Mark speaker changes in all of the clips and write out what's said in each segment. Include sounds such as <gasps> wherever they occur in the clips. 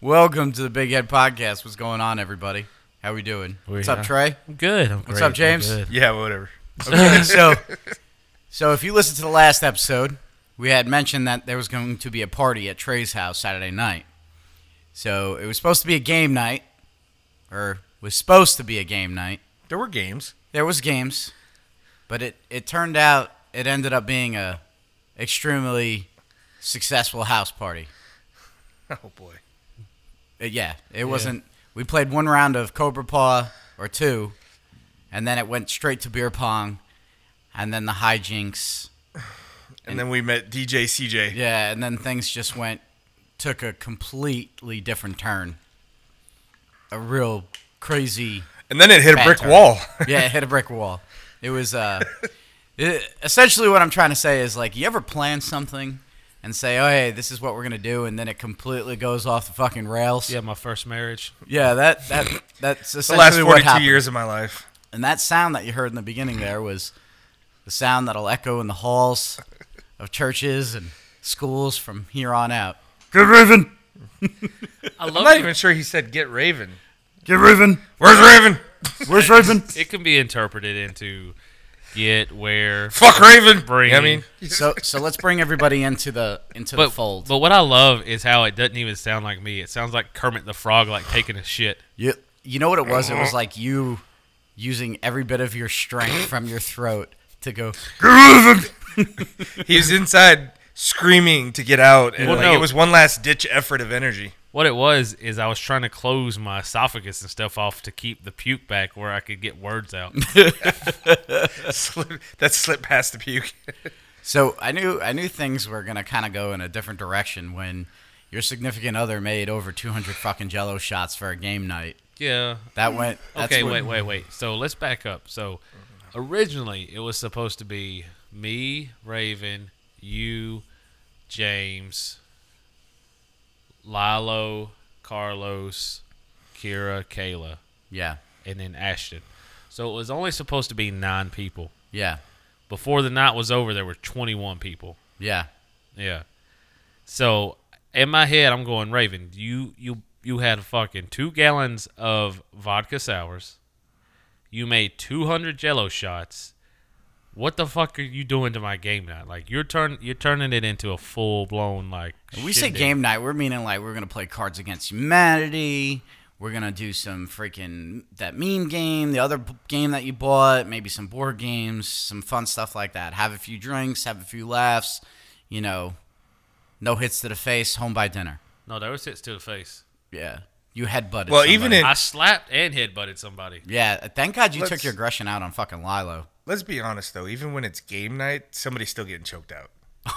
Speaker 1: Welcome to the Big Head Podcast. What's going on, everybody? How we doing?
Speaker 2: We-
Speaker 1: What's up, Trey?
Speaker 2: I'm good. I'm What's
Speaker 1: up, James?
Speaker 3: Yeah, whatever.
Speaker 1: Okay, so, so if you listen to the last episode, we had mentioned that there was going to be a party at Trey's house Saturday night. So it was supposed to be a game night, or was supposed to be a game night.
Speaker 3: <sighs> There were games. <laughs>
Speaker 1: There was games, but it it turned out it ended up being a extremely successful house party.
Speaker 3: Oh boy.
Speaker 1: Uh, yeah, it wasn't. We played one round of Cobra Paw or two, and then it went straight to beer pong, and then the hijinks.
Speaker 3: And, then we met DJ CJ.
Speaker 1: Yeah, and then things just went took a completely different turn. A real crazy.
Speaker 3: And then it hit a
Speaker 1: Bad
Speaker 3: brick
Speaker 1: turn.
Speaker 3: wall.
Speaker 1: Yeah, it hit a brick wall. It was uh, <laughs> it- essentially what I'm trying to say is like you ever plan something and say, "Oh, hey, this is what we're gonna do," and then it completely goes off the fucking rails.
Speaker 2: Yeah, my first marriage.
Speaker 1: Yeah, that that
Speaker 3: <laughs>
Speaker 1: that's
Speaker 3: the last
Speaker 1: essentially what
Speaker 3: 42
Speaker 1: happened.
Speaker 3: years of my life.
Speaker 1: And that sound that you heard in the beginning there was the sound that'll echo in the halls of churches and schools from here on out. Get Raven!
Speaker 2: I
Speaker 3: I'm
Speaker 2: love
Speaker 3: not
Speaker 2: it.
Speaker 3: even sure he said get Raven.
Speaker 1: Get Raven!
Speaker 3: Where's Raven?
Speaker 1: Where's Raven?
Speaker 2: It can be interpreted into get where.
Speaker 3: Fuck Raven.
Speaker 2: Bring.
Speaker 3: I mean,
Speaker 1: <laughs> so so let's bring everybody into the into the
Speaker 2: But,
Speaker 1: fold.
Speaker 2: but what I love is how it doesn't even sound like me. It sounds like Kermit the Frog, like taking a shit.
Speaker 1: you you know what it was? It was like you using every bit of your strength from your throat to go
Speaker 3: <laughs> he was inside screaming to get out, and
Speaker 2: Well,
Speaker 3: like,
Speaker 2: no.
Speaker 3: it was one last ditch effort of energy. <laughs>
Speaker 2: What it was is I was trying to close my esophagus and stuff off to keep the puke back where I could get
Speaker 3: <laughs>
Speaker 2: words out.
Speaker 3: Slip, that slipped past the puke.
Speaker 1: So I knew I knew things were gonna kind of go in a different direction when your significant other made over 200 fucking Jello shots for a game night.
Speaker 2: yeah.
Speaker 1: That went. That's
Speaker 2: Okay,
Speaker 1: when-
Speaker 2: wait, wait, wait. So let's back up. So originally it was supposed to be me, Raven, you, James, Lilo, Carlos, Kira, Kayla,
Speaker 1: Yeah,
Speaker 2: and then Ashton. So it was only supposed to be nine people.
Speaker 1: yeah,
Speaker 2: Before the night was over, there were 21 people.
Speaker 1: yeah.
Speaker 2: Yeah. So in my head, I'm going, Raven, you you you had fucking two gallons of vodka sours. You made 200 Jello shots. What the fuck are you doing to my game night? Like you're turn you're turning it into a full blown like.
Speaker 1: When we say
Speaker 2: shindig.
Speaker 1: game night, we're meaning like we're gonna play Cards Against Humanity. We're gonna do some freaking that meme game, the other b- game that you bought, maybe some board games, some fun stuff like that. Have a few drinks, have a few laughs, you know, no hits to the face, home by dinner.
Speaker 2: No, there was hits to the face.
Speaker 1: Yeah, you headbutted.
Speaker 3: Well, even
Speaker 1: somebody.
Speaker 3: in-
Speaker 2: I slapped and headbutted somebody.
Speaker 1: yeah, thank God you took
Speaker 3: Let's-
Speaker 1: your aggression out on fucking Lilo. <laughs>
Speaker 3: Let's be honest though, even when it's game night, somebody's still getting choked
Speaker 1: <laughs>
Speaker 3: out.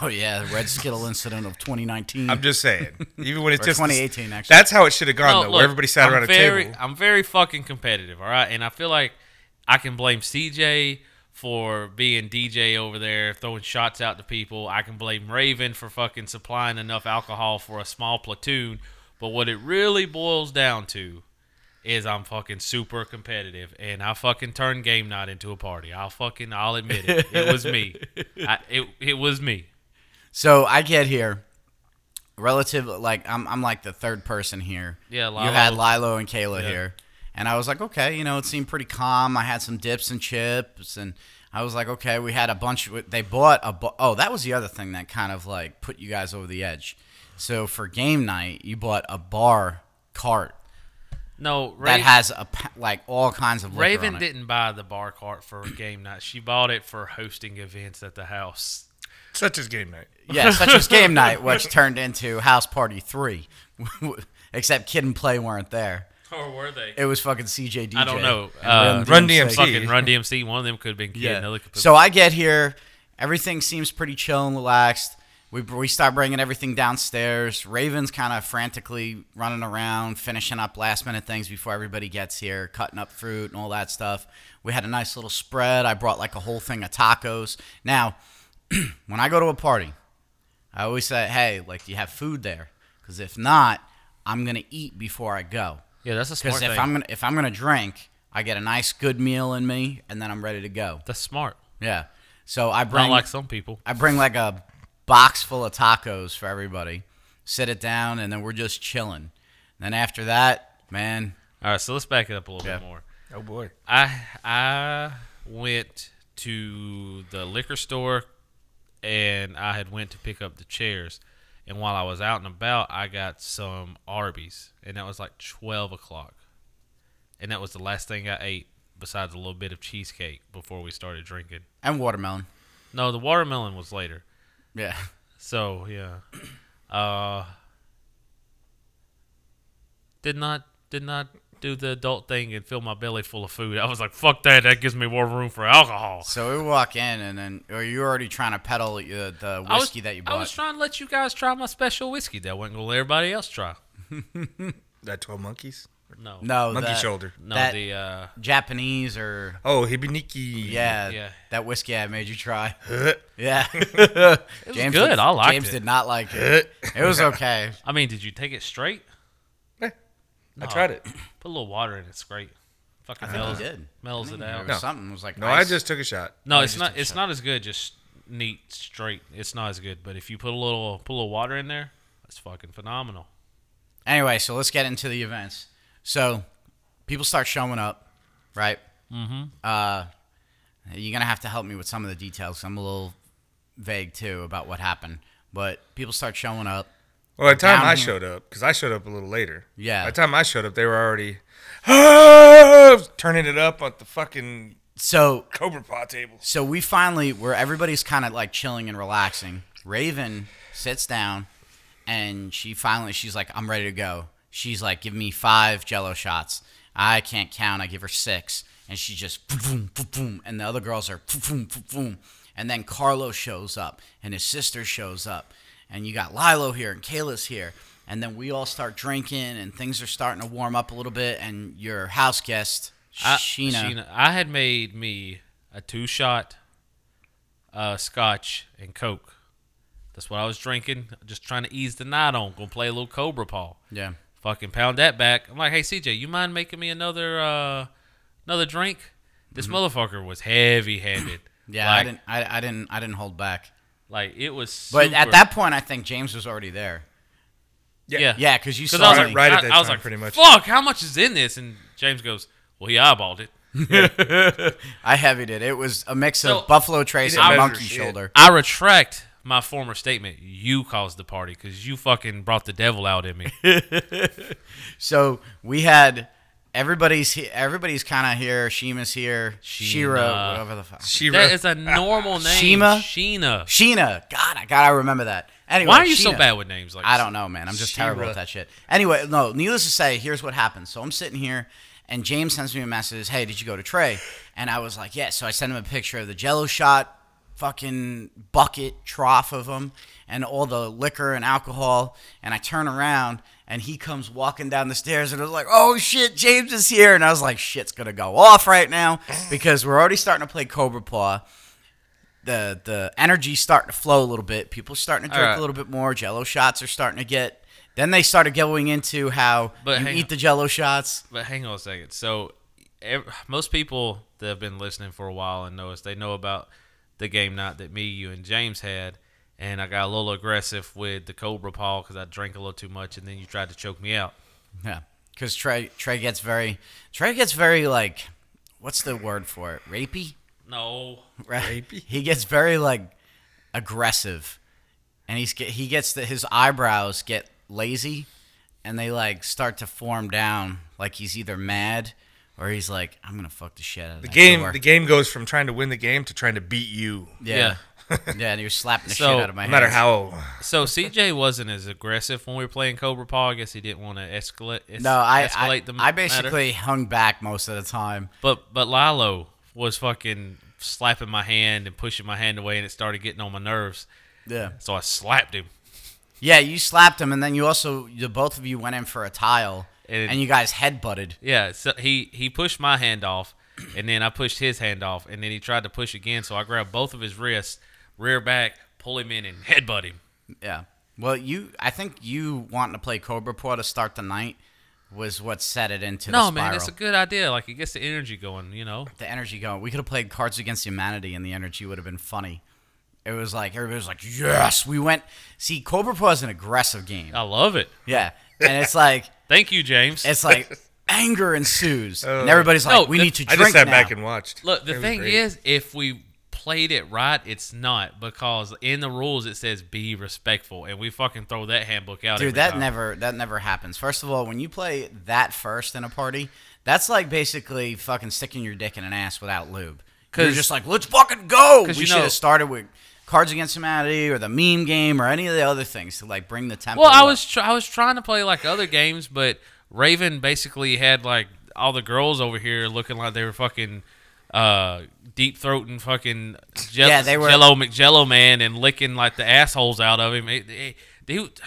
Speaker 1: Oh yeah, the Red Skittle incident of 2019.
Speaker 3: I'm just saying. Even when it's
Speaker 1: Or
Speaker 3: just
Speaker 1: 2018, actually.
Speaker 3: That's how it should have gone though,
Speaker 2: No,
Speaker 3: where
Speaker 2: Oh, look,
Speaker 3: everybody sat
Speaker 2: I'm
Speaker 3: around a
Speaker 2: very,
Speaker 3: table.
Speaker 2: I'm very fucking competitive, all right? And I feel like I can blame CJ for being DJ over there, throwing shots out to people. I can blame Raven for fucking supplying enough alcohol for a small platoon. But what it really boils down to is I'm fucking super competitive and I fucking turned game night into a party. I'll fucking I'll admit it. It
Speaker 3: <laughs>
Speaker 2: was me. I, it it was me.
Speaker 1: So I get here, relative like I'm I'm like the third person here.
Speaker 2: Yeah,
Speaker 1: you had
Speaker 2: Lilo.
Speaker 1: Lilo and Kayla
Speaker 2: Yeah.
Speaker 1: here, and I was like, okay, you know, it seemed pretty calm. I had some dips and chips, and I was like, okay, we had a bunch. Of, they bought a bu- oh, that was the other thing that kind of like put you guys over the edge. So for game night, you bought a bar cart
Speaker 2: No, Raven,
Speaker 1: that has a pa- like all kinds of liquor on
Speaker 2: Raven
Speaker 1: it.
Speaker 2: didn't buy the bar cart for game night. She bought it for hosting events at the house.
Speaker 3: Such as game night.
Speaker 1: Yeah, such
Speaker 2: <laughs>
Speaker 1: as game night, which turned into house party three, <laughs> except kid and play weren't there.
Speaker 2: Or were they?
Speaker 1: It was fucking CJ DJ.
Speaker 2: I don't know.
Speaker 1: and
Speaker 2: Uh,
Speaker 3: Run DMC.
Speaker 2: Fucking Run DMC. One of them could have been kid.
Speaker 1: Yeah.
Speaker 2: Another could have
Speaker 1: So I get here. Everything seems pretty chill and relaxed. We, we start bringing everything downstairs. Raven's kind of frantically running around, finishing up last minute things before everybody gets here, cutting up fruit and all that stuff. We had a nice little spread. I brought like a whole thing of tacos. Now, <clears throat> when I go to a party, I always say, hey, like, do you have food there? Because if not, I'm going to eat before I go.
Speaker 2: yeah, that's a smart
Speaker 1: Because
Speaker 2: thing.
Speaker 1: if I'm gonna if I'm gonna drink, I get a nice good meal in me, and then I'm ready to go.
Speaker 2: that's smart.
Speaker 1: Yeah. So I
Speaker 2: Not
Speaker 1: bring
Speaker 2: like some people.
Speaker 1: I bring like a box full of tacos for everybody, sit it down, and then we're just chilling. Then after that, man,
Speaker 2: All right, so let's back it up a little
Speaker 1: Yeah.
Speaker 2: bit more.
Speaker 3: Oh boy.
Speaker 2: I I went to the liquor store and I had went to pick up the chairs. And while I was out and about, I got some Arby's, and that was like twelve o'clock, and that was the last thing I ate besides a little bit of cheesecake before we started drinking.
Speaker 1: and watermelon.
Speaker 2: No, the watermelon was later.
Speaker 1: Yeah.
Speaker 2: So yeah, uh, did not did not do the adult thing and fill my belly full of food. I was like, fuck that. That gives me more room for
Speaker 1: <laughs>
Speaker 2: alcohol.
Speaker 1: So we walk in, and then or you're already trying to peddle uh, the
Speaker 2: I was-
Speaker 1: whiskey that you bought.
Speaker 2: I was trying to let you guys try my special whiskey that I wasn't gonna let everybody else try.
Speaker 3: That twelve monkeys.
Speaker 2: No,
Speaker 1: no,
Speaker 3: Monkey
Speaker 1: Oh, that-
Speaker 3: shoulder.
Speaker 2: no.
Speaker 1: that-
Speaker 2: the uh,
Speaker 1: Japanese or
Speaker 3: Oh, Hibiniki.
Speaker 1: yeah,
Speaker 2: Yeah.
Speaker 1: that whiskey I made
Speaker 3: <laughs>
Speaker 1: you try. yeah, <laughs>
Speaker 2: it was
Speaker 1: James
Speaker 2: good.
Speaker 1: Did,
Speaker 2: I liked
Speaker 1: James
Speaker 2: it.
Speaker 1: did not like
Speaker 3: <laughs>
Speaker 1: it. It was okay.
Speaker 2: I mean, did you take it straight?
Speaker 3: Eh,
Speaker 2: Oh,
Speaker 3: I tried it.
Speaker 2: Put a little water in it. It's great. Fucking
Speaker 1: I
Speaker 2: mellows,
Speaker 1: think he did.
Speaker 2: mellows it
Speaker 1: Or
Speaker 2: out.
Speaker 3: Uh-huh. No.
Speaker 1: Something was like
Speaker 3: No, I
Speaker 1: ice.
Speaker 3: just took a shot.
Speaker 2: No,
Speaker 1: you
Speaker 2: it's
Speaker 1: just
Speaker 2: not.
Speaker 1: took a
Speaker 2: It's not as good. Just neat, straight. It's not as good. But if you put a little, put a little water in there, it's fucking phenomenal.
Speaker 1: Anyway, so let's get into the events. So people start showing up, right? Mm-hmm. Uh, you're gonna have to help me with some of the details. I'm a little vague too about what happened, but people start showing up.
Speaker 3: Well, by the time
Speaker 1: Down
Speaker 3: I
Speaker 1: here.
Speaker 3: showed up, because I showed up a little later.
Speaker 1: Yeah.
Speaker 3: By the time I showed up, they were already "Ah!" turning it up at the fucking
Speaker 1: So
Speaker 3: Cobra Pot table.
Speaker 1: so we finally where everybody's kind of like chilling and relaxing. Raven sits down, and she finally she's like, "I'm ready to go." She's like, "Give me five Jello shots." I can't count. I give her six, and she just boom, boom, boom, and the other girls are boom, boom, boom, and then Carlos shows up, and his sister shows up, and you got Lilo here and Kayla's here. And then we all start drinking, and things are starting to warm up a little bit. And your house guest,
Speaker 2: I,
Speaker 1: Sheena,
Speaker 2: I had made me a two shot uh, scotch and Coke. That's what I was drinking. Just trying to ease the night on. Gonna play a little Cobra Paw.
Speaker 1: yeah,
Speaker 2: Fucking pound that back. I'm like, hey CJ, you mind making me another uh, another drink? This motherfucker was heavy handed.
Speaker 1: Mm-hmm. <clears throat> yeah,
Speaker 2: like,
Speaker 1: I didn't, I, I didn't, I didn't hold back.
Speaker 2: like it was. Super,
Speaker 1: But at that point, I think James was already there.
Speaker 2: yeah,
Speaker 1: Yeah, because you
Speaker 2: Because
Speaker 1: saw
Speaker 2: I was
Speaker 1: me.
Speaker 2: like,
Speaker 3: Right
Speaker 2: I,
Speaker 3: at that
Speaker 2: I was
Speaker 3: time,
Speaker 2: like,
Speaker 3: pretty much.
Speaker 2: Fuck, how much is in this? And James goes, well, he eyeballed it.
Speaker 1: I heavied it. It was a mix
Speaker 2: So-
Speaker 1: of Buffalo Trace
Speaker 3: You
Speaker 1: and
Speaker 3: didn't measure
Speaker 1: Monkey
Speaker 3: shit.
Speaker 1: Shoulder.
Speaker 2: I retract my former statement. You caused the party because you fucking brought the devil
Speaker 1: <laughs>
Speaker 2: out in me.
Speaker 1: So we had everybody's he- everybody's kind of here. Shima's here. Shira, whatever the fuck.
Speaker 3: She
Speaker 2: that
Speaker 3: re-
Speaker 2: is a normal name.
Speaker 1: Sheema?
Speaker 2: Sheena.
Speaker 1: Sheena. God, I gotta remember that. Anyway,
Speaker 2: Why are you so
Speaker 1: Sheena.
Speaker 2: bad with names like
Speaker 1: I don't know, man. I'm just terrible
Speaker 3: Shira.
Speaker 1: at that shit. Anyway, no. Needless to say, here's what happened. So I'm sitting here, and James sends me a message. Hey, did you go to Trey? And I was like, yeah. So I sent him a picture of the Jello shot, fucking bucket trough of them, and all the liquor and alcohol. And I turn around, and he comes walking down the stairs, and I was like, oh shit, James is here. And I was like, shit's gonna go off right now because we're already starting to play Cobra Paw the the energy's starting to flow a little bit. People starting to drink
Speaker 2: Alright.
Speaker 1: a little bit more. Jello shots are starting to get. Then they started going into how
Speaker 2: But
Speaker 1: you
Speaker 2: hang
Speaker 1: eat
Speaker 2: on.
Speaker 1: the Jello shots.
Speaker 2: But hang on a second. So, ev- most people that have been listening for a while and know us, they know about the game night that me, you, and James had. And I got a little aggressive with the Cobra Paw because I drank a little too much, and then you tried to choke me out.
Speaker 1: Yeah, because Trey Trey gets very Trey gets very like what's the word for it? Rapey. <laughs>
Speaker 2: No.
Speaker 1: Right.
Speaker 3: Rapey?
Speaker 1: He gets very like aggressive, and he's get, he gets that his eyebrows get lazy, and they like start to form down. Like he's either mad or he's like, I'm gonna fuck the shit out of
Speaker 3: the
Speaker 1: that
Speaker 3: game.
Speaker 1: door."
Speaker 3: The game goes from trying to win the game to trying to beat you,
Speaker 1: Yeah. <laughs> Yeah, and he was slapping the
Speaker 2: So,
Speaker 1: shit out of my
Speaker 3: no
Speaker 1: hands.
Speaker 3: matter how.
Speaker 2: So CJ wasn't as aggressive when we were playing Cobra Paw. I guess he didn't want to escalate. es-
Speaker 1: No, I I,
Speaker 2: escalate the
Speaker 1: I
Speaker 2: matter.
Speaker 1: basically hung back most of the time.
Speaker 2: But but Lilo was fucking slapping my hand and pushing my hand away, and it started getting on my nerves.
Speaker 1: Yeah.
Speaker 2: So I slapped him.
Speaker 1: Yeah, you slapped him, and then you also the both of you went in for a tile,
Speaker 2: And-
Speaker 1: and, you guys head butted.
Speaker 2: Yeah. So he he pushed my hand off, and then I pushed his hand off, and then he tried to push again. So I grabbed both of his wrists, rear back, pull him in, and headbutt him.
Speaker 1: Yeah. Well, you I think you wanting to play Cobra Paw to start the night was what set it into the
Speaker 2: No
Speaker 1: spiral.
Speaker 2: man, it's a good idea. Like it gets the energy going. You know.
Speaker 1: the energy going. We could have played Cards Against Humanity, and the energy would have been funny. It was like everybody was like, "Yes, we went." See, Cobra Paw is an aggressive game.
Speaker 2: I love it.
Speaker 1: Yeah, and it's like
Speaker 2: Thank you, James.
Speaker 3: <laughs>
Speaker 1: it's like anger ensues, and everybody's like,
Speaker 2: No,
Speaker 1: "We
Speaker 2: the-
Speaker 1: need to
Speaker 3: Oh. I just
Speaker 1: drink
Speaker 3: sat
Speaker 1: now."
Speaker 3: back and watched.
Speaker 2: Look, the
Speaker 3: It was
Speaker 2: thing
Speaker 3: great.
Speaker 2: is, if we played it right, it's not because in the rules it says be respectful, and we fucking throw that handbook out. every
Speaker 1: Dude, that
Speaker 2: time.
Speaker 1: never that never happens. First of all, when you play that first in a party, that's like basically fucking sticking your dick in an ass without lube. You're
Speaker 2: 'Cause-
Speaker 1: just like, let's fucking go. We
Speaker 2: 'cause you
Speaker 1: should
Speaker 2: know-
Speaker 1: have started with Cards Against Humanity or the meme game or any of the other things to like bring the tempo.
Speaker 2: Well, I
Speaker 1: up.
Speaker 2: was tr- I was trying to play like other games, but Raven basically had like all the girls over here looking like they were fucking uh, deep throating fucking Jell
Speaker 1: Yeah, they were-
Speaker 2: Jello McJello man and licking like the assholes out of him. It- it- dude,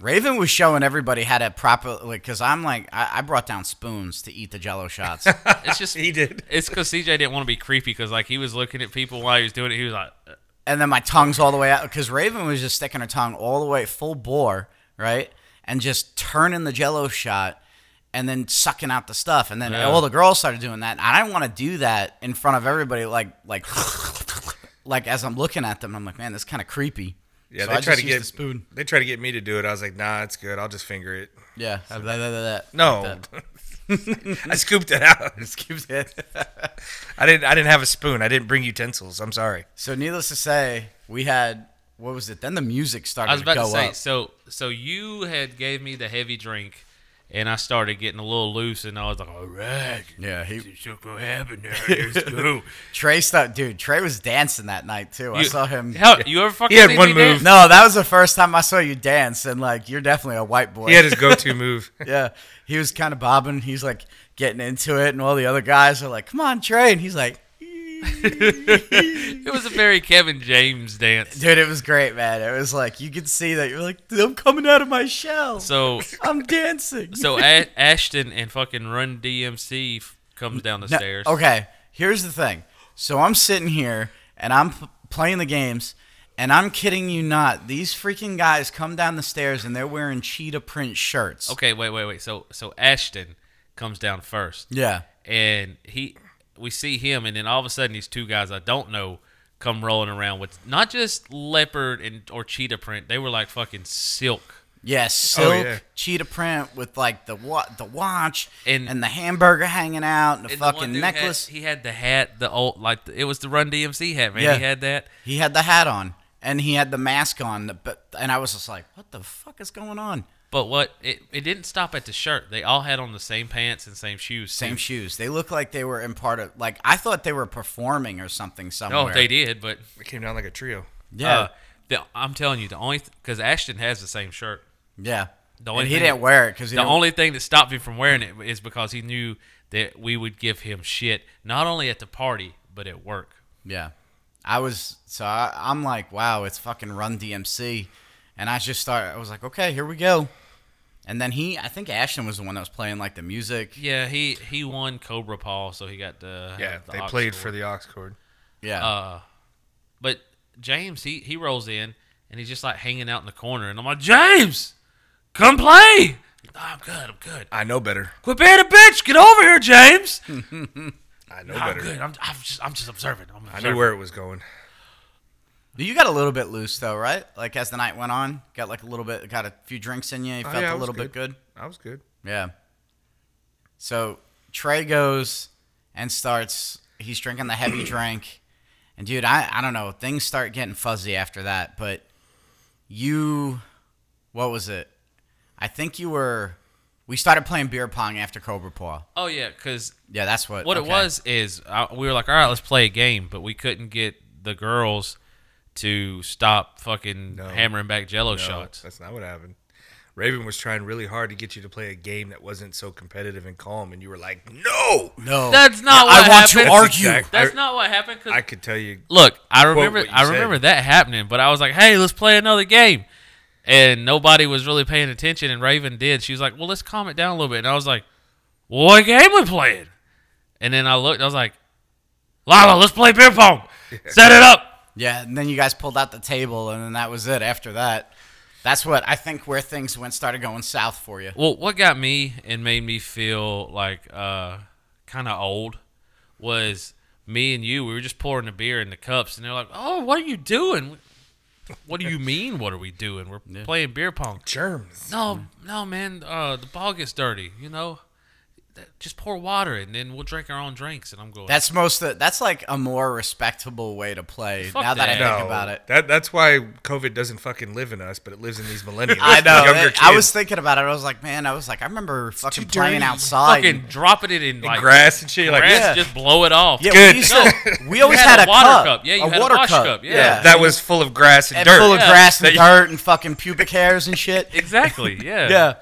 Speaker 1: Raven was showing everybody how to proper like because I'm like I, I brought down spoons to eat the Jello
Speaker 2: <laughs>
Speaker 1: shots.
Speaker 2: it's
Speaker 3: <laughs>
Speaker 2: just
Speaker 3: He did.
Speaker 2: It's because CJ didn't want to be creepy because like he was looking at people while he was doing it. He was like, uh,
Speaker 1: and then my tongue's all the way out because Raven was just sticking her tongue all the way full bore, right, and just turning the Jello shot, and then sucking out the stuff, and then
Speaker 2: Yeah.
Speaker 1: all the girls started doing that. And I didn't want to do that in front of everybody, like like like as I'm looking at them, I'm like, man, that's kind of creepy.
Speaker 3: Yeah,
Speaker 1: So
Speaker 3: they
Speaker 1: I
Speaker 3: tried
Speaker 1: just
Speaker 3: to
Speaker 1: used
Speaker 3: get
Speaker 1: the spoon.
Speaker 3: They tried to get me to do it. I was like, nah, it's good. I'll just finger it.
Speaker 2: <laughs>
Speaker 1: Yeah, blah, blah, blah, blah.
Speaker 3: No, <laughs> I scooped it out.
Speaker 2: <laughs>
Speaker 3: I didn't. I didn't have a spoon. I didn't bring utensils. I'm sorry.
Speaker 1: so needless to say, we had what was it? Then the music started
Speaker 2: I was about
Speaker 1: to
Speaker 2: to
Speaker 1: go
Speaker 2: say.
Speaker 1: up.
Speaker 2: So so you had gave me the heavy drink, and I started getting a little loose, and I was like, all right,
Speaker 1: Yeah, he
Speaker 2: <laughs> it's not gonna happen now.
Speaker 1: <laughs>
Speaker 2: Let's go.
Speaker 1: Trey stuff, dude. Trey was dancing that night too. I
Speaker 2: You-
Speaker 1: saw him.
Speaker 2: Hell, you ever fucking?
Speaker 3: He had
Speaker 2: seen
Speaker 3: one
Speaker 2: me dance?
Speaker 3: move.
Speaker 1: No, that was the first time I saw you dance, and like you're definitely a white boy.
Speaker 3: He had his <laughs> go-to move.
Speaker 1: yeah, he was kind of bobbing. He's like getting into it, and all the other guys are like, "Come on, Trey," and he's like, <laughs>
Speaker 2: It was a very Kevin James dance.
Speaker 1: "Dude, it was great, man. It was like you could see that you're like, I'm coming out of my shell.
Speaker 2: So
Speaker 1: I'm dancing." <laughs>
Speaker 2: so A- Ashton and fucking Run DMC f- comes down the
Speaker 1: No,
Speaker 2: stairs.
Speaker 1: Okay, here's the thing. So I'm sitting here and I'm p- playing the games, and I'm kidding you not. These freaking guys come down the stairs and they're wearing cheetah print shirts.
Speaker 2: Okay. Wait. Wait. Wait. So so Ashton comes down first.
Speaker 1: Yeah.
Speaker 2: and he we see him and then all of a sudden these two guys I don't know come rolling around with not just leopard and or cheetah print they were like fucking silk
Speaker 1: Yes,
Speaker 3: Oh,
Speaker 1: silk
Speaker 3: yeah.
Speaker 1: cheetah print with like the wa- the watch
Speaker 2: And-
Speaker 1: and, the hamburger hanging out and the
Speaker 2: And the one
Speaker 1: fucking
Speaker 2: dude had-
Speaker 1: necklace.
Speaker 2: he had the hat the old like it was the Run DMC hat man
Speaker 1: Yeah.
Speaker 2: he had that
Speaker 1: he had the hat on and he had the mask on. the- But and I was just like, what the fuck is going on?
Speaker 2: but what it, it didn't stop at the shirt they all had on the same pants and same shoes
Speaker 1: Same
Speaker 2: too.
Speaker 1: shoes. They look like they were in part of like I thought they were performing or something somewhere.
Speaker 2: no oh, they did but
Speaker 3: It came down like a trio.
Speaker 1: Yeah,
Speaker 2: uh, the, I'm telling you the only because Ashton has the same shirt
Speaker 1: yeah.
Speaker 2: the only
Speaker 1: and he
Speaker 2: thing-
Speaker 1: didn't wear it because
Speaker 2: The only thing that stopped him from wearing it is because he knew that we would give him shit, not only at the party, but at work.
Speaker 1: Yeah. I was so I, I'm like, wow, it's fucking Run DMC, and I just started. I was like, okay, here we go. And then he, I think Ashton was the one that was playing like the music.
Speaker 2: Yeah, he he won Cobra Paw, so he got the
Speaker 3: Yeah,
Speaker 2: the
Speaker 3: they
Speaker 2: aux
Speaker 3: played
Speaker 2: award.
Speaker 3: for the ox cord.
Speaker 1: Yeah.
Speaker 2: Uh, But James, he he rolls in and he's just like hanging out in the corner, and I'm like, James, come play. "Nah, I'm good. I'm good.
Speaker 3: I know better.
Speaker 2: Quit being a bitch. Get over here, James.
Speaker 3: I know
Speaker 2: "Nah, I'm
Speaker 3: better.
Speaker 2: good. I'm, I'm just I'm just observing. I'm
Speaker 3: I
Speaker 2: observing.
Speaker 3: knew where it was going.
Speaker 1: You got a little bit loose though, right? Like as the night went on, got like a little bit, got a few drinks in you. You felt
Speaker 3: yeah, I
Speaker 1: a
Speaker 3: was
Speaker 1: little bit good.
Speaker 3: I was good.
Speaker 1: Yeah. So Trey goes and starts. He's drinking the
Speaker 2: <clears throat>
Speaker 1: heavy drink, and dude, I I don't know. Things start getting fuzzy after that. But you, what was it? I think you were. We started playing beer pong after Cobra Paw.
Speaker 2: Oh yeah, because
Speaker 1: Yeah, that's what.
Speaker 2: What
Speaker 1: okay.
Speaker 2: it was is uh, we were like, all right, let's play a game, but we couldn't get the girls to stop fucking
Speaker 3: No.
Speaker 2: hammering back Jello
Speaker 3: No,
Speaker 2: shots.
Speaker 3: That's not what happened. Raven was trying really hard to get you to play a game that wasn't so competitive and calm, and you were like, "No,
Speaker 1: No,
Speaker 2: That's not
Speaker 1: I
Speaker 2: what
Speaker 1: want
Speaker 2: happened.
Speaker 1: to argue.
Speaker 3: Exact-
Speaker 2: That's
Speaker 3: I-
Speaker 2: not what happened. 'cause-
Speaker 3: I could tell you."
Speaker 2: look, I remember,
Speaker 3: what you
Speaker 2: I remember
Speaker 3: said.
Speaker 2: that happening, but I was like, hey, let's play another game, and nobody was really paying attention, and Raven did. She was like, well, let's calm it down a little bit, and I was like, what game we playing? And then I looked, I was like, Lala, let's play
Speaker 3: <laughs>
Speaker 2: beer pong. Set it up.
Speaker 1: Yeah, and then you guys pulled out the table, and then that was it. After that, that's what I think where things went started going south for you.
Speaker 2: Well, what got me and made me feel like uh, kind of old was me and you, we were just pouring the beer in the cups, and they're like, "Oh, what are you doing? What do you mean? What are we doing? We're playing beer pong."
Speaker 3: Germs.
Speaker 2: No, no, man. Uh, the ball gets dirty. You know, Th- just pour water, and then we'll drink our own drinks. And I'm going.
Speaker 1: That's most. Of, that's like a more respectable way to play.
Speaker 2: Fuck
Speaker 1: now that, I
Speaker 2: that.
Speaker 1: think about it,
Speaker 3: That that's why COVID doesn't fucking live in us, but it lives in these millennials.
Speaker 1: <laughs> I know.
Speaker 3: Younger
Speaker 1: that- I
Speaker 3: kids.
Speaker 1: was thinking about it. I was like, man, I was like, I remember fucking
Speaker 3: too
Speaker 1: playing
Speaker 3: dirty.
Speaker 1: outside.
Speaker 2: fucking dropping it in, like
Speaker 3: grass and shit. You're like
Speaker 2: grass,
Speaker 1: Yeah.
Speaker 2: Just blow it off.
Speaker 1: yeah,
Speaker 3: good.
Speaker 1: we used to. We always had,
Speaker 2: had a
Speaker 1: a,
Speaker 2: water
Speaker 1: cup.
Speaker 2: cup. Yeah, you
Speaker 1: a
Speaker 2: had a
Speaker 1: water
Speaker 2: wash
Speaker 1: cup.
Speaker 2: cup. Yeah.
Speaker 3: that was full of grass and,
Speaker 1: and
Speaker 3: dirt.
Speaker 1: full of
Speaker 2: Yeah.
Speaker 1: grass and
Speaker 3: That you-
Speaker 1: dirt and fucking pubic hairs and shit.
Speaker 2: Exactly.
Speaker 1: <laughs>
Speaker 2: Yeah.
Speaker 1: yeah.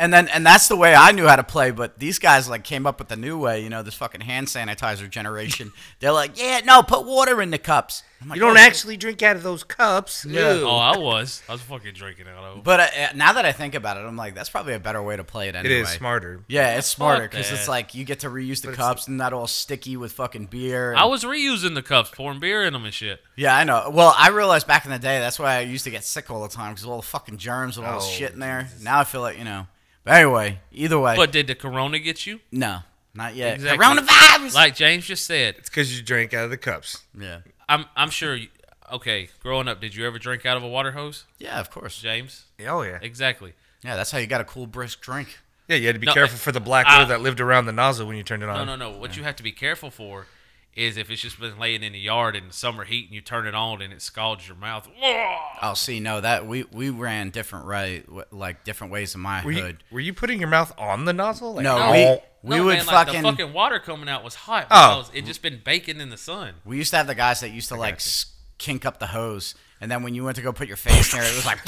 Speaker 1: And then and that's the way I knew how to play, but these guys like came up with the new way, you know, this fucking hand sanitizer generation. They're like, "Yeah, no, put water in the cups." I'm like,
Speaker 3: You don't
Speaker 1: "Oh,
Speaker 3: actually drink out of those cups.
Speaker 1: Yeah.
Speaker 3: Ew.
Speaker 2: Oh, I was. I was fucking drinking out of.
Speaker 1: But uh, uh, now that I think about it, I'm like, that's probably a better way to play it
Speaker 3: it
Speaker 1: anyway.
Speaker 3: is smarter.
Speaker 1: Yeah, it's smarter because
Speaker 2: that.
Speaker 1: it's like you get to reuse the
Speaker 3: But it's-
Speaker 1: cups and not all sticky with fucking beer. and-
Speaker 2: I was reusing the cups, pouring beer in them and shit.
Speaker 1: yeah, I know. Well, I realized back in the day that's why I used to get sick all the time because all the fucking germs and all this
Speaker 3: Oh,
Speaker 1: shit in there. Now I feel like you know. But anyway, either way,
Speaker 2: But did the corona get you?
Speaker 1: no, not yet.
Speaker 2: Exactly.
Speaker 1: Coronavirus.
Speaker 2: Like James just said,
Speaker 3: It's because you drank out of the cups.
Speaker 1: yeah,
Speaker 2: I'm I'm sure. You, okay, growing up, did you ever drink out of a water hose,
Speaker 1: yeah, of course.
Speaker 2: James?
Speaker 3: Oh yeah.
Speaker 2: Exactly.
Speaker 1: Yeah, that's how you got a cool brisk drink.
Speaker 3: Yeah, you had to be
Speaker 2: No,
Speaker 3: careful for the black
Speaker 2: I-
Speaker 3: hole that lived around the nozzle when you turned it on.
Speaker 2: No, no, no. What you have to be careful for is if it's just been laying in the yard in the summer heat and you turn it on and it scalds your mouth. Whoa!
Speaker 1: Oh, see, no, that we we ran different right, w- like different ways in my
Speaker 3: Were you,
Speaker 1: hood.
Speaker 3: were you putting your mouth on the nozzle? Like,
Speaker 1: No,
Speaker 2: No.
Speaker 1: we we
Speaker 2: No,
Speaker 1: would
Speaker 2: man, like
Speaker 1: fucking,
Speaker 2: the fucking water coming out was hot.
Speaker 3: Oh.
Speaker 2: because it just been baking in the sun.
Speaker 1: we used to have the guys that used to like s- kink up the hose, and then when you went to go put your face there, it was like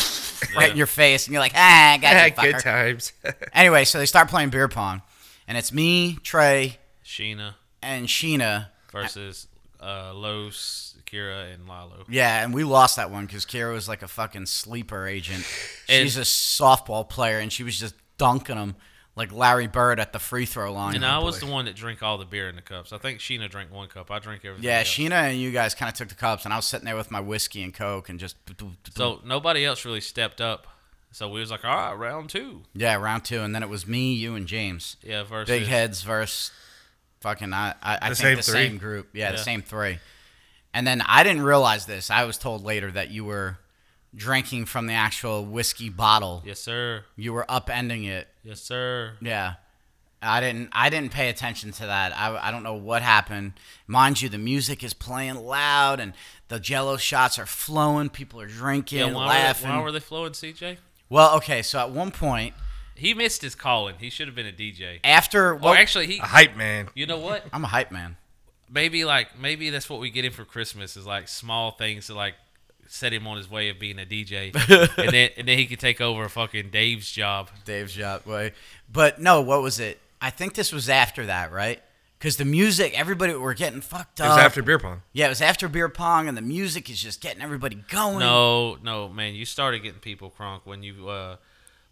Speaker 1: <laughs> right in your face, and you're like, ah, I
Speaker 3: <laughs>
Speaker 1: got you,
Speaker 3: good
Speaker 1: fucker."
Speaker 3: times. <laughs>
Speaker 1: Anyway, so they start playing beer pong, and it's me, Trey,
Speaker 2: Sheena
Speaker 1: and Sheena.
Speaker 2: versus uh, Los, Kira, and Lalo.
Speaker 1: Yeah, and we lost that one because Kira was like a fucking sleeper agent.
Speaker 2: <sighs> And-
Speaker 1: She's a softball player, and she was just dunking them like Larry Bird at the free throw line.
Speaker 2: And I was the one that drank all the beer in the cups. I think Sheena drank one cup. I drank everything.
Speaker 1: Yeah,
Speaker 2: else.
Speaker 1: Sheena and you guys kind of took the cups, and I was sitting there with my whiskey and coke, and just
Speaker 2: So nobody else really stepped up. So we was like, all right, round two.
Speaker 1: yeah, round two, and then it was me, you, and James,
Speaker 2: Yeah, versus
Speaker 1: big heads versus fucking I, I, I
Speaker 3: The
Speaker 1: think
Speaker 3: same
Speaker 1: the
Speaker 3: three?
Speaker 1: same group, yeah, the
Speaker 2: Yeah.
Speaker 1: same three. And then I didn't realize this. I was told later that you were drinking from the actual whiskey bottle.
Speaker 2: Yes, sir.
Speaker 1: You were upending it.
Speaker 2: Yes, sir.
Speaker 1: Yeah. I didn't. I didn't pay attention to that. I, I don't know what happened. Mind you, the music is playing loud and the Jello shots are flowing. People are drinking,
Speaker 2: Yeah, why,
Speaker 1: laughing.
Speaker 2: Were they, why were they flowing, CJ?
Speaker 1: Well, okay. So at one point,
Speaker 2: He missed his calling. He should have been a DJ.
Speaker 1: after
Speaker 2: Well,
Speaker 1: well,
Speaker 2: Oh, actually, he.
Speaker 3: A hype man.
Speaker 2: You know what?
Speaker 1: I'm a hype man.
Speaker 2: Maybe like maybe that's what we get him for Christmas is like small things to like set him on his way of being
Speaker 1: <laughs>
Speaker 2: a DJ, and then and then he could take over fucking Dave's job.
Speaker 1: Dave's job way. But no, what was it? I think this was after that, right? Because the music, everybody were getting fucked up.
Speaker 3: It was after beer pong.
Speaker 1: Yeah, it was after beer pong, and the music is just getting everybody going.
Speaker 2: No, no, man, you started getting people crunk when you uh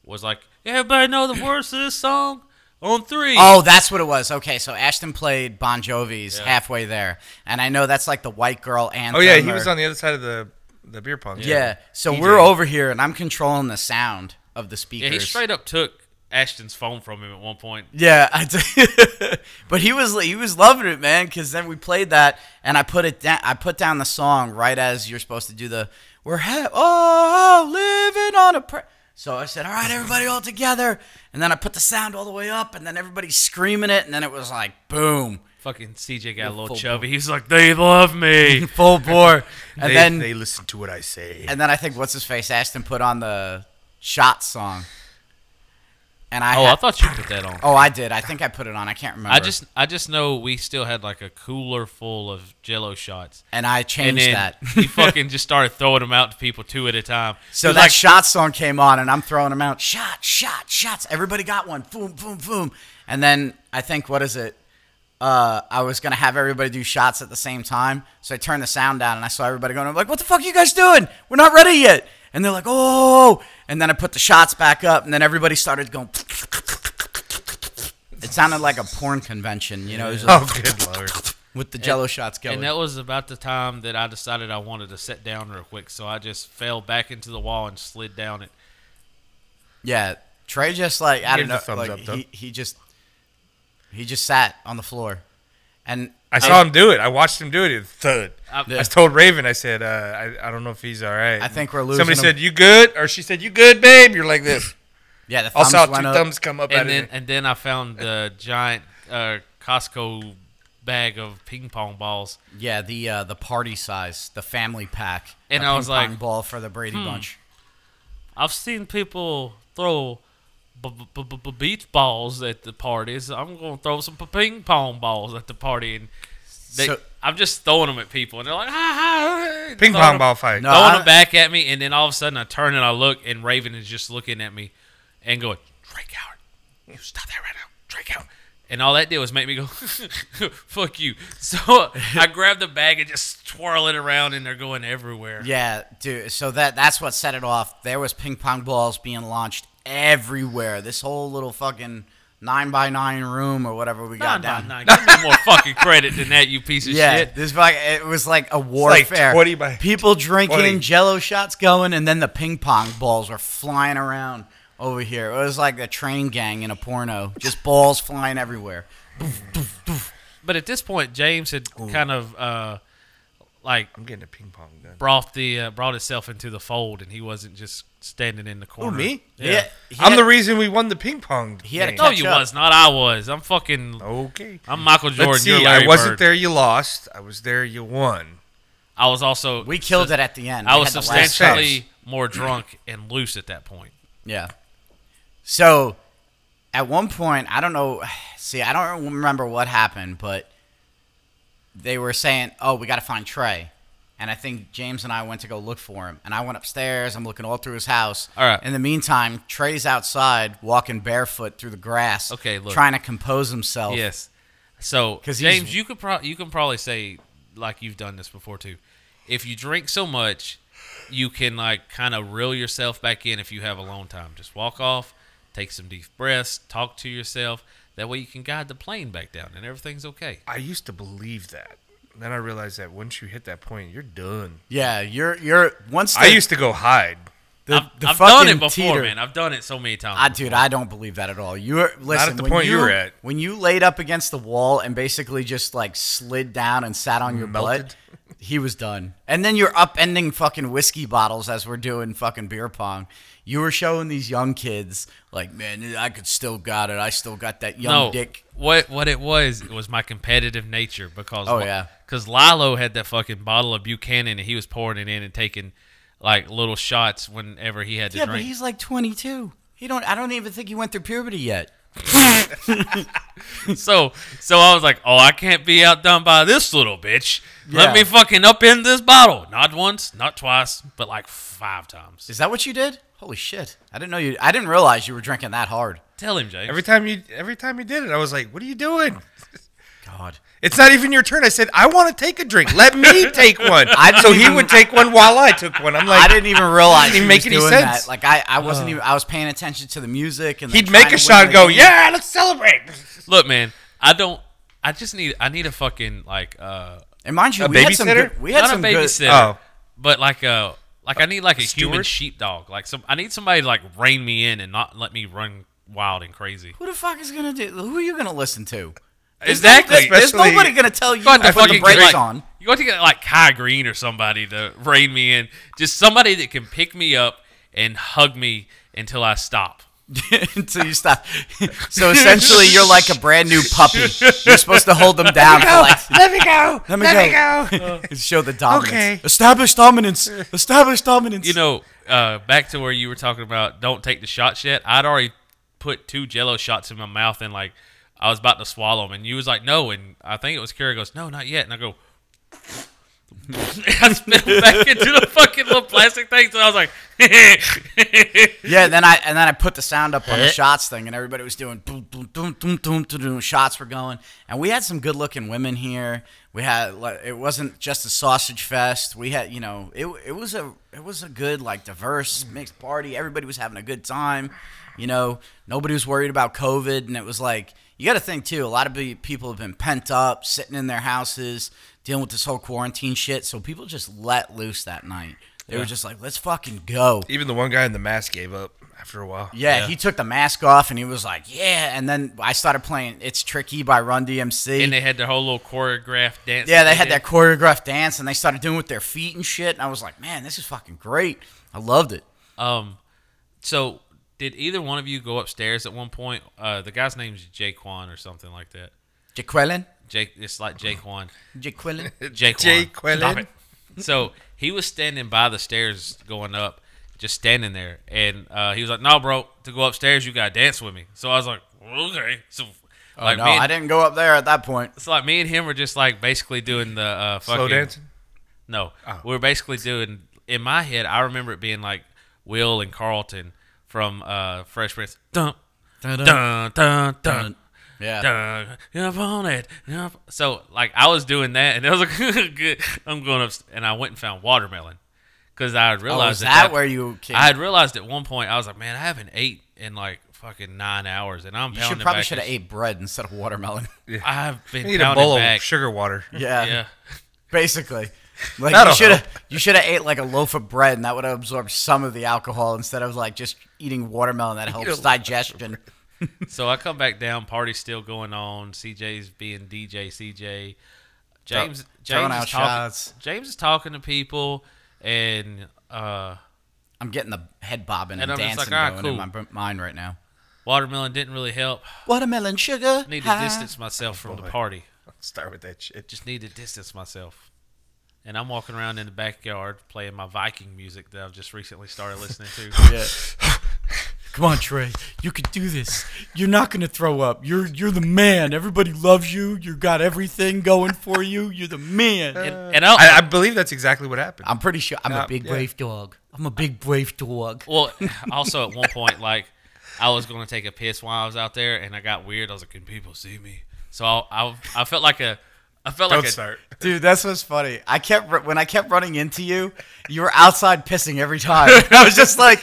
Speaker 2: was like everybody know the words to this song on three.
Speaker 1: Oh, that's what it was. Okay, so Ashton played Bon Jovi's halfway there, and I know that's like the white girl anthem.
Speaker 3: Oh yeah, he
Speaker 1: or-
Speaker 3: was on the other side of the the beer pong.
Speaker 1: Yeah, so
Speaker 3: DJ.
Speaker 1: we're over here, and I'm controlling the sound of the
Speaker 2: yeah,
Speaker 1: speakers.
Speaker 2: he straight up took Ashton's phone from him at one point.
Speaker 1: Yeah, I d- <laughs> but he was he was loving it, man. Because then we played that, and I put it down. I put down the song right as you're supposed to do the we're ha- oh living on a prayer. So I said, all right, everybody, all together, and then I put the sound all the way up, and then everybody's screaming it, and then it was like boom,
Speaker 2: Fucking CJ got a little
Speaker 1: full
Speaker 2: chubby. He was like, "They love me."
Speaker 1: <laughs> full bore, and
Speaker 3: They,
Speaker 1: then
Speaker 3: they listen to what I say.
Speaker 1: and then I think what's his face Ashton put on the shot song, and I
Speaker 2: oh,
Speaker 1: ha-
Speaker 2: I thought you put that on.
Speaker 1: oh I did I think I put it on I can't remember
Speaker 2: I just, I just know we still had like a cooler full of Jello shots,
Speaker 1: and I
Speaker 2: and
Speaker 1: changed
Speaker 2: then <laughs>
Speaker 1: that.
Speaker 2: he fucking just started throwing them out to people two at a time.
Speaker 1: So
Speaker 2: He was
Speaker 1: that
Speaker 2: like,
Speaker 1: shot song came on, and I'm throwing them out. Shot, shot, shots. Everybody got one. Boom, boom, boom. And then I think, what is it? Uh, I was gonna have everybody do shots at the same time, so I turned the sound down, and I saw everybody going. I'm like, "What the fuck are you guys doing? We're not ready yet." And they're like, "Oh!" And then I put the shots back up, and then everybody started going. <laughs> It sounded like a porn convention, you know, it was
Speaker 3: <laughs>
Speaker 1: like-
Speaker 3: oh good lord.
Speaker 1: with the Jello shots going.
Speaker 2: and that was about the time that I decided I wanted to sit down real quick. So I just fell back into the wall and slid down it.
Speaker 1: Yeah, Trey just like I
Speaker 3: Gave
Speaker 1: don't
Speaker 3: the
Speaker 1: know,
Speaker 3: thumbs
Speaker 1: like
Speaker 3: up, though.
Speaker 1: he, he just he just sat on the floor, And
Speaker 3: I saw him do it. I watched him do it. It thud. I,
Speaker 2: Yeah.
Speaker 3: I told Raven, I said, uh, I, I don't know if he's all right.
Speaker 1: Uh, I think we're losing
Speaker 3: Somebody
Speaker 1: him.
Speaker 3: said, You good? Or she said, You good, babe? You're like this.
Speaker 1: yeah, the
Speaker 3: I
Speaker 1: thumbs
Speaker 3: saw two
Speaker 1: went up.
Speaker 3: thumbs come up at
Speaker 2: and
Speaker 3: it.
Speaker 2: then and then I found the giant uh, Costco bag of ping pong balls.
Speaker 1: Yeah, the uh, the party size, the family pack,
Speaker 2: And
Speaker 1: the
Speaker 2: I was
Speaker 1: ping pong
Speaker 2: like, hmm.
Speaker 1: ball for the Brady Bunch.
Speaker 2: I've seen people throw b- b- b- b- beach balls at the parties. I'm gonna throw some p- ping pong balls at the party, and they,
Speaker 1: So-
Speaker 2: I'm just throwing them at people, and they're like, ah, ah,
Speaker 3: Ping pong ball fight.
Speaker 1: No.
Speaker 2: throwing
Speaker 1: I-
Speaker 2: them back at me, and then all of a sudden I turn and I look, and Raven is just looking at me, and going, Drake Howard, you stop that right now, Drake Howard. And all that did was make me go, <laughs> fuck you.
Speaker 1: <laughs>
Speaker 2: So I grabbed the bag and just twirl it around, and they're going everywhere.
Speaker 1: Yeah, dude. So that that's what set it off. There was ping pong balls being launched everywhere. This whole little fucking nine by nine room or whatever we
Speaker 2: Nah,
Speaker 1: got
Speaker 2: nah,
Speaker 1: down.
Speaker 2: nah. <laughs> Give me more fucking credit than that, you piece of
Speaker 1: Yeah,
Speaker 2: shit.
Speaker 1: this like it was like a
Speaker 3: like
Speaker 1: warfare.
Speaker 3: 20 by
Speaker 1: People drinking,
Speaker 3: 20.
Speaker 1: Jello shots going, and then the ping pong balls were flying around over here. It was like a train gang in a porno, just balls flying everywhere.
Speaker 2: But at this point, James had kind of uh, like
Speaker 3: I'm getting a ping pong gun.
Speaker 2: brought the uh, brought itself into the fold, and he wasn't just standing in the corner.
Speaker 3: me?
Speaker 2: Yeah.
Speaker 1: Yeah,
Speaker 3: I'm the reason we won the ping pong.
Speaker 1: He had a Uh,
Speaker 3: game.
Speaker 2: No,
Speaker 1: Catch
Speaker 2: you
Speaker 1: up. Oh.
Speaker 2: was not. I was. I'm fucking.
Speaker 3: Okay.
Speaker 2: I'm Michael Jordan.
Speaker 3: Let's
Speaker 2: you're
Speaker 3: see.
Speaker 2: Larry
Speaker 3: I wasn't
Speaker 2: Bird.
Speaker 3: there. You lost. I was there. You won.
Speaker 2: I was also.
Speaker 1: We killed it at the end.
Speaker 2: I
Speaker 1: We
Speaker 2: was
Speaker 1: had the last
Speaker 2: substantially more drunk and loose at that point.
Speaker 1: Yeah. So at one point, I don't know. <sighs> See, I don't remember what happened, but they were saying, oh, we got to find Trey. And I think James and I went to go look for him. And I went upstairs. I'm looking all through his house.
Speaker 2: All right.
Speaker 1: In the meantime, Trey's outside walking barefoot through the grass.
Speaker 2: Okay, look.
Speaker 1: Trying to compose himself.
Speaker 2: Yes. So
Speaker 1: Oh. 'Cause he's-
Speaker 2: James, you could pro- you can probably say like you've done this before too. If you drink so much, you can like kind of reel yourself back in if you have a long time. Just walk off, take some deep breaths, talk to yourself. That way you can guide the plane back down and everything's okay.
Speaker 3: I used to believe that. Then I realized that once you hit that point, you're done.
Speaker 1: Yeah. You're, you're, once the,
Speaker 3: I used to go hide.
Speaker 1: the,
Speaker 2: I've,
Speaker 1: the
Speaker 2: I've done it
Speaker 1: fucking
Speaker 2: before,
Speaker 1: teeter-
Speaker 2: man. I've done it so many times.
Speaker 1: I, dude, I don't believe that at all. You were listen,
Speaker 3: at the
Speaker 1: when
Speaker 3: point you
Speaker 1: you
Speaker 3: were at.
Speaker 1: When you laid up against the wall and basically just like slid down and sat on your
Speaker 3: Melted.
Speaker 1: butt, he was done. And then you're upending fucking whiskey bottles as we're doing fucking beer pong. You were showing these young kids like, man, I could still got it. I still got that young
Speaker 2: no,
Speaker 1: dick.
Speaker 2: what what it was it was my competitive nature because
Speaker 1: Oh, yeah.
Speaker 2: because Lilo had that fucking bottle of Buchanan and he was pouring it in and taking like little shots whenever he had to
Speaker 1: Yeah,
Speaker 2: drink.
Speaker 1: but he's like 22. He don't. I don't even think he went through puberty yet.
Speaker 2: <laughs> So so I was like, oh, I can't be outdone by this little bitch.
Speaker 1: Yeah.
Speaker 2: Let me fucking upend this bottle. Not once, not twice, but like five times.
Speaker 1: Is that what you did? Holy shit! I didn't know you. I didn't realize you were drinking that hard.
Speaker 2: Tell him, James.
Speaker 3: Every time you, every time you did it, I was like, "What are you doing?
Speaker 1: God.
Speaker 3: It's not even your turn." I said, "I want to take a drink. Let
Speaker 2: <laughs>
Speaker 3: me take one."
Speaker 1: I didn't
Speaker 3: so he
Speaker 1: even-
Speaker 3: would take one while I took one. I'm
Speaker 1: I
Speaker 3: like,
Speaker 1: didn't even realize he
Speaker 3: Didn't
Speaker 1: was
Speaker 3: make any
Speaker 1: doing
Speaker 3: sense.
Speaker 1: that. Like I, I wasn't even. I was paying attention to the music, and then
Speaker 3: he'd make
Speaker 1: trying
Speaker 3: a
Speaker 1: to
Speaker 3: shot
Speaker 1: win
Speaker 3: and
Speaker 1: the
Speaker 3: go,
Speaker 1: game.
Speaker 3: "Yeah, let's
Speaker 1: <laughs>
Speaker 3: celebrate."
Speaker 2: Look, man, I don't. I just need. I need a fucking like. uh
Speaker 1: And mind you,
Speaker 3: A
Speaker 1: we had some.
Speaker 3: babysitter?
Speaker 1: Good, we had
Speaker 2: not
Speaker 1: some
Speaker 2: a babysitter,
Speaker 1: good.
Speaker 3: Oh.
Speaker 2: but like a like I need like a human
Speaker 3: Steward?
Speaker 2: sheepdog. Like some, I need somebody to like rein me in and not let me run wild and crazy.
Speaker 1: Who the fuck is gonna do? Who are you gonna listen to?
Speaker 3: Exactly.
Speaker 1: There's
Speaker 3: Especially-
Speaker 1: nobody gonna tell you
Speaker 2: You got
Speaker 1: what
Speaker 2: to
Speaker 1: to put the
Speaker 2: fucking get
Speaker 1: brakes
Speaker 2: like,
Speaker 1: on. <laughs>
Speaker 2: you got to get like Kai Green or somebody to rein me in. Just somebody that can pick me up and hug me until I stop.
Speaker 1: until you stop. <laughs> so essentially, you're like a brand new puppy. You're supposed to hold them down for like
Speaker 3: Let me go.
Speaker 1: Let me <laughs>
Speaker 3: me go.
Speaker 1: show the dominance.
Speaker 3: Uh. Okay.
Speaker 1: Establish dominance. Establish dominance.
Speaker 2: You know, uh, back to where you were talking about don't take the shots yet. I'd already put two jello shots in my mouth and like I was about to swallow them and you was like, no. And I think it was Kara goes, no, not yet. And I go, <laughs> I spit 'em back into the fucking little plastic thing. So I was like,
Speaker 1: Yeah, then I and then I put the sound up on the shots thing, and everybody was doing boom, boom, boom, boom, boom, boom, boom. Shots were going, and we had some good-looking women here. We had like, it wasn't just a sausage fest. We had you know it it was a it was a good like diverse mixed party. Everybody was having a good time. You know, nobody was worried about COVID, and it was like you got to think too. A lot of pe- people have been pent up, sitting in their houses, dealing with this whole quarantine shit. So people just let loose that night. They were just like, "Let's fucking go."
Speaker 3: Even the one guy in the mask gave up. after a while.
Speaker 1: Yeah,
Speaker 2: Yeah.
Speaker 1: he took the mask off and he was like, "Yeah." And then I started playing "It's Tricky" by Run DMC.
Speaker 2: <laughs> And they had their whole little choreographed dance.
Speaker 1: yeah, they had
Speaker 2: did.
Speaker 1: that choreographed dance and they started doing it with their feet and shit. And I was like, "Man, this is fucking great." I loved it.
Speaker 2: Um, so did either one of you go upstairs at one point? Uh, the guy's name's Jaquan or something like that.
Speaker 1: Jaquelin,
Speaker 2: Jake, it's like Jaquan.
Speaker 1: <laughs> Jaquelin.
Speaker 2: Jaquan.
Speaker 3: Jaquelin.
Speaker 2: Stop it. So he was standing by the stairs going up, just standing there, and uh, he was like, "No, bro, to go upstairs, you gotta dance with me." So I was like, "Okay." So
Speaker 1: oh,
Speaker 2: like
Speaker 1: no,
Speaker 2: me and,
Speaker 1: I didn't go up there at that point.
Speaker 2: So like me and him were just like basically doing the uh, fucking
Speaker 3: Slow dancing.
Speaker 2: No,
Speaker 1: Oh.
Speaker 2: we were basically doing. In my head, I remember it being like Will and Carlton from uh, Fresh Prince. Dun dun dun dun dun.
Speaker 1: Yeah.
Speaker 2: dun. Up on it. Up. So like I was doing that, and it was like, <laughs> good. I'm going up, and I went and found watermelon because I had
Speaker 1: Oh, is
Speaker 2: realized
Speaker 1: that where you? Came?
Speaker 2: I had realized at one point I was like, man, I haven't ate in like fucking nine hours, and I'm
Speaker 1: you should
Speaker 2: pounding
Speaker 1: probably
Speaker 2: back
Speaker 1: should have
Speaker 2: this-
Speaker 1: ate bread instead of
Speaker 2: <laughs>
Speaker 1: watermelon.
Speaker 2: I've been
Speaker 3: I need a
Speaker 2: pounding
Speaker 3: bowl
Speaker 2: back.
Speaker 3: of sugar water.
Speaker 1: yeah,
Speaker 2: Yeah.
Speaker 1: basically. Like
Speaker 3: That'll
Speaker 1: you should have you should have ate like a loaf of bread and that would have absorbed some of the alcohol instead of like just eating watermelon
Speaker 2: <laughs>
Speaker 1: that
Speaker 3: a
Speaker 1: helps
Speaker 3: loaf of
Speaker 1: digestion.
Speaker 2: So I come back down, party's still going on. CJ's being DJ. CJ, James,
Speaker 1: throwing
Speaker 2: James
Speaker 1: out
Speaker 2: is talking.
Speaker 1: shots.
Speaker 2: James is talking to people, and uh,
Speaker 1: I'm getting the head bobbing and,
Speaker 2: And I'm just
Speaker 1: dancing
Speaker 2: like, "Ah,
Speaker 1: going
Speaker 2: cool."
Speaker 1: in my b- mind right now.
Speaker 2: watermelon didn't really help.
Speaker 1: Watermelon sugar.
Speaker 2: I need to
Speaker 1: high.
Speaker 2: distance myself from the party.
Speaker 3: <laughs> Start with that shit.
Speaker 2: Just need to distance myself. And I'm walking around in the backyard playing my Viking music that I've just recently started listening
Speaker 1: <laughs>
Speaker 2: to.
Speaker 1: Yeah. Come on, Trey. You can do this. You're not gonna throw up. You're you're the man. Everybody loves you. You got everything going for you. You're the man.
Speaker 2: And, and I'll,
Speaker 3: I, I believe that's exactly what happened.
Speaker 1: I'm pretty sure I'm
Speaker 3: Yeah,
Speaker 1: a big
Speaker 3: yeah.
Speaker 1: brave dog. I'm a big brave dog.
Speaker 2: Well, <laughs> also at one point, like I was going to take a piss while I was out there, and I got weird. I was like, "Can people see me?" So I, I, I felt like a, I felt
Speaker 3: Don't
Speaker 2: like a,
Speaker 3: start.
Speaker 1: Dude, that's what's funny. I kept ru- when I kept running into you, you were outside pissing every time. <laughs> And I was just like,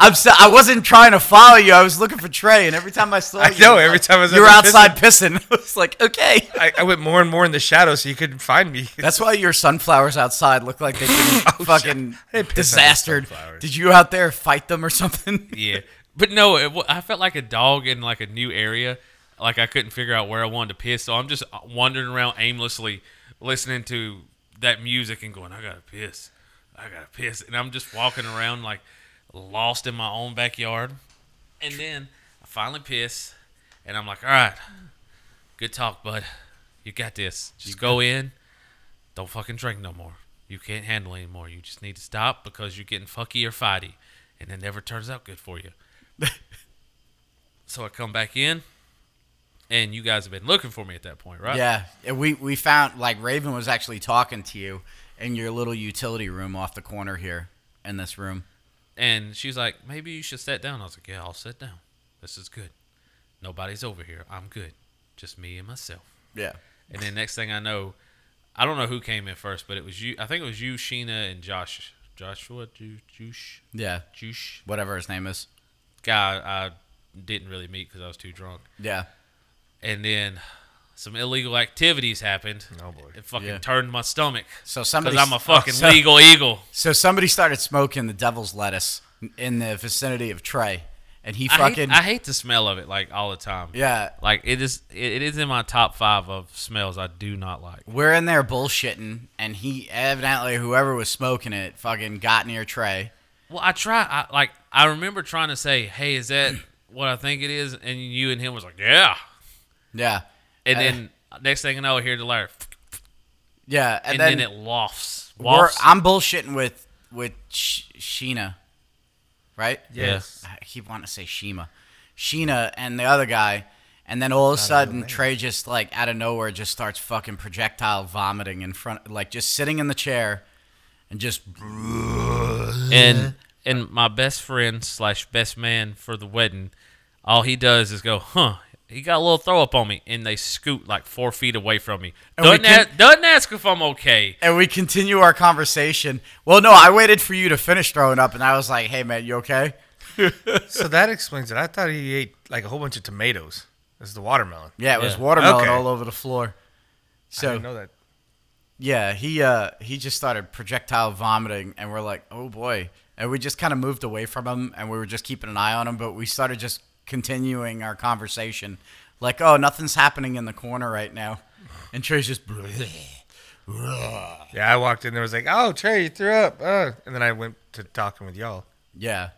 Speaker 1: I'm so, I wasn't trying to follow you. I was looking for Trey, and every time I saw
Speaker 3: I
Speaker 1: you,
Speaker 3: know, every time I was
Speaker 1: you were
Speaker 3: out there
Speaker 1: outside pissing. <laughs> I was like, okay,
Speaker 3: I, I went more and more in the shadow, so you couldn't find me.
Speaker 1: that's why your sunflowers outside look like they've
Speaker 2: <laughs> Oh,
Speaker 1: been fucking
Speaker 3: I didn't piss on those
Speaker 1: disastered.
Speaker 3: sunflowers.
Speaker 1: Did you out there fight them or something?
Speaker 2: <laughs> yeah. But no, it, wa- I felt like a dog in like a new area. Like I couldn't figure out where I wanted to piss, so I'm just uh, wandering around aimlessly, listening to that music and going, "I gotta piss, I gotta piss," and I'm just walking around like lost in my own backyard. And then I finally piss, and I'm like, "All right, good talk, bud. You got this. Just go in. Don't fucking drink no more. You can't handle it anymore. You just need to stop because you're getting fucky or fighty, and it never turns out good for you. <laughs> so I come back in, and you guys have been looking for me at that point, right?
Speaker 1: Yeah, and we we found like Raven was actually talking to you in your little utility room off the corner here in this room.
Speaker 2: And she was like, maybe you should sit down. I was like, yeah, I'll sit down. This is good. Nobody's over here. I'm good. Just me and myself.
Speaker 1: Yeah.
Speaker 2: And then next thing I know, I don't know who came in first, but it was you. I think it was you, Sheena, and Josh. Joshua, Ju- Juice,
Speaker 1: Yeah.
Speaker 2: Juice
Speaker 1: Whatever his name is.
Speaker 2: guy. I didn't really meet because I was too drunk.
Speaker 1: Yeah.
Speaker 2: And then some illegal activities happened.
Speaker 3: Oh, boy.
Speaker 2: It fucking
Speaker 1: Yeah.
Speaker 2: turned my stomach.
Speaker 1: So
Speaker 2: Because
Speaker 1: somebody.
Speaker 2: I'm a fucking
Speaker 1: oh, so,
Speaker 2: legal eagle.
Speaker 1: So somebody started smoking the devil's lettuce in the vicinity of Trey, and he
Speaker 2: I
Speaker 1: fucking
Speaker 2: hate, I hate the smell of it like all the time.
Speaker 1: yeah.
Speaker 2: Like it is, it, it is in my top five of smells I do not like.
Speaker 1: We're in there bullshitting, and he evidently whoever was smoking it fucking got near Trey.
Speaker 2: Well, I try. I like. I remember trying to say, "Hey, is that what I think it is?" And you and him was like, "Yeah."
Speaker 1: Yeah.
Speaker 2: And
Speaker 1: Uh,
Speaker 2: then next thing I know, I hear the latter,
Speaker 1: Yeah,
Speaker 2: and,
Speaker 1: and,
Speaker 2: then,
Speaker 1: then,
Speaker 2: it lofts.
Speaker 1: we're,
Speaker 2: lofts.
Speaker 1: I'm bullshitting with with Sh- Sheena, right?
Speaker 2: Yes.
Speaker 1: I keep wanting to say Shima, Sheena, and the other guy, and then all of a sudden Trey just like out of nowhere just starts fucking projectile vomiting in front, like just sitting in the chair, and just
Speaker 2: and and my best friend slash best man for the wedding, all he does is go, "Huh." He got a little throw up on me, and they scoot like four feet away from me.
Speaker 1: And we
Speaker 2: Doesn't,
Speaker 1: can-
Speaker 2: a- doesn't ask if I'm okay.
Speaker 1: and we continue our conversation. Well, no, I waited for you to finish throwing up, and I was like, "Hey man, you okay?"
Speaker 3: so that explains it. I thought he ate like a whole bunch of tomatoes. That's the watermelon.
Speaker 1: Yeah, it was
Speaker 2: Yeah.
Speaker 1: watermelon
Speaker 3: Okay.
Speaker 1: all over the floor.
Speaker 3: I didn't
Speaker 1: So
Speaker 3: know that.
Speaker 1: yeah, he uh he just started projectile vomiting, and we're like, "Oh boy." and we just kind of moved away from him, and we were just keeping an eye on him. But we started just continuing our conversation, like, "Oh, nothing's happening in the corner right now," and Trey's just. <laughs>
Speaker 3: Yeah, I walked in there was like, "Oh, Trey, you threw up," uh. and then I went to talking with y'all.
Speaker 1: Yeah.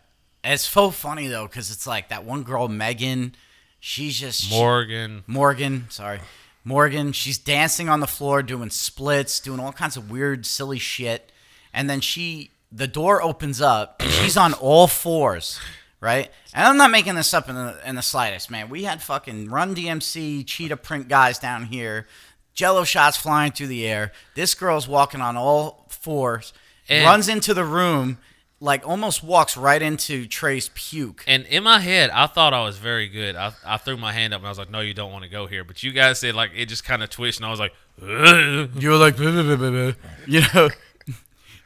Speaker 1: And it's so funny though, because it's like that one girl, Megan. She's just she-
Speaker 2: Morgan.
Speaker 1: Morgan. Sorry, Morgan. She's dancing on the floor, doing splits, doing all kinds of weird, silly shit. And then she, the door opens up, and she's on all fours, right? And I'm not making this up in the in the slightest, man. We had fucking Run DMC, Cheetah Print guys down here, Jello shots flying through the air. This girl's walking on all fours,
Speaker 2: And-
Speaker 1: runs into the room. Like almost walks right into Trey's puke.
Speaker 2: And in my head, I thought I was very good. I, I threw my hand up and I was like, "No, you don't want to go here." But you guys said like it just kind of twitched, and I was like, "Ugh."
Speaker 1: you were like, "Blah, blah, blah, blah, blah," <laughs> you know,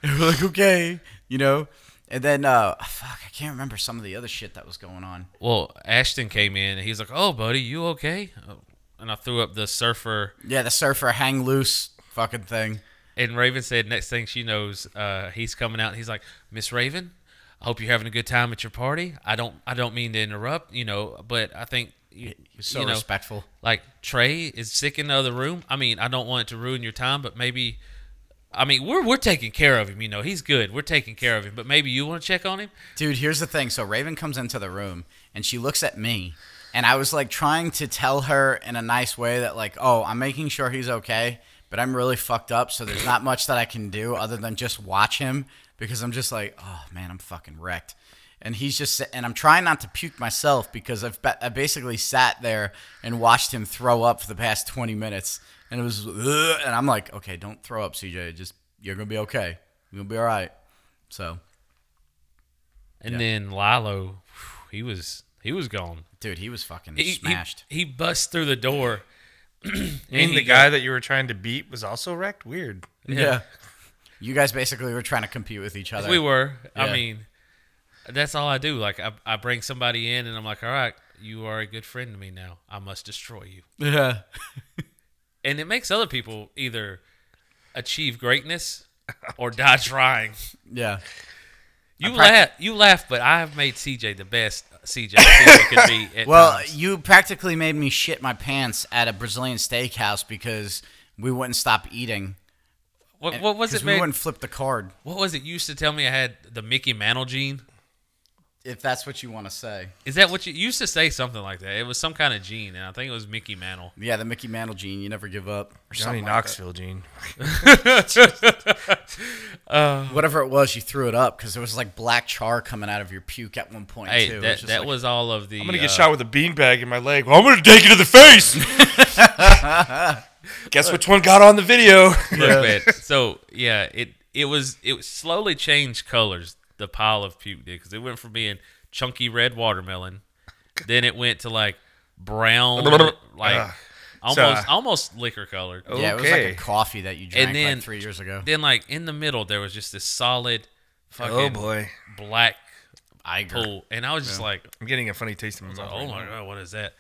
Speaker 1: and we're like, okay, you know, and then uh, fuck, I can't remember some of the other shit that was going on.
Speaker 2: "Well, Ashton came in, and he's like, "Oh, buddy, you okay?" And I threw up the surfer,
Speaker 1: Yeah, the surfer hang loose fucking thing.
Speaker 2: and Raven said, "Next thing she knows, uh, he's coming out." And he's like, "Miss Raven, I hope you're having a good time at your party. I don't, I don't mean to interrupt, you know, but I think you,
Speaker 1: He was so
Speaker 2: you know,
Speaker 1: respectful.
Speaker 2: like Trey is sick in the other room. I mean, I don't want it to ruin your time, but maybe I mean we're we're taking care of him, you know. He's good. We're taking care of him. But maybe you want to check on him?
Speaker 1: Dude, here's the thing. So Raven comes into the room and she looks at me, and I was like trying to tell her in a nice way that like, oh, I'm making sure he's okay, but I'm really fucked up, so there's not much that I can do other than just watch him because I'm just like, oh man, I'm fucking wrecked. And he's just sit- and I'm trying not to puke myself because I've ba- I basically sat there and watched him throw up for the past 20 minutes, and it was "Ugh," and I'm like, okay, don't throw up, CJ. Just you're gonna be okay. You're gonna be all right. So
Speaker 2: And then Lilo, whew, he was he was gone.
Speaker 1: Dude, he was fucking
Speaker 2: He, he-
Speaker 1: smashed.
Speaker 2: He, busts through the door. <clears throat>
Speaker 3: And the
Speaker 2: he
Speaker 3: guy that you were trying to beat was also wrecked. Weird.
Speaker 1: yeah. You guys basically were trying to compete with each other.
Speaker 2: We were.
Speaker 1: Yeah.
Speaker 2: I mean, that's all I do. Like I, I bring somebody in, and I'm like, all right, you are a good friend to me now. I must destroy you.
Speaker 1: Yeah.
Speaker 2: And it makes other people either achieve greatness
Speaker 1: <laughs>
Speaker 2: or die trying. <laughs>
Speaker 1: Yeah.
Speaker 2: You
Speaker 1: practi-
Speaker 2: laugh, you laugh, but I have made CJ the best CJ could be. At
Speaker 1: Well,
Speaker 2: times.
Speaker 1: you practically made me shit my pants at a Brazilian steakhouse because we wouldn't stop eating.
Speaker 2: what, what was
Speaker 1: 'Cause
Speaker 2: it,
Speaker 1: we
Speaker 2: man?
Speaker 1: wouldn't flip the card,
Speaker 2: What was it? You used to tell me I had the Mickey Mantle gene.
Speaker 1: if that's what you want to say.
Speaker 2: Is that what you, you used to say? Something like that. It was some kind of gene, and I think it was Mickey Mantle.
Speaker 1: Yeah, the Mickey Mantle gene, you never give up. Or
Speaker 3: Johnny
Speaker 1: something like
Speaker 3: Knoxville, Gene.
Speaker 1: that. Whatever it was, you threw it up because there was like black char coming out of your puke at one point,
Speaker 2: Hey,
Speaker 1: too. It
Speaker 2: that
Speaker 1: just
Speaker 2: that
Speaker 1: like-
Speaker 2: was all of the.
Speaker 3: I'm gonna get
Speaker 2: uh,
Speaker 3: shot with a beanbag in my leg. Well, I'm gonna take you to the <laughs> face. Guess which one got on the <laughs> video?
Speaker 2: look bad. So yeah, it it was it slowly changed colors. The pile of puke did because it went from being chunky red watermelon, then it went to like
Speaker 3: <laughs>
Speaker 2: brown, like
Speaker 3: Ugh.
Speaker 2: almost
Speaker 3: Ah. So- Oh.
Speaker 2: almost liquor colored.
Speaker 1: Yeah, it was like a
Speaker 3: okay.
Speaker 1: coffee that you drank
Speaker 2: then-
Speaker 1: like three years ago.
Speaker 2: Then like in the middle there was just this solid fucking
Speaker 3: Oh boy,
Speaker 2: black
Speaker 1: I agree.
Speaker 2: pool. And I was just like,
Speaker 3: I'm getting a funny taste in my mouth.
Speaker 2: oh
Speaker 3: right
Speaker 2: my god, what is that?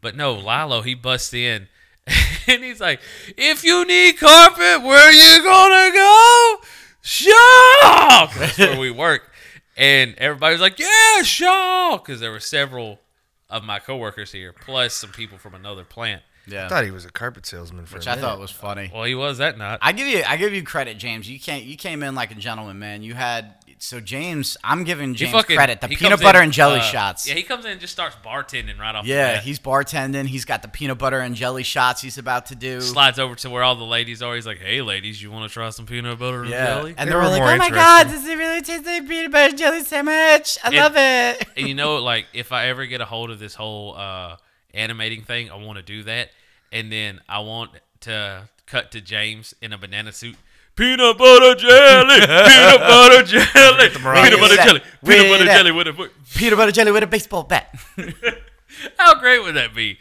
Speaker 2: But no, Lilo, he busts in <laughs> and he's like, If you need carpet, where you gonna go? Shaw That's where we work. And everybody was like, Yeah, Shaw because there were several of my coworkers here, plus some people from another plant.
Speaker 1: Yeah.
Speaker 3: I thought he was a carpet salesman for
Speaker 1: Which
Speaker 3: a
Speaker 1: I
Speaker 3: minute.
Speaker 1: thought was funny.
Speaker 2: Well, he was that night.
Speaker 1: I give you I give you credit, James. You can't you came in like a gentleman, man. You had so James. I'm giving
Speaker 2: He
Speaker 1: James
Speaker 2: fucking-
Speaker 1: credit. The
Speaker 2: he
Speaker 1: peanut
Speaker 2: comes
Speaker 1: butter
Speaker 2: in,
Speaker 1: and jelly
Speaker 2: uh,
Speaker 1: shots.
Speaker 2: Yeah,
Speaker 1: Yeah,
Speaker 2: he comes in and just starts bartending right off. the bat.
Speaker 1: he's bartending. He's got the peanut butter and jelly shots. He's about to do.
Speaker 2: slides over to where all the ladies are. He's like, "Hey, ladies, you want to try some peanut butter and
Speaker 1: yeah,
Speaker 2: jelly?"
Speaker 1: and
Speaker 3: They
Speaker 1: they were,
Speaker 3: were
Speaker 1: like,
Speaker 3: more
Speaker 1: "Oh my god, does it really taste like peanut butter and jelly sandwich? I love it."
Speaker 2: And you know, like if I ever get a hold of this whole uh, animating thing, I want to do that. And then I want to cut to James in a banana suit. Peanut
Speaker 1: <laughs>
Speaker 2: butter jelly, peanut butter jelly, peanut butter
Speaker 1: Set.
Speaker 2: jelly,
Speaker 1: Read
Speaker 2: peanut butter
Speaker 1: it.
Speaker 2: jelly. With a,
Speaker 1: peanut butter jelly with a baseball bat.
Speaker 2: how great would that be?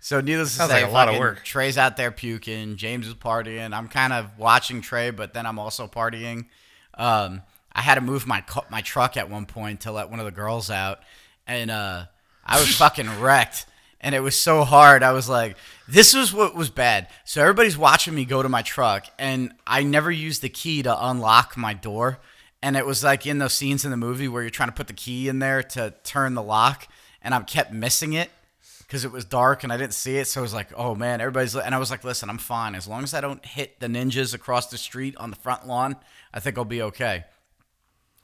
Speaker 1: So needless to
Speaker 3: Sounds
Speaker 1: say,
Speaker 3: like a lot of
Speaker 1: fucking
Speaker 3: work.
Speaker 1: Trey's out there puking. James is partying. I'm kind of watching Trey, but then I'm also partying. Um, I had to move my cu- my truck at one point to let one of the girls out, and uh,
Speaker 3: <laughs>
Speaker 1: I was fucking wrecked. And it was so hard. I was like, "This is what was bad." So everybody's watching me go to my truck, and I never used the key to unlock my door. and it was like in those scenes in the movie where you're trying to put the key in there to turn the lock, and I kept missing it because it was dark and I didn't see it. So I was like, oh man, everybody's. li-" And I was like, listen, I'm fine as long as I don't hit the ninjas across the street on the front lawn. I think I'll be okay.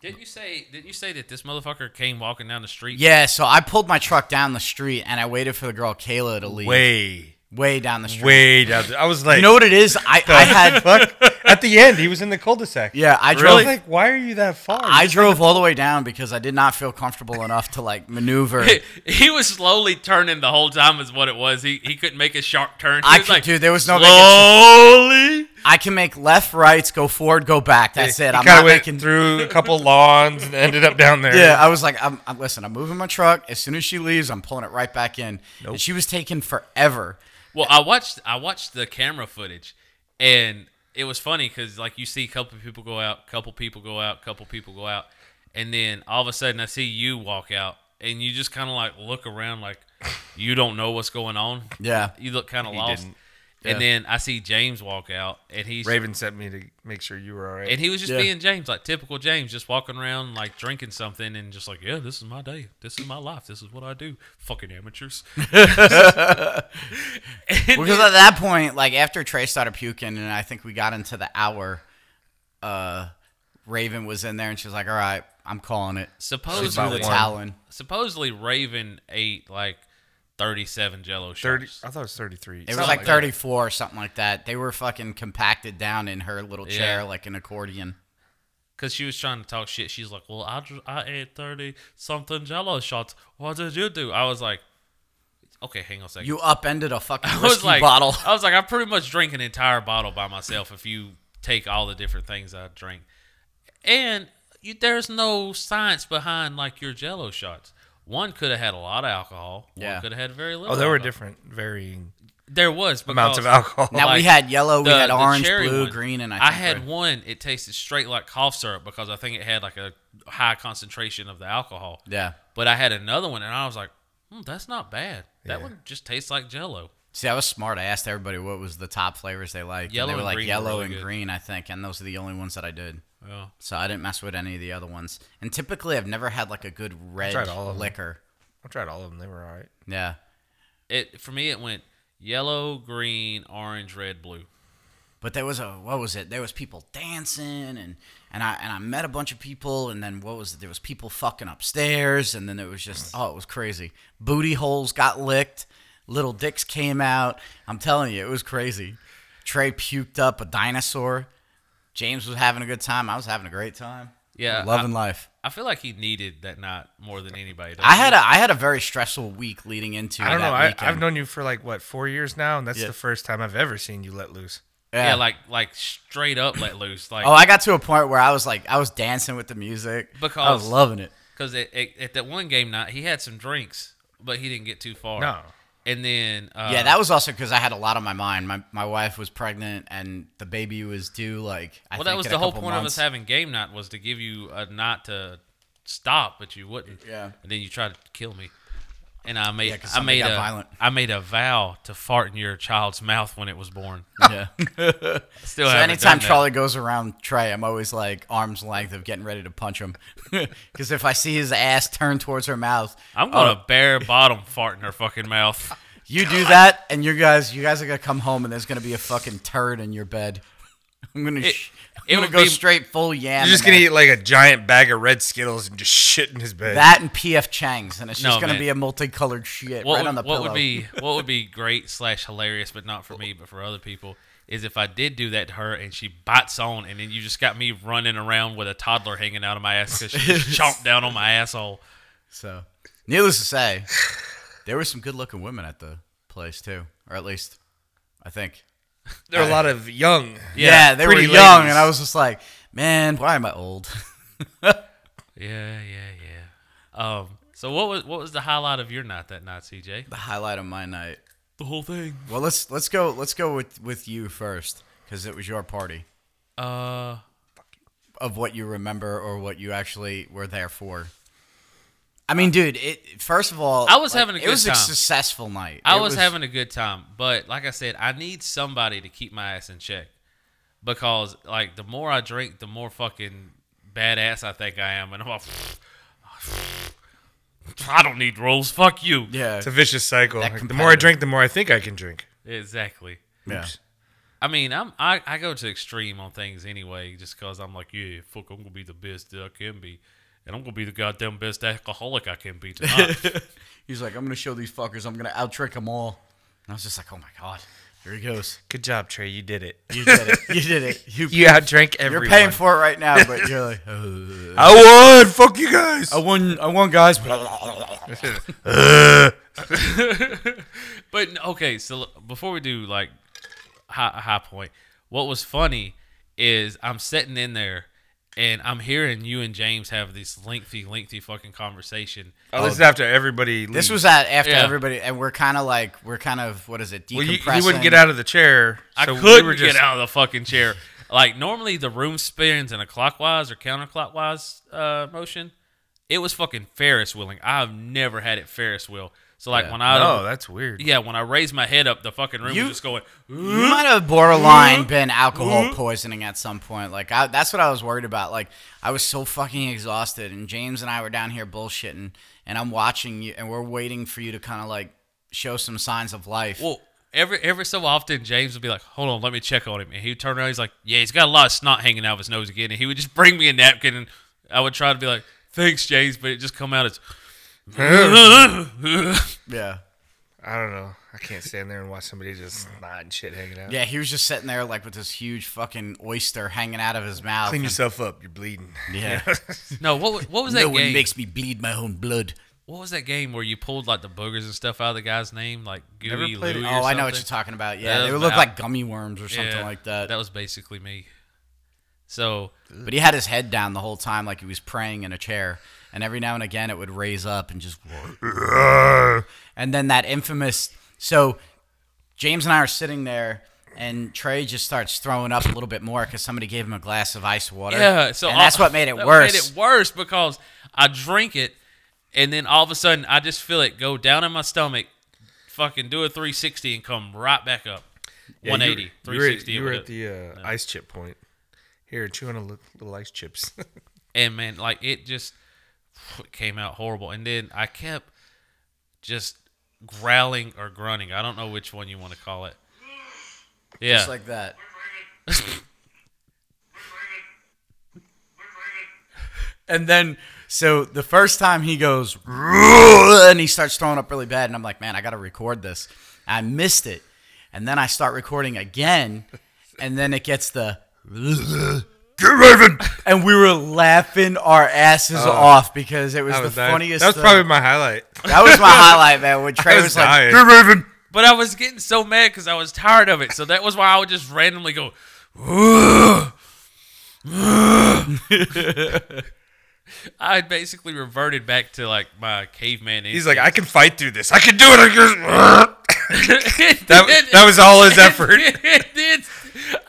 Speaker 2: Didn't you say? Didn't you say that this motherfucker came walking down the street?
Speaker 1: Yeah, so I pulled my truck down the street and I waited for the girl Kayla to leave way,
Speaker 3: Way,
Speaker 1: down the street.
Speaker 3: way down. there. I was like,
Speaker 1: You know what it is? I,
Speaker 3: <laughs>
Speaker 1: I had
Speaker 3: fuck. At the end, he was in the cul-de-sac.
Speaker 1: yeah, I
Speaker 3: I was
Speaker 1: drove
Speaker 3: like, why are you that far?
Speaker 1: I drove all the way down because I did not feel comfortable enough to
Speaker 3: <laughs>
Speaker 1: like maneuver.
Speaker 2: <laughs> he was slowly turning the whole time, is what it was. He he couldn't make a sharp turn. He
Speaker 1: I
Speaker 2: was
Speaker 1: could,
Speaker 2: like,
Speaker 1: dude, there was no.
Speaker 3: slowly.
Speaker 1: I can make left, rights, go forward, go back. That's it.
Speaker 3: He
Speaker 1: I'm
Speaker 3: kinda
Speaker 1: not
Speaker 3: went
Speaker 1: making. <laughs>
Speaker 3: through a couple lawns and ended up down there.
Speaker 1: Yeah, I was like, I'm, I'm listen. I'm moving my truck. As soon as she leaves, I'm pulling it right back in. And she was taking forever.
Speaker 2: Well, I watched I watched the camera footage, and it was funny because like you see a couple people go out, couple people go out, couple people go out, and then all of a sudden I see you walk out, and you just kind of like look around like you don't know what's going on.
Speaker 1: Yeah.
Speaker 2: you look kind of lost.
Speaker 3: didn't.
Speaker 2: And then I see James walk out, and he's
Speaker 3: Raven sent me to make sure you were all right.
Speaker 2: and he was just
Speaker 1: Yeah.
Speaker 2: being James, like typical James, just walking around like drinking something and just like, yeah, this is my day, this is my life, this is what I do. Fucking amateurs.
Speaker 1: Because at that point, like after Trey started puking, and I think we got into the hour, uh, Raven was in there, and she was like, "All right, I'm calling it." She's
Speaker 2: Supposedly,
Speaker 1: really
Speaker 3: about one.
Speaker 1: Talon.
Speaker 2: supposedly Raven ate like 37 Jello shots.
Speaker 3: Thirty. I thought it was thirty-three.
Speaker 1: It was
Speaker 2: Something
Speaker 1: like
Speaker 2: like that.
Speaker 1: 34 or something like that. They were fucking compacted down in her little
Speaker 2: Yeah.
Speaker 1: chair like an accordion.
Speaker 2: Cause she was trying to talk shit. She's like, "Well, I, dr- I ate thirty something Jello shots. What did you do?" I was like, "Okay, hang on a second.
Speaker 1: You upended a fucking
Speaker 2: <laughs> I
Speaker 1: whiskey
Speaker 2: was like, <laughs>
Speaker 1: bottle.
Speaker 2: I was like, I pretty much drink an entire bottle by myself if you take all the different things I drink. And you, there's no science behind like your Jello shots. One could have had a lot of alcohol. One
Speaker 1: Yeah.
Speaker 2: could have had very little.
Speaker 3: Oh, there were
Speaker 2: alcohol.
Speaker 3: different varying
Speaker 2: There was because
Speaker 3: amounts of alcohol.
Speaker 1: Now we
Speaker 2: like,
Speaker 1: had yellow, Oh, we
Speaker 2: the-
Speaker 1: had
Speaker 2: the
Speaker 1: orange,
Speaker 2: cherry
Speaker 1: blue,
Speaker 2: one.
Speaker 1: green, and I,
Speaker 2: I
Speaker 1: think
Speaker 2: had
Speaker 1: red.
Speaker 2: one. It tasted straight like cough syrup because I think it had like a high concentration of the alcohol.
Speaker 1: Yeah.
Speaker 2: But I had another one, and I was like, hmm, "That's not bad. That
Speaker 3: Yeah.
Speaker 2: one just tastes like Jello."
Speaker 1: See, I was smart. I asked everybody what was the top flavors they liked.
Speaker 2: Yellow
Speaker 1: and they were
Speaker 2: and
Speaker 1: like
Speaker 2: green were
Speaker 1: yellow
Speaker 2: really
Speaker 1: and
Speaker 2: good.
Speaker 1: green, I think, and those are the only ones that I did.
Speaker 2: Yeah.
Speaker 1: So I didn't mess with any of the other ones. And typically, I've never had like a good red
Speaker 3: tried all of them.
Speaker 1: liquor.
Speaker 3: I tried all of them. They were all right.
Speaker 1: Yeah.
Speaker 2: It for me, it went yellow, green, orange, red, blue.
Speaker 1: But there was a what was it? There was people dancing and and I and I met a bunch of people and then what was it? There was people fucking upstairs and then it was just oh it was crazy. Booty holes got licked, little dicks came out. I'm telling you, it was crazy. Trey puked up a dinosaur. James was having a good time. I was having a great time.
Speaker 2: Yeah,
Speaker 1: loving life.
Speaker 2: I feel like he needed that night more than anybody.
Speaker 1: I had a I had a very stressful week leading into.
Speaker 3: I don't
Speaker 1: that
Speaker 3: know. I,
Speaker 1: weekend.
Speaker 3: I've known you for like what four years now, and that's
Speaker 1: Yeah.
Speaker 3: the first time I've ever seen you let loose.
Speaker 2: yeah. like like straight up let loose, like
Speaker 1: oh, I got to a point where I was like I was dancing with the music. I
Speaker 2: Because-
Speaker 1: was loving it.
Speaker 2: because at, at, at that one game night he had some drinks, but he didn't get too far.
Speaker 3: No.
Speaker 2: and then uh,
Speaker 1: Yeah, that was also because I had a lot on my mind. My my wife was pregnant and the baby was due. Like, I
Speaker 2: well,
Speaker 1: think
Speaker 2: that was
Speaker 1: in a
Speaker 2: the whole
Speaker 1: couple
Speaker 2: point of us
Speaker 1: months.
Speaker 2: having game night was to give you a night to stop, but you wouldn't.
Speaker 1: Yeah.
Speaker 2: and then you tried to kill me. And I made
Speaker 1: 'cause
Speaker 2: I
Speaker 1: somebody
Speaker 2: made
Speaker 1: got
Speaker 2: a
Speaker 1: violent.
Speaker 2: I made a vow to fart in your child's mouth when it was
Speaker 1: <laughs>
Speaker 2: born. <laughs>
Speaker 1: Yeah.
Speaker 2: Still,
Speaker 1: so
Speaker 2: haven't
Speaker 1: anytime
Speaker 2: done that.
Speaker 1: Charlie goes around Trey, I'm always like arm's length of getting ready to punch him <laughs> because if I see his ass turned towards her mouth, oh,
Speaker 2: I'm gonna bare bottom fart in her
Speaker 1: <laughs>
Speaker 2: fucking mouth.
Speaker 1: you do that, and you guys you guys are gonna come home and there's gonna be a fucking turd in your bed. I'm gonna
Speaker 2: It-
Speaker 1: sh-
Speaker 2: it
Speaker 1: I'm gonna
Speaker 2: would
Speaker 1: go
Speaker 2: be-
Speaker 1: straight full yam.
Speaker 3: You're just
Speaker 1: in
Speaker 3: gonna
Speaker 1: there.
Speaker 3: eat like a giant bag of red Skittles and just shit in his bed.
Speaker 1: that and PF Chang's, and it's just
Speaker 2: No,
Speaker 1: gonna
Speaker 2: man.
Speaker 1: be a multicolored shit
Speaker 2: What,
Speaker 1: right
Speaker 2: would,
Speaker 1: on the
Speaker 2: what
Speaker 1: pillow.
Speaker 2: would be what would be great slash hilarious, but not for me, but for other people, is if I did do that to her and she bites on, and then you just got me running around with a toddler hanging out of my ass because
Speaker 1: <laughs>
Speaker 2: she just chomped down on my asshole.
Speaker 1: So, needless to say, there were some good-looking women at the place too, or at least I think.
Speaker 3: there are a lot of young.
Speaker 1: Yeah, they were
Speaker 3: pretty
Speaker 1: young,
Speaker 3: ladies.
Speaker 1: and I was just like, "Man, why am I old?" <laughs>
Speaker 2: Yeah, yeah, yeah. Um. So what was what was the highlight of your night that night, CJ?
Speaker 1: the highlight of my night.
Speaker 2: The whole thing.
Speaker 1: Well, let's let's go let's go with with you first because it was your party
Speaker 2: Uh.
Speaker 1: of what you remember or what you actually were there for. I mean, dude, it first of all,
Speaker 2: I was having a
Speaker 1: it
Speaker 2: good
Speaker 1: was a
Speaker 2: time.
Speaker 1: successful night.
Speaker 2: I
Speaker 1: It
Speaker 2: was, having a good time, but like I said, I need somebody to keep my ass in check because like the more I drink, the more fucking badass I think I am, and I'm like, <sighs> I don't need rules. Fuck you.
Speaker 1: Yeah.
Speaker 3: It's a vicious cycle.
Speaker 1: That
Speaker 3: Like, the more I
Speaker 1: competitive.
Speaker 3: drink, the more I think I can drink.
Speaker 2: Exactly.
Speaker 1: yeah.
Speaker 2: I mean, I'm I, I go to extreme on things anyway, just because I'm like, yeah, fuck, I'm gonna be the best that I can be, and I'm gonna be the goddamn best alcoholic I can be tonight.
Speaker 1: He's like, I'm gonna show these fuckers. I'm gonna outtrick them all. And I was just like, oh my god, here he goes.
Speaker 3: Good job, Trey. You did it.
Speaker 1: You did it. You did <laughs> it. You,
Speaker 3: You outdrank everyone.
Speaker 1: are paying for it right now, but <laughs> you're like, "Oh." "Ugh."
Speaker 3: I won. Fuck you guys.
Speaker 1: I won. I won, guys.
Speaker 2: But n- okay, so l- before we do like high, high point, what was funny is I'm sitting in there and I'm hearing you and James have this lengthy, lengthy fucking conversation.
Speaker 3: oh, this is after everybody.
Speaker 1: This
Speaker 3: leaves.
Speaker 1: was at after
Speaker 2: Yeah.
Speaker 1: everybody, and we're kind of like we're kind of what is it?
Speaker 3: Well, you,
Speaker 1: Decompressing.
Speaker 3: you wouldn't get out of the chair.
Speaker 2: I
Speaker 3: so we
Speaker 2: couldn't
Speaker 3: were just-
Speaker 2: get out of the fucking chair. Like normally the room spins in a clockwise or counterclockwise uh, motion. It was fucking Ferris wheeling. I've never had it Ferris wheel. So like when I
Speaker 3: Oh, that's weird.
Speaker 2: <laughs> yeah when I raised my head up, the fucking room
Speaker 1: You-
Speaker 2: was just going.
Speaker 1: You might have
Speaker 3: Mm-hmm.
Speaker 1: borderline been alcohol poisoning at some point. Like I, that's what I was worried about. Like I was so fucking exhausted, and James and I were down here bullshitting, and I'm watching you, and we're waiting for you to kind of like show some signs of life.
Speaker 2: Well, every every so often James would be like, "Hold on, let me check on him," and he'd turn around. He's like, "Yeah, he's got a lot of snot hanging out of his nose again," and he would just bring me a napkin, and I would try to be like, "Thanks, James," but it just come out as.
Speaker 1: yeah,
Speaker 3: I don't know. I can't stand there and watch somebody just nodding shit hanging out.
Speaker 1: yeah. He was just sitting there like with this huge fucking oyster hanging out of his mouth.
Speaker 3: Clean yourself up. You're bleeding. <laughs>
Speaker 1: yeah,
Speaker 2: no, what wa- what was that
Speaker 1: no one
Speaker 2: game?
Speaker 1: makes me bleed my own blood.
Speaker 2: what was that game where you pulled like the boogers and stuff out of the guy's name, like
Speaker 3: Never
Speaker 2: Gooey
Speaker 3: played it.
Speaker 2: Louie?
Speaker 1: Oh,
Speaker 2: or
Speaker 1: I know what
Speaker 2: something?
Speaker 1: you're talking about. Yeah,
Speaker 2: That
Speaker 1: they
Speaker 2: was
Speaker 1: look
Speaker 2: my-
Speaker 1: like gummy worms or something
Speaker 2: Yeah,
Speaker 1: like that.
Speaker 2: That was basically me. So
Speaker 1: But he had his head down the whole time, like he was praying in a chair. And every now and again, it would raise up and just. <laughs> and then that infamous. So James and I are sitting there, and Trey just starts throwing up a little bit more because somebody gave him a glass of ice water.
Speaker 2: Yeah, so
Speaker 1: and
Speaker 2: all-
Speaker 1: that's what made it
Speaker 2: <laughs> that
Speaker 1: worse.
Speaker 2: Made it worse because I drink it, and then all of a sudden I just feel it go down in my stomach, fucking do a 360 and come right back up.
Speaker 3: Yeah,
Speaker 2: 180,
Speaker 3: you- you were-
Speaker 2: 360.
Speaker 3: You were at
Speaker 2: it
Speaker 3: the uh, ice chip point. Here, chew on a li- little ice chips.
Speaker 2: would- and man, like it just it came out horrible. And then I kept just growling or grunting. I don't know which one you want to call it. Yeah.
Speaker 1: Just like that. And then, so the first time he goes, and he starts throwing up really bad. And I'm like, man, I got to record this. I missed it. And then I start recording again. And then it gets the,
Speaker 3: <laughs>
Speaker 1: and we were laughing our asses off because it was,
Speaker 3: Oh. That was
Speaker 1: the
Speaker 3: nice.
Speaker 1: funniest.
Speaker 3: That was
Speaker 1: thing.
Speaker 3: probably my highlight.
Speaker 1: that
Speaker 3: <laughs>
Speaker 1: was my highlight, man. When Trey
Speaker 3: I uh, was
Speaker 1: was, like,
Speaker 3: dying.
Speaker 2: but I was getting so mad because I was tired of it. So that was why I would just randomly go, I had basically reverted back to like my caveman.
Speaker 3: He's like, I can fight through this. I can do it. I can-
Speaker 2: that,
Speaker 3: <laughs> that, that was all
Speaker 2: <laughs>
Speaker 3: his effort. <laughs>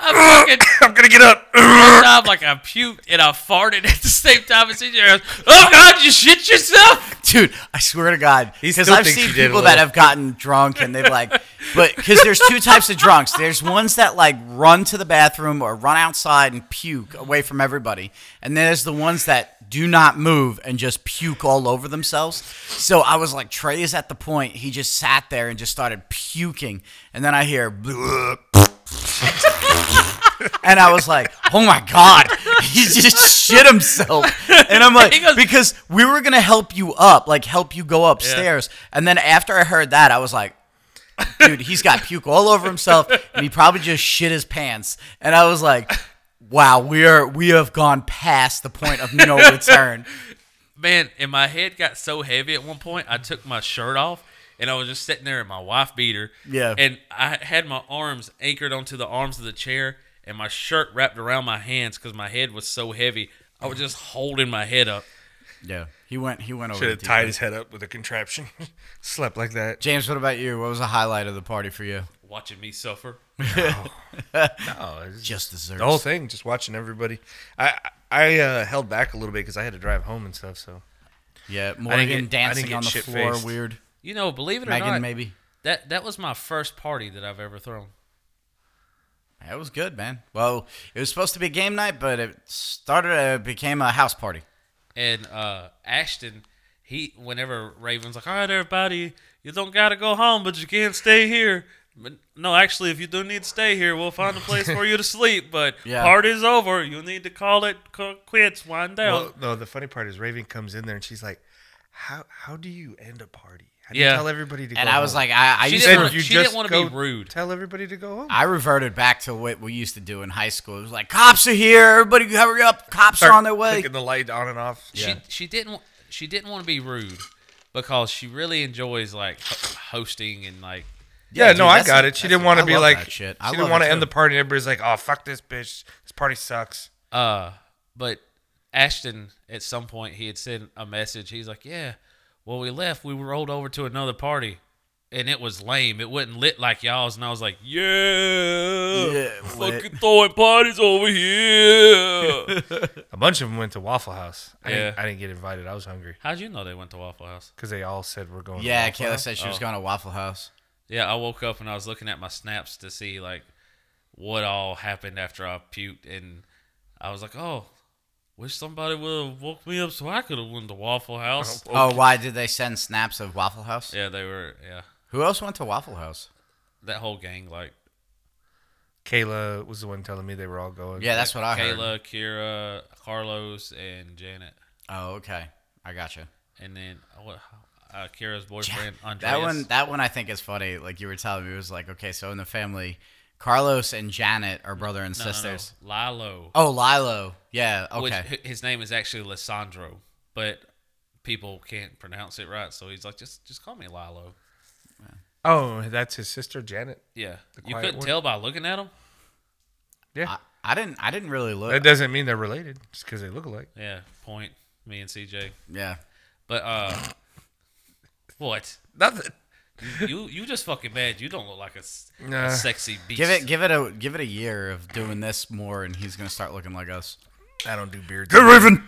Speaker 2: I fucking
Speaker 3: I'm gonna get up. <laughs>
Speaker 2: time like I puked and I farted at the same time as each other. Oh God, you shit
Speaker 1: <laughs>
Speaker 2: yourself!
Speaker 1: Dude, I swear to God, because
Speaker 3: still
Speaker 1: I've
Speaker 3: thinks
Speaker 1: seen
Speaker 3: you did a
Speaker 1: people that
Speaker 3: little.
Speaker 1: have gotten drunk and they've like, but because there's two types of drunks. There's ones that like run to the bathroom or run outside and puke away from everybody, and then there's the ones that do not move and just puke all over themselves. So I was like, Trey is at the point he just sat there and just started puking, and then I hear. <laughs> And I was like, "Oh my god, he just shit himself!" And I'm like,
Speaker 2: He goes-
Speaker 1: because we were gonna help you up, like help you go upstairs. And then after I heard that, I was like, dude, he's got puke all over himself, and he probably just shit his pants. And I was like, wow, we are we have gone past the point
Speaker 3: <laughs>
Speaker 1: of no return.
Speaker 2: Man, and my head got so heavy at one point, I took my shirt off and I was just sitting there in my wife beater.
Speaker 1: Yeah.
Speaker 2: And I had my arms anchored onto the arms of the chair and my shirt wrapped around my hands because my head was so heavy. I was just holding my head up.
Speaker 1: yeah, he went he went over.
Speaker 3: Should
Speaker 1: the
Speaker 3: have tied his head up with a contraption. <laughs> Slept like that.
Speaker 1: James, what about you? What was the highlight of the party for you?
Speaker 2: Watching me suffer.
Speaker 3: No, it's
Speaker 1: Just
Speaker 3: <laughs>
Speaker 1: desserts.
Speaker 3: the whole thing. Just watching everybody. I I uh, held back a little bit because I had to drive home and stuff. So
Speaker 1: yeah, Morgan
Speaker 3: get- I didn't
Speaker 1: dancing
Speaker 3: get
Speaker 1: on the floor,
Speaker 3: shit-faced.
Speaker 1: weird.
Speaker 2: You know, believe it or
Speaker 1: Megan,
Speaker 2: not,
Speaker 1: maybe.
Speaker 2: that that was my first party that I've ever thrown.
Speaker 1: It was good, man. Well, it was supposed to be game night, but it started. It became a house party.
Speaker 2: And uh, Ashton, he whenever Raven's like, all right, everybody, you don't gotta go home, but you can't stay here. But no, actually, if you do need to stay here, we'll find a place for you to sleep. But
Speaker 1: <laughs> Yeah.
Speaker 2: party's over. You need to call it qu- quits. Wind down.
Speaker 3: Well, no, the funny part is Raven comes in there and she's like, "How how do you end a party? How do
Speaker 2: Yeah.
Speaker 3: you tell everybody to?"
Speaker 1: And
Speaker 3: go
Speaker 1: I was
Speaker 3: home?
Speaker 1: like, I, I
Speaker 2: she
Speaker 1: used
Speaker 2: didn't,
Speaker 3: said
Speaker 1: to,
Speaker 2: wanna,
Speaker 3: you
Speaker 2: she didn't
Speaker 3: just
Speaker 2: want to
Speaker 3: go
Speaker 2: be rude.
Speaker 3: "Tell everybody to go home."
Speaker 1: I reverted back to what we used to do in high school. It was like, cops are here, everybody hurry up, cops are on their way.
Speaker 3: Clicking the light on and off.
Speaker 1: Yeah.
Speaker 2: She she didn't wa- she didn't want to be rude because she really enjoys like ho- hosting and like
Speaker 3: Yeah,
Speaker 1: Yeah,
Speaker 3: no,
Speaker 1: dude,
Speaker 3: I
Speaker 1: that's
Speaker 3: got
Speaker 1: a-
Speaker 3: it. She
Speaker 1: that's
Speaker 3: didn't
Speaker 1: a-
Speaker 3: want
Speaker 1: I
Speaker 3: to be
Speaker 1: love
Speaker 3: like
Speaker 1: that shit. I
Speaker 3: she
Speaker 1: love
Speaker 3: didn't want
Speaker 1: it
Speaker 3: to end
Speaker 1: too.
Speaker 3: the party. and Everybody's like, "Oh, fuck this bitch. This party sucks."
Speaker 2: Uh, but Ashton, at some point, he had sent a message. He's like, "Yeah, well, we left. We rolled over to another party, and it was lame. It wasn't lit like y'all's." And I was like, "Yeah,
Speaker 1: Yeah,
Speaker 2: fucking
Speaker 1: lit."
Speaker 2: throwing parties over here."
Speaker 3: A bunch of them went to Waffle House. I, didn't,
Speaker 2: Yeah.
Speaker 3: I didn't get invited. I was hungry
Speaker 2: How'd you know they went to Waffle House?
Speaker 3: because they all said we're going.
Speaker 1: Yeah,
Speaker 3: to Waffle
Speaker 1: Kayla
Speaker 3: House. Oh.
Speaker 1: said she was going to Waffle House.
Speaker 2: Yeah, I woke up and I was looking at my snaps to see like what all happened after I puked, and I was like, "Oh, wish somebody would have woke me up so I could have went to Waffle House."
Speaker 1: Oh, why did they send snaps of Waffle House?
Speaker 2: Yeah, they were. Yeah,
Speaker 1: Who else went to Waffle House?
Speaker 2: that whole gang like.
Speaker 3: Kayla was the one telling me they were all going.
Speaker 1: Yeah, that's what I heard.
Speaker 2: Kayla, Kira, Carlos, and Janet,
Speaker 1: Oh, okay, I gotcha.
Speaker 2: and then uh, what? Uh, Kira's boyfriend Andreas.
Speaker 1: That one, that one, I think is funny. Like you were telling me, it was like, okay, so in the family, Carlos and Janet are brother and
Speaker 2: No, no, no.
Speaker 1: sisters.
Speaker 2: Lilo.
Speaker 1: Oh, Lilo. Yeah.
Speaker 2: Which,
Speaker 1: Okay.
Speaker 2: hi- his name is actually Lissandro, but people can't pronounce it right, so he's like, just just call me Lilo.
Speaker 3: Oh, that's his sister Janet.
Speaker 2: Yeah, you
Speaker 3: quiet
Speaker 2: couldn't
Speaker 3: one?
Speaker 2: tell by looking at him.
Speaker 3: Yeah,
Speaker 1: I, I didn't. I didn't really look.
Speaker 3: that doesn't mean they're related just because they look alike.
Speaker 2: Yeah, point me and CJ.
Speaker 1: yeah. <laughs>
Speaker 2: But uh, what?
Speaker 3: Nothing.
Speaker 2: You you just fucking mad. You don't look like a, s- a
Speaker 3: Nah.
Speaker 2: sexy beast.
Speaker 1: Give it. Give it a. Give it a year of doing this more, and he's gonna start looking like us.
Speaker 3: I don't do beards.
Speaker 1: Raven.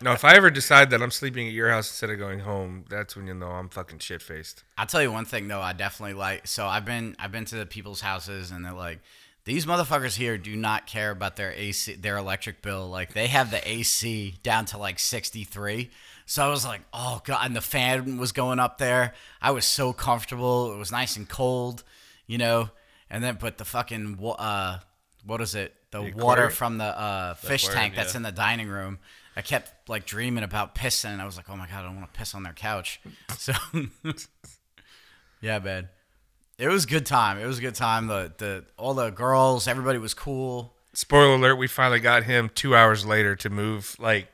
Speaker 3: No, if I ever decide that I'm sleeping at your house instead of going home, that's when you know I'm fucking shit faced.
Speaker 1: I'll tell you one thing though. I definitely like. So I've been. I've been to the people's houses, and they're like. These motherfuckers here do not care about their AC, their electric bill. Like they have the AC down to like sixty three. So I was like, oh god, and the fan was going up there. I was so comfortable. It was nice and cold, you know. And then, but the fucking wa- uh, what is it? The, water
Speaker 3: aquarium.
Speaker 1: from the uh, fish
Speaker 2: aquarium,
Speaker 1: tank that's
Speaker 2: yeah.
Speaker 1: in the dining room. I kept like dreaming about pissing, and I was like, oh my god, I don't want to piss on their couch. <laughs> So, yeah, man, it was a good time. It was a good time. The the all the girls, everybody was cool.
Speaker 3: Spoiler alert: We finally got him two hours later to move like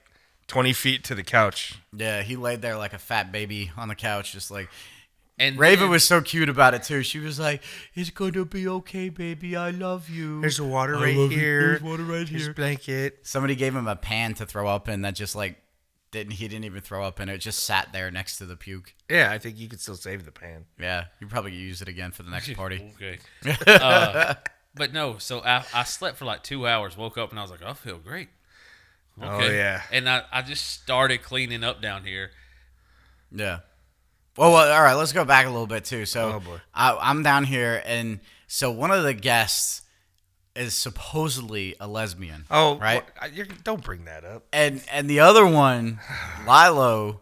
Speaker 3: 20 feet to the couch.
Speaker 1: Yeah, he laid there like a fat baby on the couch, just like
Speaker 2: And
Speaker 1: Raven
Speaker 2: then-
Speaker 1: was so cute about it too. She was like, "It's going to be okay, baby. I love you."
Speaker 3: There's a water
Speaker 1: I
Speaker 3: right
Speaker 1: love you.
Speaker 3: here.
Speaker 1: There's water right
Speaker 3: Here's
Speaker 1: here.
Speaker 3: blanket.
Speaker 1: Somebody gave him a pan to throw up in that just like didn't he didn't even throw up in it. Just sat there next to the puke.
Speaker 3: Yeah, I think you could still save the pan.
Speaker 1: Yeah, you probably could use it again for the next
Speaker 2: <laughs>
Speaker 1: party.
Speaker 2: Okay. uh, but no, so I, I slept for like two hours, woke up, and I was like, "Oh, I feel great.
Speaker 1: Oh,
Speaker 3: yeah.
Speaker 2: And I, I just started cleaning up down here.
Speaker 1: Yeah. Well, well, all right. Let's go back a little bit too. So
Speaker 3: Oh, boy.
Speaker 1: I, I'm down here, and so one of the guests is supposedly a lesbian.
Speaker 3: Oh,
Speaker 1: Right.
Speaker 3: right. You're, don't bring that up.
Speaker 1: and and the other one, Lilo.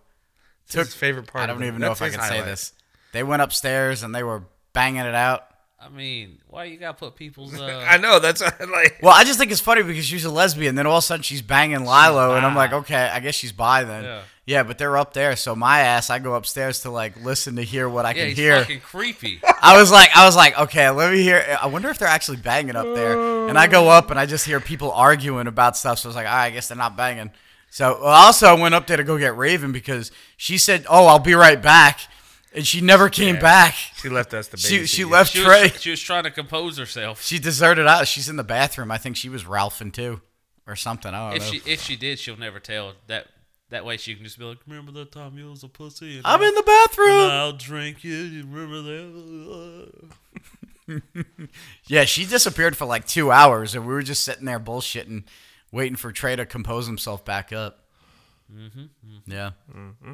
Speaker 3: It's his favorite part.
Speaker 1: I don't
Speaker 3: of it.
Speaker 1: even know
Speaker 3: That's
Speaker 1: if I
Speaker 3: his
Speaker 1: can say
Speaker 3: highlight.
Speaker 1: this. They went upstairs and they were banging it out.
Speaker 2: I mean, why you gotta put people's?
Speaker 1: <laughs>
Speaker 2: Uh,
Speaker 3: I know. That's <laughs> what I like.
Speaker 1: Well, I just think it's funny because she's a lesbian. Then all of a sudden she's banging Lilo, and I'm like, okay, I guess she's bi then.
Speaker 2: Yeah.
Speaker 1: Yeah. but they're up there, so my ass, I go upstairs to like listen to hear what I
Speaker 2: yeah,
Speaker 1: can
Speaker 2: he's
Speaker 1: hear.
Speaker 2: fucking creepy.
Speaker 1: <laughs> I was like, I was like, okay, let me hear. I wonder if they're actually banging up there. And I go up and I just hear people arguing about stuff. So I was like, all right, I guess they're not banging. So well, also, I went up there to go get Raven because she said, "Oh, I'll be right back," and she never came back.
Speaker 3: She left us the baby.
Speaker 1: She she left
Speaker 2: She
Speaker 1: Trey.
Speaker 2: was, she was trying to compose herself.
Speaker 1: She deserted out. She's in the bathroom. I think she was Ralphing too, or something. I don't
Speaker 2: If
Speaker 1: know.
Speaker 2: she if she did, she'll never tell. That that way she can just be like, remember that time you was a pussy. And
Speaker 1: I'm in the bathroom.
Speaker 2: I'll drink you. You remember that?
Speaker 1: Yeah, she disappeared for like two hours, and we were just sitting there bullshitting, waiting for Trey to compose himself back up. Mm-hmm. Yeah. Mm-hmm.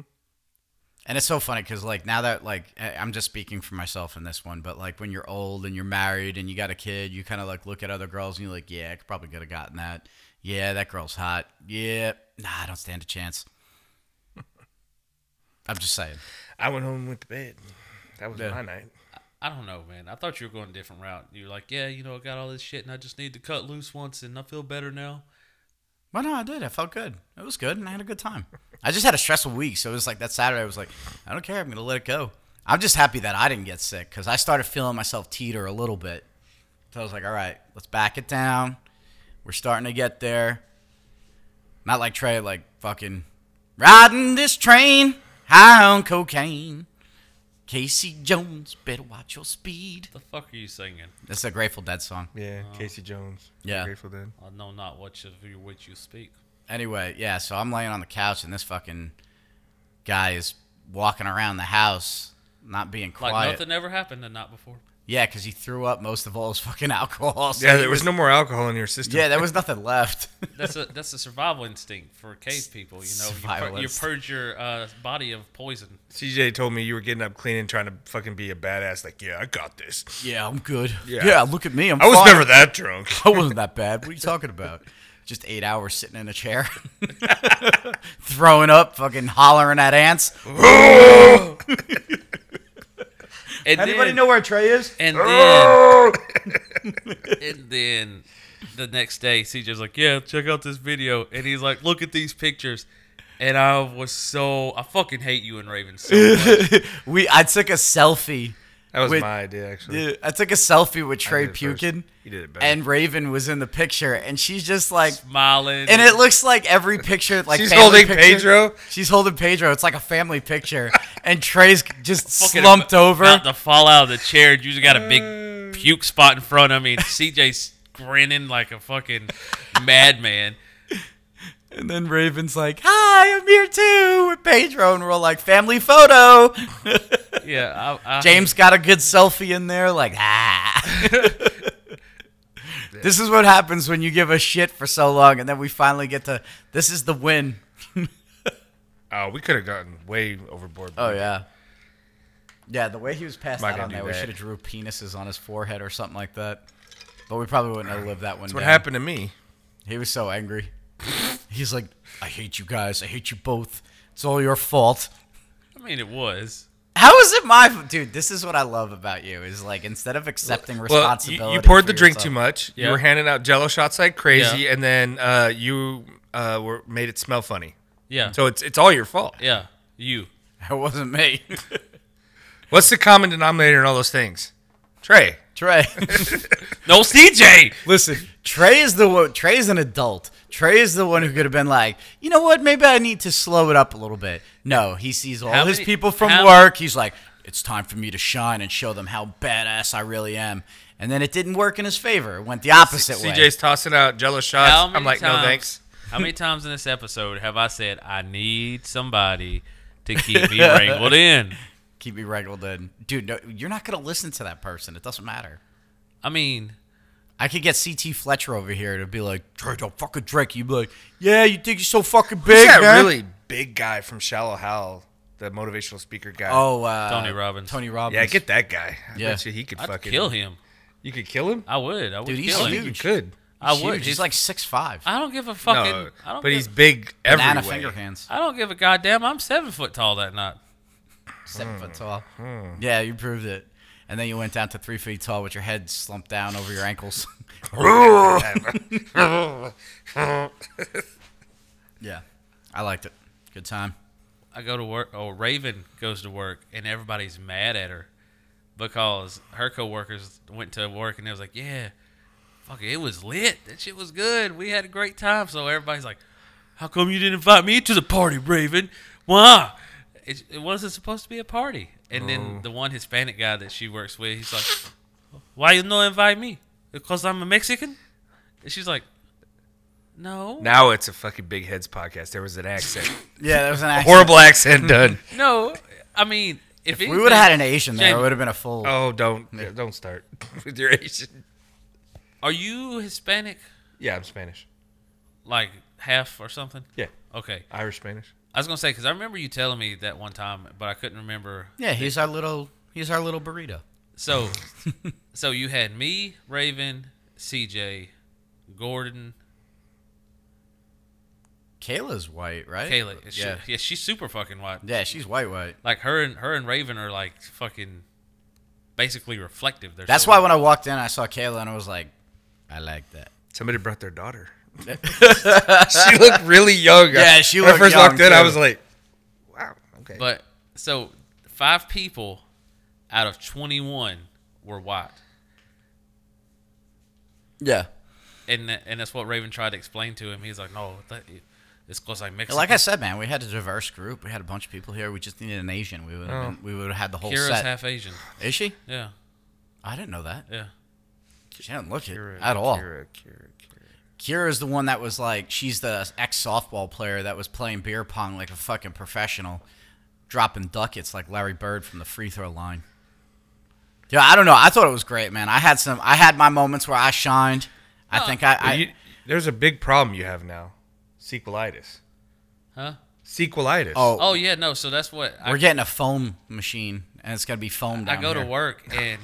Speaker 1: And it's so funny because like now that like I- I'm just speaking for myself in this one, but like when you're old and you're married and you got a kid, you kind of like look at other girls and you're like, yeah, I could probably could have gotten that. Yeah, that girl's hot. Yeah, nah, I don't stand a chance. I'm just saying.
Speaker 3: I went home and went to bed. That was
Speaker 1: Yeah.
Speaker 3: my night.
Speaker 2: I don't know, man. I thought you were going a different route. You were like, yeah, you know, I got all this shit and I just need to cut loose once and I feel better now.
Speaker 1: Well, no, I did. I felt good. It was good, and I had a good time. I just had a stressful week, so it was like that Saturday. I was like, I don't care. I'm gonna let it go. I'm just happy that I didn't get sick because I started feeling myself teeter a little bit. So I was like, all right, let's back it down. We're starting to get there. Not like Trey, like fucking riding this train high on cocaine. Casey Jones, better watch your speed.
Speaker 2: The fuck are you singing?
Speaker 1: That's a Grateful Dead song.
Speaker 3: Yeah, Casey Jones.
Speaker 1: Oh. Yeah.
Speaker 3: Grateful Dead.
Speaker 2: I know not what of you which you speak.
Speaker 1: Anyway, yeah, so I'm laying on the couch and this fucking guy is walking around the house, not being
Speaker 2: Like
Speaker 1: quiet.
Speaker 2: nothing ever happened the night before.
Speaker 1: Yeah, because he threw up most of all his fucking <laughs> alcohol. so
Speaker 3: Yeah,
Speaker 1: he
Speaker 3: there was no more alcohol in your system.
Speaker 1: Yeah, there was nothing left.
Speaker 2: That's a that's a survival instinct for cave people. You know, you,
Speaker 1: Survival
Speaker 2: pur- you
Speaker 1: instinct.
Speaker 2: purge your uh, body of poison.
Speaker 3: CJ told me you were getting up clean and trying to fucking be a badass. Like, yeah, I got this.
Speaker 1: <laughs> yeah, I'm good.
Speaker 3: Yeah.
Speaker 1: Yeah, look at me. I'm
Speaker 3: I was
Speaker 1: fine.
Speaker 3: never that drunk. <laughs>
Speaker 1: <laughs> I wasn't that bad. What are you talking about? Just eight hours sitting in a chair, <laughs> throwing up, fucking hollering at ants.
Speaker 2: And
Speaker 1: <laughs> Anybody
Speaker 2: then,
Speaker 1: know where Trey is?
Speaker 2: And then, and then the next day, CJ's like, "Yeah, check out this video," and he's like, "Look at these pictures." And I was so I fucking hate you and Raven so
Speaker 1: <laughs>
Speaker 2: much.
Speaker 1: <laughs> we, I took a selfie.
Speaker 3: That was
Speaker 1: With-
Speaker 3: my idea, actually.
Speaker 1: Yeah, I took a selfie with Trey
Speaker 3: did it first.
Speaker 1: Pukin.
Speaker 3: You did it better.
Speaker 1: and Raven was in the picture, and she's just like,
Speaker 2: smiling.
Speaker 1: and it looks like every picture, like
Speaker 3: She's
Speaker 1: family
Speaker 3: holding
Speaker 1: picture-
Speaker 3: Pedro?
Speaker 1: She's holding Pedro. It's like a family picture, and Trey's just
Speaker 2: <laughs> fucking
Speaker 1: slumped over. Mm.
Speaker 2: about to fall out of the chair. You just got a big puke spot in front of me. And CJ's grinning like a fucking madman.
Speaker 1: and then Raven's like, "Hi, I'm here too with Pedro," and we're like, "Family
Speaker 2: <laughs>
Speaker 1: photo."
Speaker 2: Yeah, I, I,
Speaker 1: James got a good selfie in there, like
Speaker 2: <laughs>
Speaker 1: ah. this is what happens when you give a shit for so long, and then we finally get to this is the win.
Speaker 3: Oh, we could have gotten way overboard.
Speaker 1: Oh yeah. Yeah, the way he was passed
Speaker 3: Not
Speaker 1: out
Speaker 3: gonna
Speaker 1: on
Speaker 3: do
Speaker 1: there, we
Speaker 3: that.
Speaker 1: should have drew penises on his forehead or something like that. But we probably wouldn't have lived that one.
Speaker 3: That's what
Speaker 1: down.
Speaker 3: happened to me.
Speaker 1: He was so angry. <laughs> He's like, "I hate you guys. I hate you both. It's all your fault."
Speaker 2: I mean, it was.
Speaker 1: How is it my f- dude? This is what I love about you is like instead of accepting
Speaker 3: Well,
Speaker 1: responsibility,
Speaker 3: you, you poured
Speaker 1: for
Speaker 3: the drink
Speaker 1: yourself-
Speaker 3: too much.
Speaker 2: Yeah.
Speaker 3: You were handing out Jello shots like crazy,
Speaker 2: Yeah.
Speaker 3: and then uh, you uh, were made it smell funny.
Speaker 2: Yeah,
Speaker 3: So it's it's all your fault.
Speaker 2: yeah, you.
Speaker 1: <laughs> It wasn't me,
Speaker 3: What's the common denominator in all those things? Trey.
Speaker 1: Trey.
Speaker 3: <laughs>
Speaker 2: No, CJ.
Speaker 1: Listen, Trey is the one. Trey is an adult. Trey is the one who could have been like, you know what? Maybe I need to slow it up a little bit. No, he sees all
Speaker 2: How
Speaker 1: his
Speaker 2: many-
Speaker 1: people from
Speaker 2: how-
Speaker 1: work. He's like, it's time for me to shine and show them how badass I really am. And then it didn't work in his favor. It went the opposite way.
Speaker 3: CJ's tossing out Jello shots.
Speaker 2: How many
Speaker 3: I'm like,
Speaker 2: times-
Speaker 3: no thanks.
Speaker 2: How many times in this episode have I said I need somebody to keep me wrangled in?
Speaker 1: Keep me wrangled in, dude. No, you're not gonna listen to that person. It doesn't matter.
Speaker 2: I mean,
Speaker 1: I could get CT Fletcher over here to be like, Trey, don't fucking drink. You'd be like, yeah, you think you're so fucking big,
Speaker 3: Who's that
Speaker 1: man?
Speaker 3: really big guy from Shallow Hal, the motivational speaker guy?
Speaker 1: Oh, uh,
Speaker 2: Tony Robbins.
Speaker 1: Tony Robbins.
Speaker 3: yeah, get that guy. I
Speaker 1: Yeah.
Speaker 3: bet you he could
Speaker 2: I'd
Speaker 3: fucking
Speaker 2: kill him.
Speaker 3: You could kill him.
Speaker 2: I would. I would
Speaker 1: Dude, he's
Speaker 2: kill
Speaker 1: huge.
Speaker 2: him.
Speaker 3: You could.
Speaker 2: I
Speaker 1: He's
Speaker 2: would.
Speaker 1: huge. He's like six five.
Speaker 2: I don't give a fucking.
Speaker 3: no,
Speaker 2: I
Speaker 3: but
Speaker 2: don't give,
Speaker 3: he's big every
Speaker 1: banana
Speaker 3: way.
Speaker 1: finger hands.
Speaker 2: I don't give a goddamn. I'm seven foot tall that night.
Speaker 1: Seven foot tall. Yeah, you proved it. And then you went down to three feet tall with your head slumped down over your ankles. <laughs> yeah, I liked it. Good time.
Speaker 2: I go to work, or Raven goes to work, and everybody's mad at her because her coworkers went to work and they was like, "Yeah, fuck, it, it was lit. That shit was good. We had a great time." So everybody's like, "How come you didn't invite me to the party, Raven? Why?" It, it wasn't supposed to be a party. And
Speaker 1: Oh.
Speaker 2: then the one Hispanic guy that she works with, he's like, "Why you no invite me? Because I'm a Mexican?" And she's like, "No,
Speaker 3: <laughs> Now it's a fucking big heads podcast. There was an accent,
Speaker 1: Yeah, that was an accent.
Speaker 3: horrible accent done.
Speaker 2: no. I mean, if,
Speaker 1: We would have had
Speaker 2: anything-
Speaker 1: an Asian there. It
Speaker 2: Jamie,
Speaker 1: would have been a full.
Speaker 3: Oh, don't don't start with your Asian.
Speaker 2: Are you Hispanic?
Speaker 3: Yeah, I'm Spanish.
Speaker 2: Like half or something?
Speaker 3: Yeah.
Speaker 2: Okay.
Speaker 3: Irish Spanish.
Speaker 2: I was gonna say because I remember you telling me that one time, but I couldn't remember.
Speaker 1: Yeah, he's our little he's our little burrito. <laughs>
Speaker 2: So, so you had me, Raven, CJ, Gordon,
Speaker 1: Kayla's white, right?
Speaker 2: Kayla. She-
Speaker 1: Yeah.
Speaker 2: yeah, she's super fucking white.
Speaker 1: Yeah, she's white white.
Speaker 2: Like her and her and Raven are like fucking, basically reflective. They're
Speaker 1: That's
Speaker 2: so
Speaker 1: why when I walked in, I saw Kayla and I was like, I like that.
Speaker 3: Somebody brought their daughter. <laughs> she looked really young.
Speaker 1: Yeah, she
Speaker 3: When I
Speaker 1: looked
Speaker 3: first
Speaker 1: young,
Speaker 3: walked in, I
Speaker 1: too.
Speaker 3: was like, wow, okay.
Speaker 2: But so five people out of twenty one were white,
Speaker 1: Yeah.
Speaker 2: and tha- and that's what Raven tried to explain to him. He's like, no, that, it's close like Mexican.
Speaker 1: Like I said, man, we had a diverse group. We had a bunch of people here. We just needed an Asian. We would have been, we would have had the whole
Speaker 2: Kira's
Speaker 1: set.
Speaker 3: <sighs>
Speaker 2: half Asian.
Speaker 1: Is she?
Speaker 2: Yeah,
Speaker 1: I didn't know that.
Speaker 2: yeah.
Speaker 1: She didn't look it
Speaker 3: Kira,
Speaker 1: at all.
Speaker 3: Kira, Kira, Kira.
Speaker 1: Kira's the one that was like, she's the ex softball player that was playing beer pong like a fucking professional, dropping ducats like Larry Bird from the free throw line. Yeah, I don't know. I thought it was great, man. I had some, I had my moments where I shined. I think I, I
Speaker 3: You- there's a big problem you have now sequelitis.
Speaker 2: Huh?
Speaker 3: Sequelitis.
Speaker 1: oh,
Speaker 2: Oh yeah, no. So that's what I,
Speaker 1: we're getting a foam machine and it's gonna be foam
Speaker 2: I
Speaker 1: down
Speaker 2: go
Speaker 1: here.
Speaker 2: to work and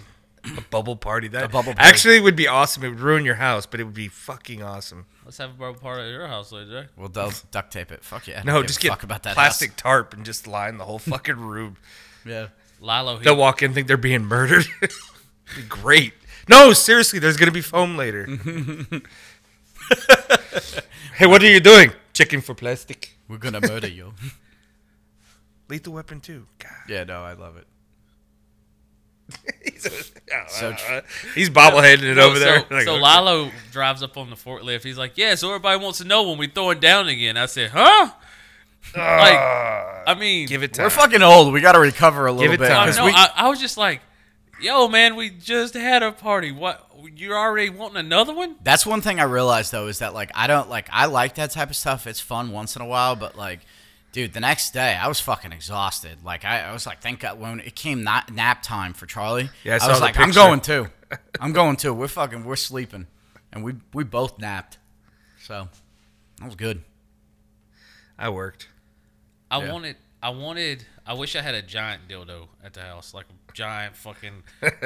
Speaker 3: a bubble party. That
Speaker 1: bubble party.
Speaker 3: actually would be awesome. It would ruin your house, but it would be fucking awesome.
Speaker 2: let's have a barbecue party at your house later. Jack.
Speaker 1: We'll du- duct tape it. Fuck yeah. I
Speaker 3: No,
Speaker 1: don't give
Speaker 3: just
Speaker 1: a
Speaker 3: get
Speaker 1: fuck about that
Speaker 3: plastic
Speaker 1: house.
Speaker 3: tarp and just line the
Speaker 1: <laughs>
Speaker 3: whole fucking room.
Speaker 1: Yeah.
Speaker 2: Lilo, he,
Speaker 3: They'll walk in, think they're being murdered. <laughs> Be Great. No, seriously, there's gonna be foam
Speaker 1: <laughs>
Speaker 3: later. hey, what are you doing? Checking for plastic.
Speaker 1: We're gonna murder you.
Speaker 3: Lethal Weapon Two. God.
Speaker 1: <laughs> yeah, no, I love it.
Speaker 3: He's, a,
Speaker 1: So tr-
Speaker 3: uh, he's bobbleheading it over
Speaker 2: so,
Speaker 3: there. <laughs> Like,
Speaker 2: so
Speaker 3: okay.
Speaker 2: Lilo drives up on the forklift. He's like, "Yeah, so everybody wants to know when we throw it down again." I said, "Huh?" Like, I mean,
Speaker 3: Ah. give it time.
Speaker 1: We're fucking old. We gotta recover a little
Speaker 3: it
Speaker 1: bit.
Speaker 3: time.
Speaker 2: I,
Speaker 1: 'cause
Speaker 2: know,
Speaker 1: we-
Speaker 2: I, I was just like, "Yo, man, we just had a party. What? You're already wanting another one?"
Speaker 1: That's one thing I realized though is that like I don't like I like that type of stuff. It's fun once in a while, but like, dude, the next day I was fucking exhausted. Like I, I was like, thank God when it came not nap time for Charlie.
Speaker 3: Yeah, I
Speaker 1: I,
Speaker 3: saw
Speaker 1: was
Speaker 3: the
Speaker 1: like, I'm
Speaker 3: picture."
Speaker 1: going
Speaker 3: <laughs>
Speaker 1: too. I'm going too. We're fucking we're sleeping, and we we both napped, so that was good.
Speaker 3: I worked.
Speaker 2: I
Speaker 1: Yeah.
Speaker 2: wanted, I wanted, I wish I had a giant dildo at the house, like a
Speaker 1: <laughs>
Speaker 2: giant fucking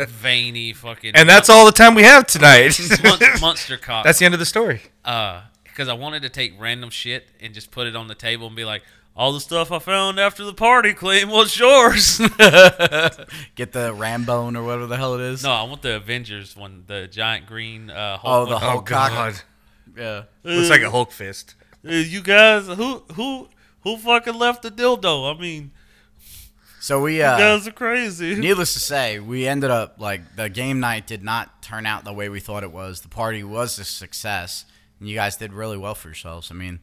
Speaker 2: veiny fucking.
Speaker 3: And that's all the time we have
Speaker 1: <laughs>
Speaker 3: tonight.
Speaker 2: <laughs>
Speaker 3: <laughs>
Speaker 2: mon- monster cock.
Speaker 3: that's the end of the story.
Speaker 2: because I wanted to take random shit and just put it on the table and be like, all the stuff I found after the party, Clayton, what's <laughs> yours?
Speaker 1: Get the Rambone or whatever the hell it is.
Speaker 2: no, I want the Avengers one, the giant green. Uh,
Speaker 1: Oh,
Speaker 2: Hulk
Speaker 1: the
Speaker 2: one.
Speaker 1: Hulk
Speaker 3: Oh
Speaker 1: cock.
Speaker 3: God.
Speaker 1: Yeah.
Speaker 3: Looks like a Hulk fist.
Speaker 2: Uh, you guys, who who who fucking left the dildo? I mean,
Speaker 1: So we uh,
Speaker 2: you guys are crazy.
Speaker 1: Needless to say, we ended up like the game night did not turn out the way we thought it was. The party was a success, and you guys did really well for yourselves. I mean,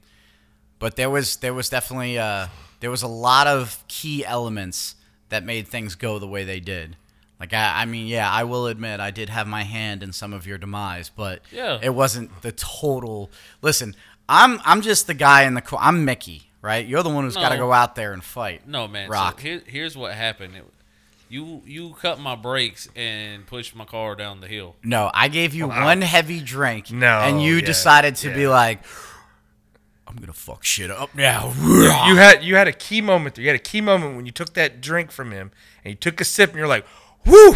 Speaker 1: but there was there was definitely uh, there was a lot of key elements that made things go the way they did. Like I, I mean, yeah, I will admit I did have my hand in some of your demise, but
Speaker 2: Yeah.
Speaker 1: it wasn't the total. Listen, I'm I'm just the guy in the co- I'm Mickey, right? You're the one who's got to
Speaker 2: No.
Speaker 1: go out there and fight.
Speaker 2: No man.
Speaker 1: Rock.
Speaker 2: So here, here's what happened. It, you you cut my brakes and pushed my car down the hill.
Speaker 1: No, I gave you one heavy drink.
Speaker 3: No,
Speaker 1: And you
Speaker 3: yeah,
Speaker 1: decided to be
Speaker 3: yeah.
Speaker 1: like, I'm going to fuck shit up now.
Speaker 3: <laughs> You had you had a key moment there. You had a key moment when you took that drink from him and you took a sip and you're like, "Whoo,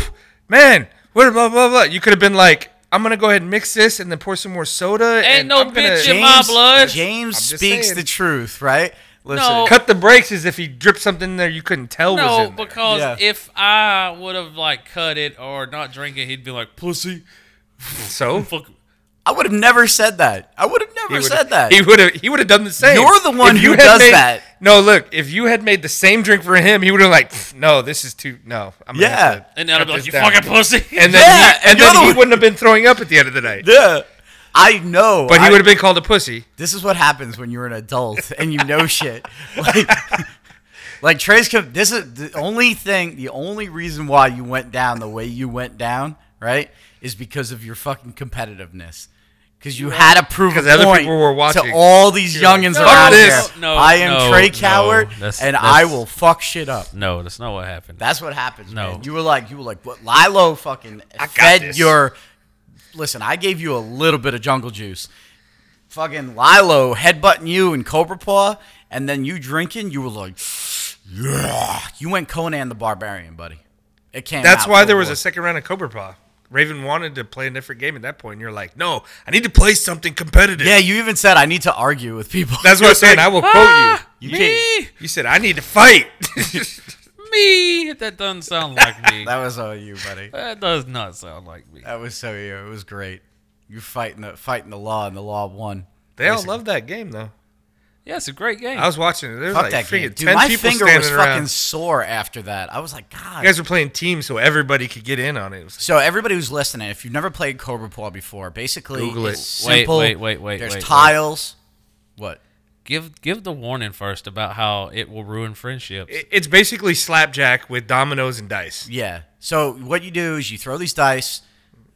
Speaker 3: man, what blah blah blah." You could have been like, "I'm gonna go ahead and mix this and then pour some more soda." Ain't and
Speaker 2: no
Speaker 3: I'm gonna
Speaker 2: bitch in my blood.
Speaker 1: James
Speaker 3: I'm just
Speaker 1: speaks
Speaker 3: saying.
Speaker 1: the truth, right? Listen,
Speaker 2: No.
Speaker 3: Cut the brakes as if he dripped something in there you couldn't tell was
Speaker 2: No,
Speaker 3: in there.
Speaker 2: because
Speaker 1: Yeah.
Speaker 2: if I would have like cut it or not drink it, he'd be like pussy. <laughs>
Speaker 3: so
Speaker 2: Fuck.
Speaker 1: I would have never said that. I would have never
Speaker 3: would've-
Speaker 1: said that.
Speaker 3: He would have. He would have done the same.
Speaker 1: You're the one
Speaker 3: If
Speaker 1: who
Speaker 3: had
Speaker 1: does
Speaker 3: made-
Speaker 1: that.
Speaker 3: No, look. If you had made the same drink for him, he would have like, "No, this is too. No, I'm gonna have
Speaker 1: Yeah.
Speaker 3: to
Speaker 2: And then I'd
Speaker 3: cut
Speaker 2: be like,
Speaker 3: this
Speaker 2: you
Speaker 3: down."
Speaker 2: fucking pussy.
Speaker 3: And then,
Speaker 1: Yeah,
Speaker 3: he, and
Speaker 1: you're
Speaker 3: then
Speaker 1: the
Speaker 3: he
Speaker 1: one-
Speaker 3: wouldn't have been throwing up at the end of the night.
Speaker 1: yeah. I know.
Speaker 3: But he
Speaker 1: I-
Speaker 3: would have been called a pussy.
Speaker 1: This is what happens when you're an adult and you know shit. Like, like Trey's. Com- this is the only thing. The only reason why you went down the way you went down, right, is because of your fucking competitiveness. Because you had to prove a
Speaker 3: 'Cause other
Speaker 1: point
Speaker 3: people were watching.
Speaker 1: to all these
Speaker 3: You're like,
Speaker 1: youngins
Speaker 2: "Fuck
Speaker 1: around
Speaker 3: this."
Speaker 1: here.
Speaker 2: No,
Speaker 1: I am
Speaker 2: no,
Speaker 1: Trey
Speaker 2: no,
Speaker 1: Coward,
Speaker 2: that's-
Speaker 1: and
Speaker 2: that's-
Speaker 1: I will fuck shit up.
Speaker 2: <laughs> No, that's not what happened.
Speaker 1: That's what happens.
Speaker 2: No.
Speaker 1: man. you were like, you were like, what? Lilo fucking
Speaker 3: got
Speaker 1: fed
Speaker 3: this.
Speaker 1: your. Listen, I gave you a little bit of jungle juice. fucking Lilo headbutting you and Cobra Paw, and then you drinking, you were like, yeah. You went Conan the Barbarian, buddy. It came.
Speaker 3: That's
Speaker 1: out
Speaker 3: why there was
Speaker 1: full
Speaker 3: a second round of Cobra Paw. Raven wanted to play a different game at that point, and you're like, "No, I need to play something competitive."
Speaker 1: bore. Yeah, you even said I need to argue with people.
Speaker 3: that's what I'm
Speaker 1: <laughs>
Speaker 3: saying. I will quote
Speaker 2: you.
Speaker 1: You
Speaker 2: me,
Speaker 1: can't-
Speaker 3: you. You said, "I need to fight." <laughs>
Speaker 2: me. That doesn't sound
Speaker 3: <laughs>
Speaker 2: like me.
Speaker 1: that was all you, buddy.
Speaker 2: that does not sound like me.
Speaker 1: That was so you. It was great. You fighting the fighting the law, and the law won.
Speaker 3: they all love that game, though.
Speaker 2: Yeah, it's a great game.
Speaker 3: I was watching it. There was
Speaker 1: Fuck
Speaker 3: like
Speaker 1: that game,
Speaker 3: freaking
Speaker 1: dude.
Speaker 3: ten
Speaker 1: My
Speaker 3: people
Speaker 1: finger
Speaker 3: standing
Speaker 1: was
Speaker 3: around.
Speaker 1: fucking sore after that. I was like, God.
Speaker 3: You guys were playing teams, so everybody could get in on it. It was
Speaker 1: So everybody who's listening, if you've never played Cobra Paw before, basically
Speaker 3: Google
Speaker 1: it's
Speaker 3: it.
Speaker 2: Wait,
Speaker 1: simple.
Speaker 2: wait, wait, wait,
Speaker 1: There's
Speaker 2: wait, wait.
Speaker 1: tiles. What?
Speaker 2: give give the warning first about how it will ruin friendships.
Speaker 3: It- It's basically slapjack with dominoes and dice.
Speaker 1: Yeah. So what you do is you throw these dice,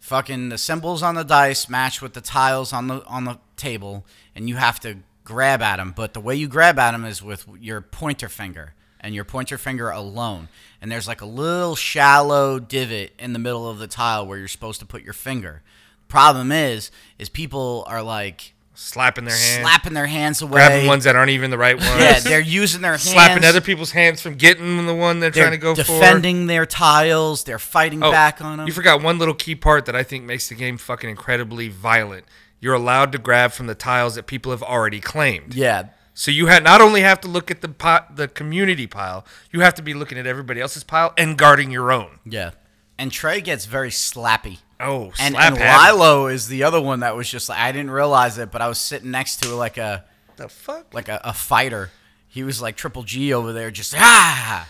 Speaker 1: fucking the symbols on the dice match with the tiles on the on the table, and you have to grab at them. But the way you grab at them is with your pointer finger and your pointer finger alone. And there's like a little shallow divot in the middle of the tile where you're supposed to put your finger. Problem is, is people are like
Speaker 3: Slapping their hands,
Speaker 1: slapping their hands away.
Speaker 3: grabbing ones that aren't even the right ones.
Speaker 1: yeah, they're using their hands.
Speaker 3: slapping other people's hands from getting the one they're,
Speaker 1: They're
Speaker 3: trying to go for.
Speaker 1: defending their tiles. They're fighting
Speaker 3: Oh,
Speaker 1: back on them.
Speaker 3: You forgot one little key part that I think makes the game fucking incredibly violent. You're allowed to grab from the tiles that people have already claimed.
Speaker 1: yeah,
Speaker 3: So you had not only have to look at the pi- the community pile, you have to be looking at everybody else's pile and guarding your own.
Speaker 1: yeah. And Trey gets very slappy.
Speaker 3: Oh,
Speaker 1: And,
Speaker 3: slap
Speaker 1: and
Speaker 3: hat.
Speaker 1: Lilo is the other one that was just like I didn't realize it, but I was sitting next to like a
Speaker 3: the fuck?
Speaker 1: like a, a fighter. He was like Triple G over there, just ah.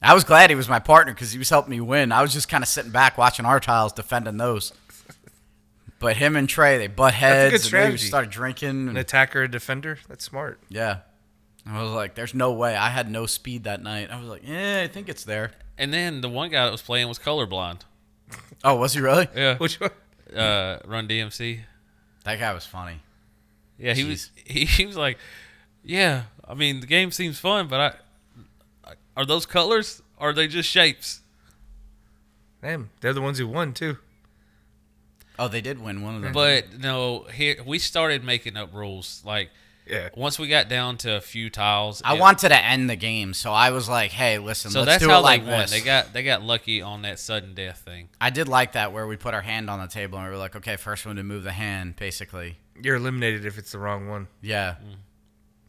Speaker 1: I was glad he was my partner because he was helping me win. I was just kind of sitting back watching our tiles defending those. But him and Trey, they butt heads.
Speaker 3: good
Speaker 1: and they
Speaker 3: strategy.
Speaker 1: started drinking.
Speaker 3: an
Speaker 1: And,
Speaker 3: attacker, a defender. That's smart. <laughs>
Speaker 1: yeah, I was like, "There's no way." I had no speed that night. I was like, "Yeah, I think it's there."
Speaker 2: And then the one guy that was playing was colorblind.
Speaker 1: Oh, was he really?
Speaker 2: Yeah,
Speaker 3: Which one?
Speaker 2: uh, Run DMC.
Speaker 1: That guy was funny.
Speaker 2: Yeah, he was <laughs> he, he was like, yeah. I mean, the game seems fun, but I, I are those colors? Or are they just shapes?
Speaker 3: Damn, they're the ones who won too.
Speaker 1: Oh, they did win one of them.
Speaker 2: But no, here we started making up rules. Like
Speaker 3: Yeah.
Speaker 2: once we got down to a few tiles,
Speaker 1: I
Speaker 2: it-
Speaker 1: wanted to end the game, so I was like, "Hey, listen,
Speaker 2: So
Speaker 1: let's
Speaker 2: that's
Speaker 1: do
Speaker 2: how
Speaker 1: it like
Speaker 2: they won.
Speaker 1: this."
Speaker 2: They got they got lucky on that sudden death thing.
Speaker 1: I did like that where we put our hand on the table and we were like, "Okay, first one to move the hand, basically."
Speaker 3: You're eliminated if it's the wrong one.
Speaker 1: Yeah,
Speaker 2: Mm.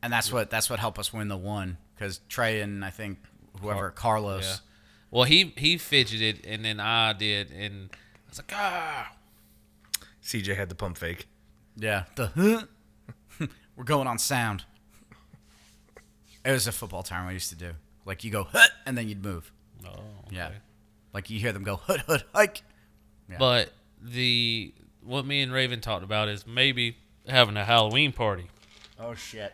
Speaker 1: and that's what that's what helped us win the one because Trey and I think whoever Carlos.
Speaker 2: Yeah. Well, he he fidgeted, and then I did, and I was like, ah.
Speaker 3: CJ had the pump fake.
Speaker 1: Yeah. The <laughs> huh? we're going on sound. It was a football term I used to do. Like you go hut and then you'd move.
Speaker 2: Oh,
Speaker 1: Yeah.
Speaker 2: okay.
Speaker 1: Like you hear them go hut hut hike.
Speaker 2: But the what me and Raven talked about is maybe having a Halloween party.
Speaker 1: Oh shit.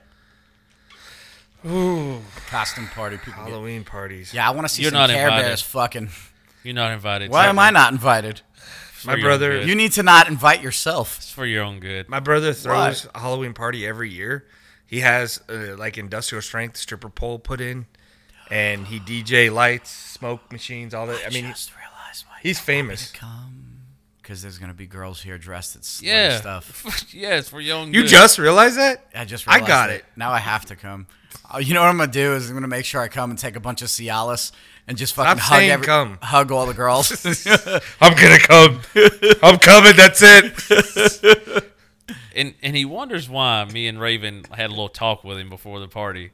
Speaker 3: Ooh,
Speaker 1: Costume party people. Get,
Speaker 3: Halloween parties.
Speaker 1: yeah, I want to see
Speaker 2: You're
Speaker 1: some
Speaker 2: not
Speaker 1: Care
Speaker 2: invited.
Speaker 1: Bears fucking.
Speaker 2: You're not invited.
Speaker 1: Why am I
Speaker 2: Technically,
Speaker 1: not invited?
Speaker 2: it's
Speaker 3: My
Speaker 2: for your own
Speaker 3: brother-
Speaker 2: good.
Speaker 1: You need to not invite yourself.
Speaker 2: It's for your own good.
Speaker 3: My brother throws a Halloween party every year. He has uh, like industrial strength stripper pole put in, and he DJ lights, smoke machines, all that. I mean,
Speaker 1: just realized why
Speaker 3: he's famous.
Speaker 1: come because there's gonna be girls here dressed in slutty
Speaker 2: Yeah.
Speaker 1: stuff.
Speaker 2: <laughs> yeah, it's for your own
Speaker 3: You
Speaker 2: good.
Speaker 3: just realized that?
Speaker 1: I just
Speaker 3: I
Speaker 1: realized
Speaker 3: got
Speaker 1: that.
Speaker 3: it.
Speaker 1: Now I have to come. Uh, you know what I'm gonna do is I'm gonna make sure I come and take a bunch of Cialis and just fucking hug
Speaker 3: saying
Speaker 1: every,
Speaker 3: come.
Speaker 1: hug all the girls.
Speaker 3: <laughs> I'm gonna come. I'm coming. That's
Speaker 1: <laughs>
Speaker 3: it.
Speaker 2: and and he wonders why me and Raven had a little talk with him before the party.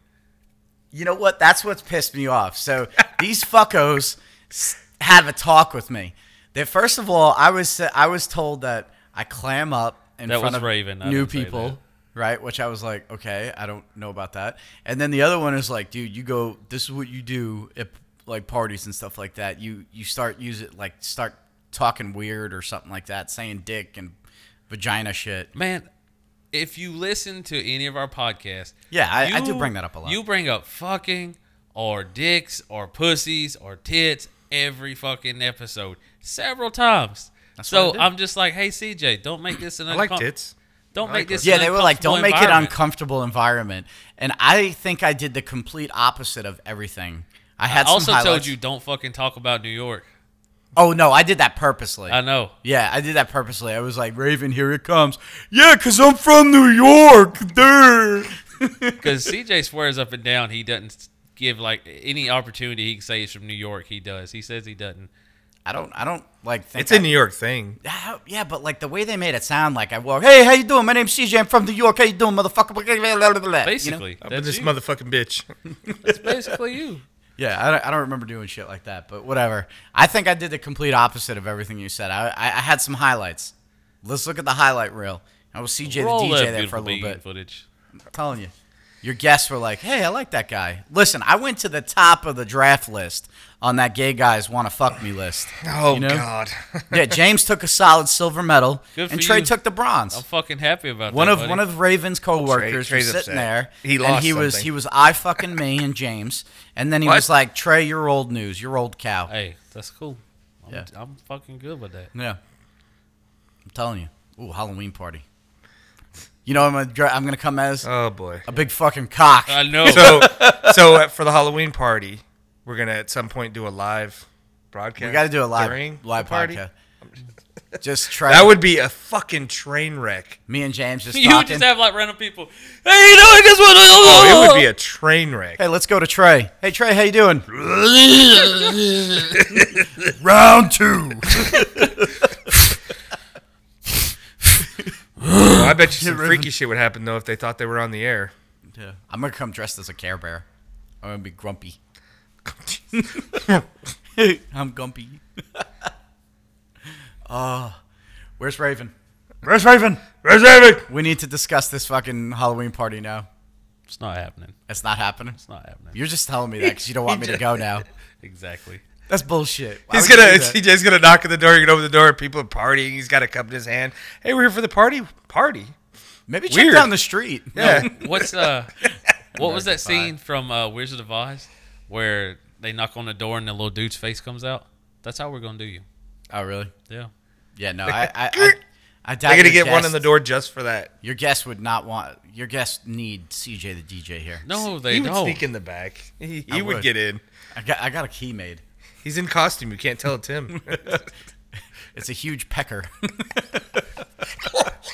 Speaker 1: you know what? That's what's pissed me off.
Speaker 2: <laughs>
Speaker 1: So these fuckos s- have a talk with me. That first of all, I was I was told that I clam up in
Speaker 2: That
Speaker 1: front
Speaker 2: was
Speaker 1: of
Speaker 2: Raven. I
Speaker 1: new
Speaker 2: didn't say
Speaker 1: people,
Speaker 2: that.
Speaker 1: right? Which I was like, okay, I don't know about that. And then the other one is like, dude, you go. This is what you do at like parties and stuff like that. You you start use it like start talking weird or something like that, saying dick and vagina shit.
Speaker 2: Man, if you listen to any of our podcasts,
Speaker 1: Yeah, I- I do bring that up a lot.
Speaker 2: You bring up fucking or dicks or pussies or tits every fucking episode several times. so
Speaker 1: what I do.
Speaker 2: I'm just like, hey CJ, don't make this an
Speaker 3: I like
Speaker 2: uncom-
Speaker 3: tits.
Speaker 2: Don't
Speaker 3: I
Speaker 2: make
Speaker 3: like
Speaker 2: this.
Speaker 1: Yeah,
Speaker 2: an
Speaker 1: they were like, "Don't make it
Speaker 2: uncomfortable
Speaker 1: uncomfortable environment," and I think I did the complete opposite of everything. I had
Speaker 2: environment." I also
Speaker 1: some highlights.
Speaker 2: told you don't fucking talk about New York.
Speaker 1: Oh no, I did that purposely.
Speaker 2: I know.
Speaker 1: yeah, I did that purposely. I was like, Raven, here it comes. Yeah, cause I'm from New York, dude. <laughs>
Speaker 2: Because CJ swears up and down he doesn't give like any opportunity he can say he's from New York. He does. He says he doesn't.
Speaker 1: I don't, I don't like. Think
Speaker 3: It's
Speaker 1: I-
Speaker 3: a New York thing.
Speaker 1: <laughs> How- yeah, but like the way they made it sound like I walk. Hey, how you doing? My name's CJ. I'm from New York. How you doing, motherfucker? <laughs> You know?
Speaker 2: Basically,
Speaker 3: Up in
Speaker 2: that's
Speaker 3: this
Speaker 2: you.
Speaker 3: motherfucking bitch.
Speaker 2: That's basically
Speaker 1: <laughs>
Speaker 2: you.
Speaker 1: Yeah, I don't, I don't remember doing shit like that, but whatever. I think I did the complete opposite of everything you said. I, I, I had some highlights. Let's look at the highlight reel. I was CJ
Speaker 2: Roll
Speaker 1: the DJ
Speaker 2: that
Speaker 1: there for a
Speaker 2: beautiful
Speaker 1: little
Speaker 2: bean
Speaker 1: bit.
Speaker 2: footage.
Speaker 1: I'm telling you. Your guests were like, hey, I like that guy. Listen, I went to the top of the draft list on that gay guys want to fuck me list.
Speaker 3: Oh
Speaker 1: You know?
Speaker 3: God.
Speaker 1: yeah, James took a solid silver medal,
Speaker 2: Good
Speaker 1: and
Speaker 2: for
Speaker 1: Trey
Speaker 2: you.
Speaker 1: took the bronze.
Speaker 2: I'm fucking happy about
Speaker 1: One
Speaker 2: that.
Speaker 1: of
Speaker 2: buddy.
Speaker 1: one of Raven's coworkers
Speaker 3: Trey's
Speaker 1: was
Speaker 3: upset.
Speaker 1: sitting there.
Speaker 3: He
Speaker 1: and
Speaker 3: lost
Speaker 1: he was
Speaker 3: something.
Speaker 1: he was I fucking me and James, and then he
Speaker 3: What?
Speaker 1: was like Trey, you're old news, you're old cow.
Speaker 2: Hey, that's cool. I'm,
Speaker 1: Yeah.
Speaker 2: I'm fucking good with that.
Speaker 1: Yeah, I'm telling you. Ooh, Halloween party. You know what I'm gonna dra- I'm gonna come as
Speaker 3: <laughs> Oh
Speaker 1: <laughs>
Speaker 3: boy.
Speaker 1: a big fucking cock.
Speaker 2: I know.
Speaker 1: <laughs>
Speaker 3: So so uh, for the Halloween party, we're gonna at some point do a live broadcast.
Speaker 1: we got to do a
Speaker 3: during
Speaker 1: live live
Speaker 3: the party.
Speaker 1: podcast.
Speaker 3: <laughs>
Speaker 1: Just Trey,
Speaker 3: That would be a fucking train wreck.
Speaker 1: me and James
Speaker 3: <laughs>
Speaker 1: just
Speaker 2: <laughs> you
Speaker 1: talking.
Speaker 2: just have like random people. Hey, you know I just want to.
Speaker 3: Oh, it
Speaker 2: <laughs>
Speaker 3: would be a train wreck.
Speaker 1: hey, let's go to Trey. Hey Trey, how
Speaker 3: <laughs>
Speaker 1: you doing? Round two.
Speaker 3: Well, I bet you some
Speaker 1: Raven.
Speaker 3: freaky shit would happen though if they thought they were on the air. <laughs>
Speaker 1: Yeah. I'm gonna come dressed as a Care Bear. I'm gonna be grumpy. I'm <laughs> gumpy. Oh, where's Raven? Where's Raven?
Speaker 3: Reserve it.
Speaker 1: We need to discuss this fucking Halloween party now.
Speaker 2: It's not happening.
Speaker 1: It's not happening.
Speaker 2: It's not happening.
Speaker 1: You're just telling me that because you don't want me to go now.
Speaker 2: Exactly.
Speaker 1: That's bullshit. Why
Speaker 3: He's
Speaker 1: would you
Speaker 3: gonna <laughs>
Speaker 1: do that?
Speaker 3: CJ's gonna knock at the door. You can open the door. People are partying. He's got a cup in his hand. Hey, we're here for the party. Party.
Speaker 1: Maybe check
Speaker 3: Weird.
Speaker 1: down the street.
Speaker 3: Yeah.
Speaker 2: What's uh?
Speaker 3: <laughs>
Speaker 2: What was that scene from uh, Wizard of Oz where they knock on the door and the little dude's face comes out? That's how we're gonna do you.
Speaker 1: Oh, really?
Speaker 2: Yeah.
Speaker 1: Yeah. No, I, I, I, I doubt
Speaker 3: They're gonna
Speaker 1: your
Speaker 3: get one
Speaker 1: guest-
Speaker 3: in the door just for that.
Speaker 1: Your guest would not want. Your guest need CJ the DJ here.
Speaker 2: No, they
Speaker 3: he would
Speaker 2: don't.
Speaker 3: sneak in the back. He, he
Speaker 1: I
Speaker 3: would
Speaker 1: would.
Speaker 3: get in.
Speaker 1: I got, I got a key made.
Speaker 3: He's in costume. You can't tell it's him. <laughs>
Speaker 1: It's a huge pecker.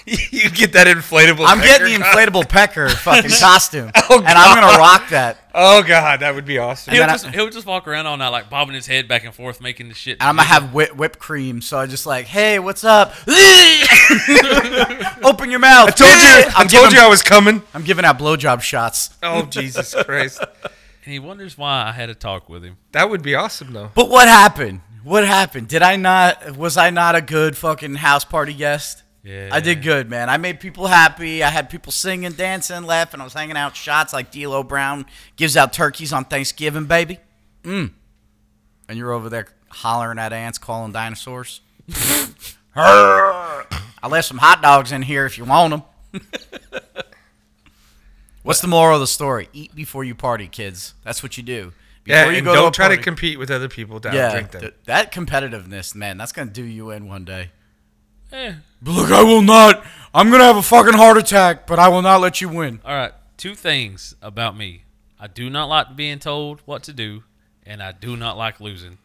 Speaker 3: you get that inflatable.
Speaker 1: I'm getting the
Speaker 3: pecker
Speaker 1: inflatable
Speaker 3: <laughs>
Speaker 1: pecker fucking costume,
Speaker 3: Oh,
Speaker 1: and I'm gonna
Speaker 3: God.
Speaker 1: rock that.
Speaker 3: costume. Oh god, that would be awesome.
Speaker 1: And
Speaker 2: He'll
Speaker 1: then I-
Speaker 2: just, he'll just walk around all night, like bobbing his head back and forth, making the shit.
Speaker 1: And I'm gonna have whip, whipped cream, so I just like, hey, what's up? <laughs> Open your mouth. I
Speaker 3: told you. I
Speaker 1: I'm
Speaker 3: told
Speaker 1: giving,
Speaker 3: you I was coming.
Speaker 1: I'm giving out blowjob shots.
Speaker 3: Oh
Speaker 1: <laughs>
Speaker 3: Jesus Christ,
Speaker 2: and he wonders why I had a talk with him.
Speaker 3: that would be awesome though.
Speaker 1: But what happened? What happened? Did I not? Was I not a good fucking house party guest?
Speaker 2: Yeah.
Speaker 1: I did good, man. I made people happy. I had people singing, dancing, laughing. I was hanging out shots like D'Lo Brown gives out turkeys on Thanksgiving, baby. Mm. And you're over there hollering at ants, calling dinosaurs. <laughs> I left some hot dogs in here if you want them. <laughs> What's the moral of the story? Eat before you party, kids. That's what you do. Before
Speaker 3: Yeah,
Speaker 1: you
Speaker 3: and
Speaker 1: go
Speaker 3: don't
Speaker 1: a
Speaker 3: try to
Speaker 1: party-
Speaker 3: compete with other people to
Speaker 1: yeah,
Speaker 3: drink them.
Speaker 1: th- that competitiveness, man, that's gonna do you in one day.
Speaker 2: Eh.
Speaker 1: But look, I will not. I'm gonna have a fucking heart attack, but I will not let you win.
Speaker 2: All right. Two things about me. I do not like being told what to do, and I do not like losing.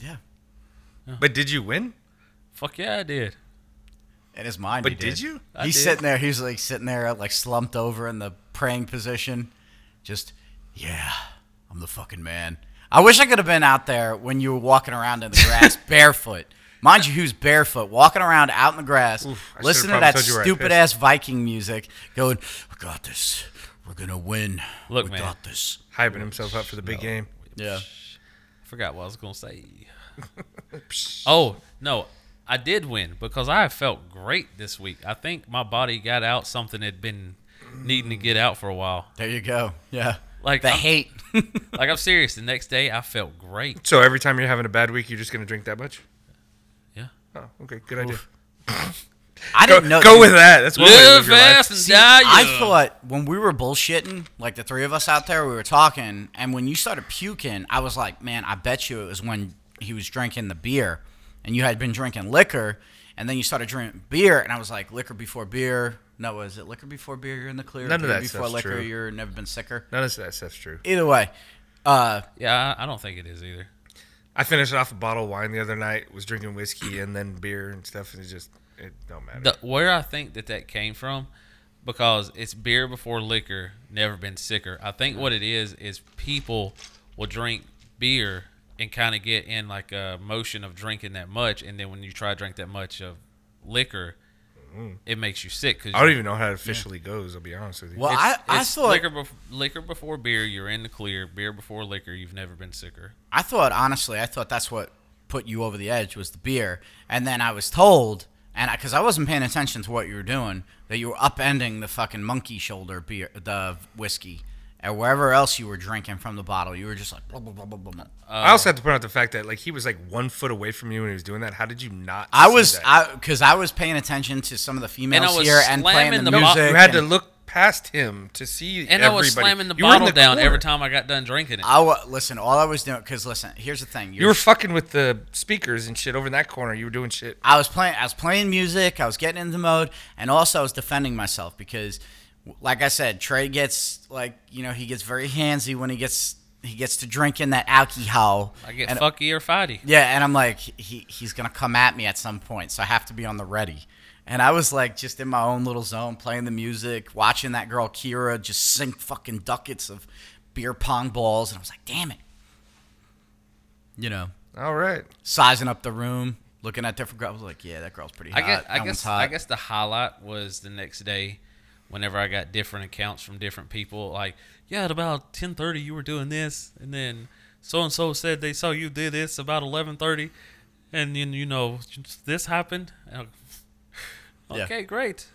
Speaker 1: Yeah,
Speaker 3: but did you win?
Speaker 2: Fuck yeah, I did.
Speaker 1: in his mind.
Speaker 3: But
Speaker 1: he
Speaker 3: did you?
Speaker 2: I
Speaker 1: he's
Speaker 2: did.
Speaker 1: sitting there. He's like sitting there, like slumped over in the praying position. Just, yeah, I'm the fucking man. I wish I could have been out there when you were walking around in the
Speaker 3: <laughs>
Speaker 1: grass barefoot. Mind you, who's barefoot, walking around out in the grass,
Speaker 3: I
Speaker 1: listening to
Speaker 3: should've probably
Speaker 1: that
Speaker 3: told you where I
Speaker 1: stupid ass Viking music, going, "I got this. We're gonna win.
Speaker 2: Look,
Speaker 1: we
Speaker 2: man.
Speaker 1: got this."
Speaker 3: Hyping himself up for the big game.
Speaker 1: Yeah.
Speaker 2: I forgot what I was gonna say. oh no, I did win because I felt great this week. I think my body got out something that'd been needing to get out for a while.
Speaker 1: There you go. Yeah.
Speaker 2: Like
Speaker 1: the
Speaker 2: I'm-
Speaker 1: hate.
Speaker 2: <laughs> Like I'm serious. The next day, I felt great.
Speaker 3: So every time you're having a bad week, you're just gonna drink that much.
Speaker 2: Yeah.
Speaker 3: Oh, okay, good idea.
Speaker 1: I
Speaker 3: Go,
Speaker 1: didn't know.
Speaker 3: go with that. That's one way to live
Speaker 2: Live
Speaker 3: your life.
Speaker 2: fast and
Speaker 1: See,
Speaker 2: die
Speaker 1: I
Speaker 2: young.
Speaker 1: thought when we were bullshitting, like the three of us out there, we were talking, and when you started puking, I was like, man, I bet you it was when he was drinking the beer, and you had been drinking liquor, and then you started drinking beer, and I was like, liquor before beer. No, was it liquor before beer? You're in the clear.
Speaker 3: None of
Speaker 1: beer
Speaker 3: that
Speaker 1: before
Speaker 3: stuff's
Speaker 1: liquor,
Speaker 3: true.
Speaker 1: you're never been sicker.
Speaker 3: None of that stuff's true.
Speaker 1: Either way, uh,
Speaker 2: Yeah, I, I don't think it is either.
Speaker 3: I finished off a bottle of wine the other night. Was drinking whiskey and then beer and stuff, and it just it don't matter.
Speaker 2: The, where I think that that came from, because it's beer before liquor, never been sicker. I think what it is is people will drink beer and kind of get in like a motion of drinking that much, and then when you try to drink that much of liquor, it makes you sick. Cause
Speaker 3: I don't even know how it officially goes. I'll be honest with you.
Speaker 1: Well,
Speaker 2: it's,
Speaker 1: I, I
Speaker 2: it's
Speaker 1: thought
Speaker 2: liquor, bef- liquor before beer, you're in the clear. Beer before liquor, you've never been sicker.
Speaker 1: I thought honestly, I thought that's what put you over the edge was the beer, and then I was told, and because I, wasn't paying attention to what you were doing, that you were upending the fucking monkey shoulder beer, the whiskey, and wherever else you were drinking from the bottle, you were just like blah blah blah blah blah.
Speaker 3: I also have to point out the fact that like he was like one foot away from you when he was doing that. How did you not?
Speaker 1: I
Speaker 3: see
Speaker 1: was,
Speaker 3: that?
Speaker 1: I because I was paying attention to some of the females
Speaker 2: was
Speaker 1: here and
Speaker 2: slamming
Speaker 1: playing the,
Speaker 2: the bo-
Speaker 1: music.
Speaker 3: you had to
Speaker 1: and
Speaker 3: look past him to see.
Speaker 2: And I
Speaker 3: everybody.
Speaker 2: was slamming the
Speaker 3: You were in
Speaker 2: bottle down
Speaker 3: corner.
Speaker 2: every time I got done drinking it.
Speaker 1: I wa- listen. All I was doing, because listen, here's the thing.
Speaker 3: You were fucking with the speakers and shit over in that corner. You were doing shit.
Speaker 1: I was playing. I was playing music. I was getting into the mode, and also I was defending myself because, like I said, Trey gets like you know he gets very handsy when he gets he gets to drinking that alcohol.
Speaker 2: I get
Speaker 1: and,
Speaker 2: fucky or fighty.
Speaker 1: yeah, and I'm like he he's gonna come at me at some point, so I have to be on the ready. And I was like just in my own little zone, playing the music, watching that girl Kira just sink fucking ducats of beer pong balls, and I was like, damn it, you know,
Speaker 3: All right.
Speaker 1: sizing up the room. Looking at different girls, I was like, yeah, that girl's pretty hot.
Speaker 2: I guess, I
Speaker 1: that one's
Speaker 2: guess,
Speaker 1: hot.
Speaker 2: I guess the highlight was the next day, whenever I got different accounts from different people. Like, yeah, at about ten thirty, you were doing this, and then so and so said they saw you did this about eleven thirty, and then you know this happened. And I'm,
Speaker 1: Yeah.
Speaker 2: okay, great.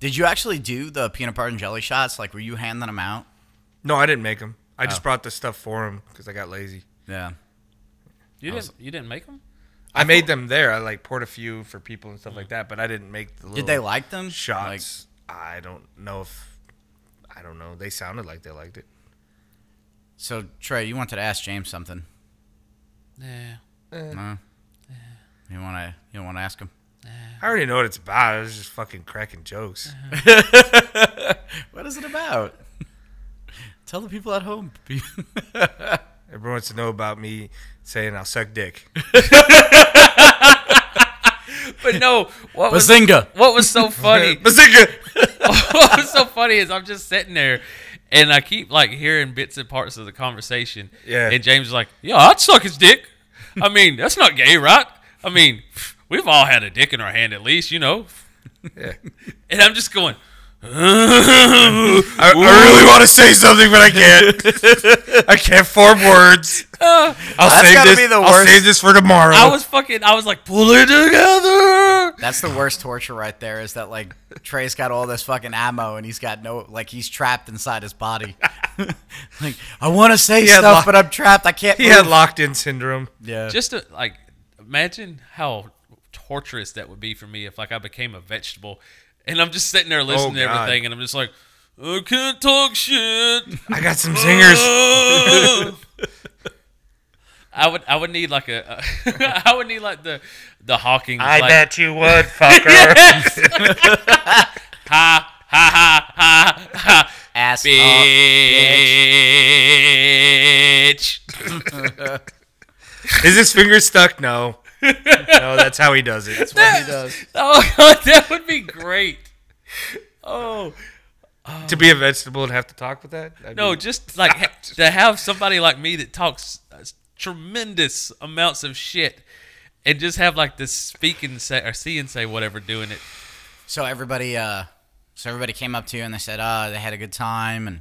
Speaker 1: Did you actually do the peanut butter and jelly shots? Like, were you handing them out?
Speaker 3: No, I didn't make him. I
Speaker 2: Oh.
Speaker 3: just brought the stuff for him because I got lazy.
Speaker 1: Yeah.
Speaker 2: You didn't, you didn't make them.
Speaker 3: I made them there. I like poured a few for people and stuff like that, but I didn't make the little
Speaker 1: Did they like them?
Speaker 3: shots. I don't know if I don't know. They sounded like they liked it.
Speaker 1: Like, so Trey, you wanted to ask James something.
Speaker 2: Yeah.
Speaker 1: No? You want to? You don't want to ask him? <laughs>
Speaker 3: I already know what it's about. I was just fucking cracking jokes.
Speaker 2: Uh-huh.
Speaker 1: What is it about? <laughs> Tell the people at home. <laughs>
Speaker 3: Everyone wants to know about me saying I'll suck dick.
Speaker 2: But no, what was
Speaker 1: Bazinga.
Speaker 2: what was so
Speaker 3: <laughs>
Speaker 2: funny? <laughs>
Speaker 3: Bazooka!
Speaker 2: what was so funny is I'm just sitting there and I keep like hearing bits and parts of the conversation.
Speaker 3: Yeah.
Speaker 2: And James is like, Yeah, I'd suck his dick. I mean, that's not gay, right? I mean, <laughs> we've all had a dick in our hand at least, you know.
Speaker 3: Yeah.
Speaker 2: And I'm just going, <laughs>
Speaker 3: I, I really want to say something, but I <laughs> can't. I can't form words. I'll
Speaker 1: That's
Speaker 3: save
Speaker 1: gotta
Speaker 3: this.
Speaker 1: be the
Speaker 3: I'll
Speaker 1: worst.
Speaker 3: save this for tomorrow. <laughs>
Speaker 2: I was fucking I was like, pull it together.
Speaker 1: That's the worst torture right there. Is that like Trey's got all this fucking ammo and he's got no like he's trapped inside his body. <laughs> like I want to say
Speaker 3: had
Speaker 1: stuff,
Speaker 3: lo-
Speaker 1: but I'm trapped. I can't.
Speaker 3: he had
Speaker 1: move.
Speaker 3: locked in syndrome.
Speaker 1: yeah.
Speaker 2: Just to, like imagine how torturous that would be for me if like I became a vegetable and I'm just sitting there listening to
Speaker 3: Oh, God.
Speaker 2: everything and I'm just like, I can't talk shit.
Speaker 3: I got some
Speaker 2: <gasps>
Speaker 3: zingers.
Speaker 2: I would I would need like a a- <laughs> I would need like the the Hawking like,
Speaker 3: you would, fucker.
Speaker 2: ha ha ha ha ha
Speaker 1: ass. up.
Speaker 2: bitch.
Speaker 3: <laughs> Is his finger stuck?
Speaker 2: <laughs>
Speaker 3: No. No, that's how he does it.
Speaker 1: He does.
Speaker 2: Oh <laughs> god, that would be great. Oh
Speaker 3: to be a vegetable and have to talk with that? That'd
Speaker 2: no,
Speaker 3: be-
Speaker 2: just like ha- to have somebody like me that talks uh, tremendous amounts of shit, and just have like this speak and say or see and say whatever doing it.
Speaker 1: <laughs> So everybody, uh, so everybody came up to you and they said, "Uh, they had a good time." And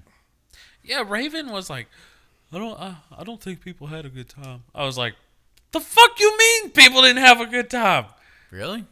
Speaker 2: Yeah, Raven was like, I don't, I, I don't think people had a good time. I was like, the fuck you mean people didn't have a good time?
Speaker 1: really,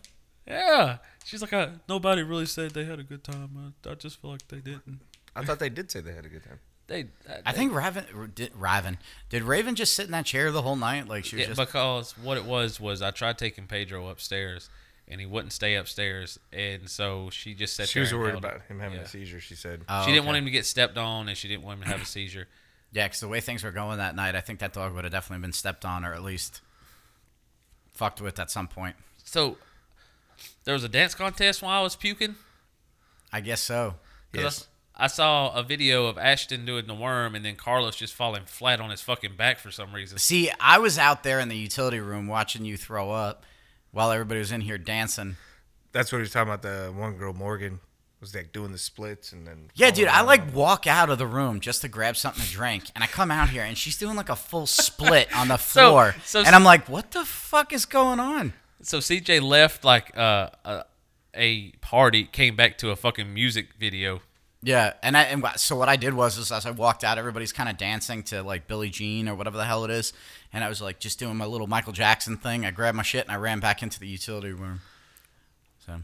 Speaker 2: Yeah. She's like, I, nobody really said they had a good time. I, I just feel like they didn't.
Speaker 3: I thought they did say they had a good time.
Speaker 2: They,
Speaker 1: I think Raven did. Raven did Raven just sit in that chair the whole night? Like she was
Speaker 2: Yeah,
Speaker 1: just.
Speaker 2: because what it was was I tried taking Pedro upstairs, and he wouldn't stay upstairs, and so she just said
Speaker 3: She was worried
Speaker 2: held him.
Speaker 3: about him having
Speaker 2: Yeah.
Speaker 3: a seizure. She said,
Speaker 1: Oh,
Speaker 2: she didn't
Speaker 1: okay.
Speaker 2: want him to get stepped on, and she didn't want him to have a seizure.
Speaker 1: Yeah, because the way things were going that night, I think that dog would have definitely been stepped on or at least fucked with at some point.
Speaker 2: So there was a dance contest while I was puking.
Speaker 1: I guess so.
Speaker 2: 'Cause
Speaker 3: Yes.
Speaker 2: I- I saw a video of Ashton doing the worm and then Carlos just falling flat on his fucking back for some reason.
Speaker 1: See, I was out there in the utility room watching you throw up while everybody was in here dancing.
Speaker 3: That's what he was talking about. The one girl, Morgan, was like doing the splits and then.
Speaker 1: Yeah, dude, I like walk out of the room just to grab something to drink, and I come out here and she's doing like a full split on the
Speaker 2: <laughs> So-
Speaker 1: floor,
Speaker 2: so-
Speaker 1: and I'm like, what the fuck is going on?
Speaker 2: <laughs> So CJ left like uh, a, a party, came back to a fucking music video.
Speaker 1: Yeah, and I and wha- so what I did was is as I walked out, everybody's kind of dancing to like Billie Jean or whatever the hell it is, and I was like just doing my little Michael Jackson thing. I grabbed my shit and I ran back into the utility room. So,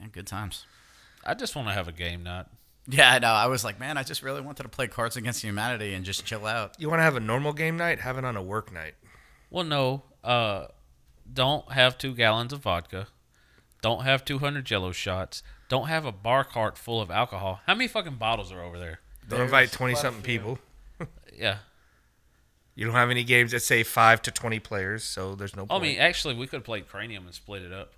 Speaker 1: yeah, good times.
Speaker 2: I just want to have a game night.
Speaker 1: Yeah, I know. I was like, man, I just really wanted to play Cards Against Humanity and just chill out.
Speaker 3: You want to have a normal game night? Have it on a work night.
Speaker 2: Well, no, uh, don't have two gallons of vodka. Don't have 200 jello shots. Don't have a bar cart full of alcohol. How many fucking bottles are over there?
Speaker 3: Don't invite twenty something people.
Speaker 2: Yeah.
Speaker 3: You don't have any games that say five to twenty players, so there's no.
Speaker 2: Oh, I
Speaker 3: Point.
Speaker 2: mean, actually, we could have played Cranium and split it up.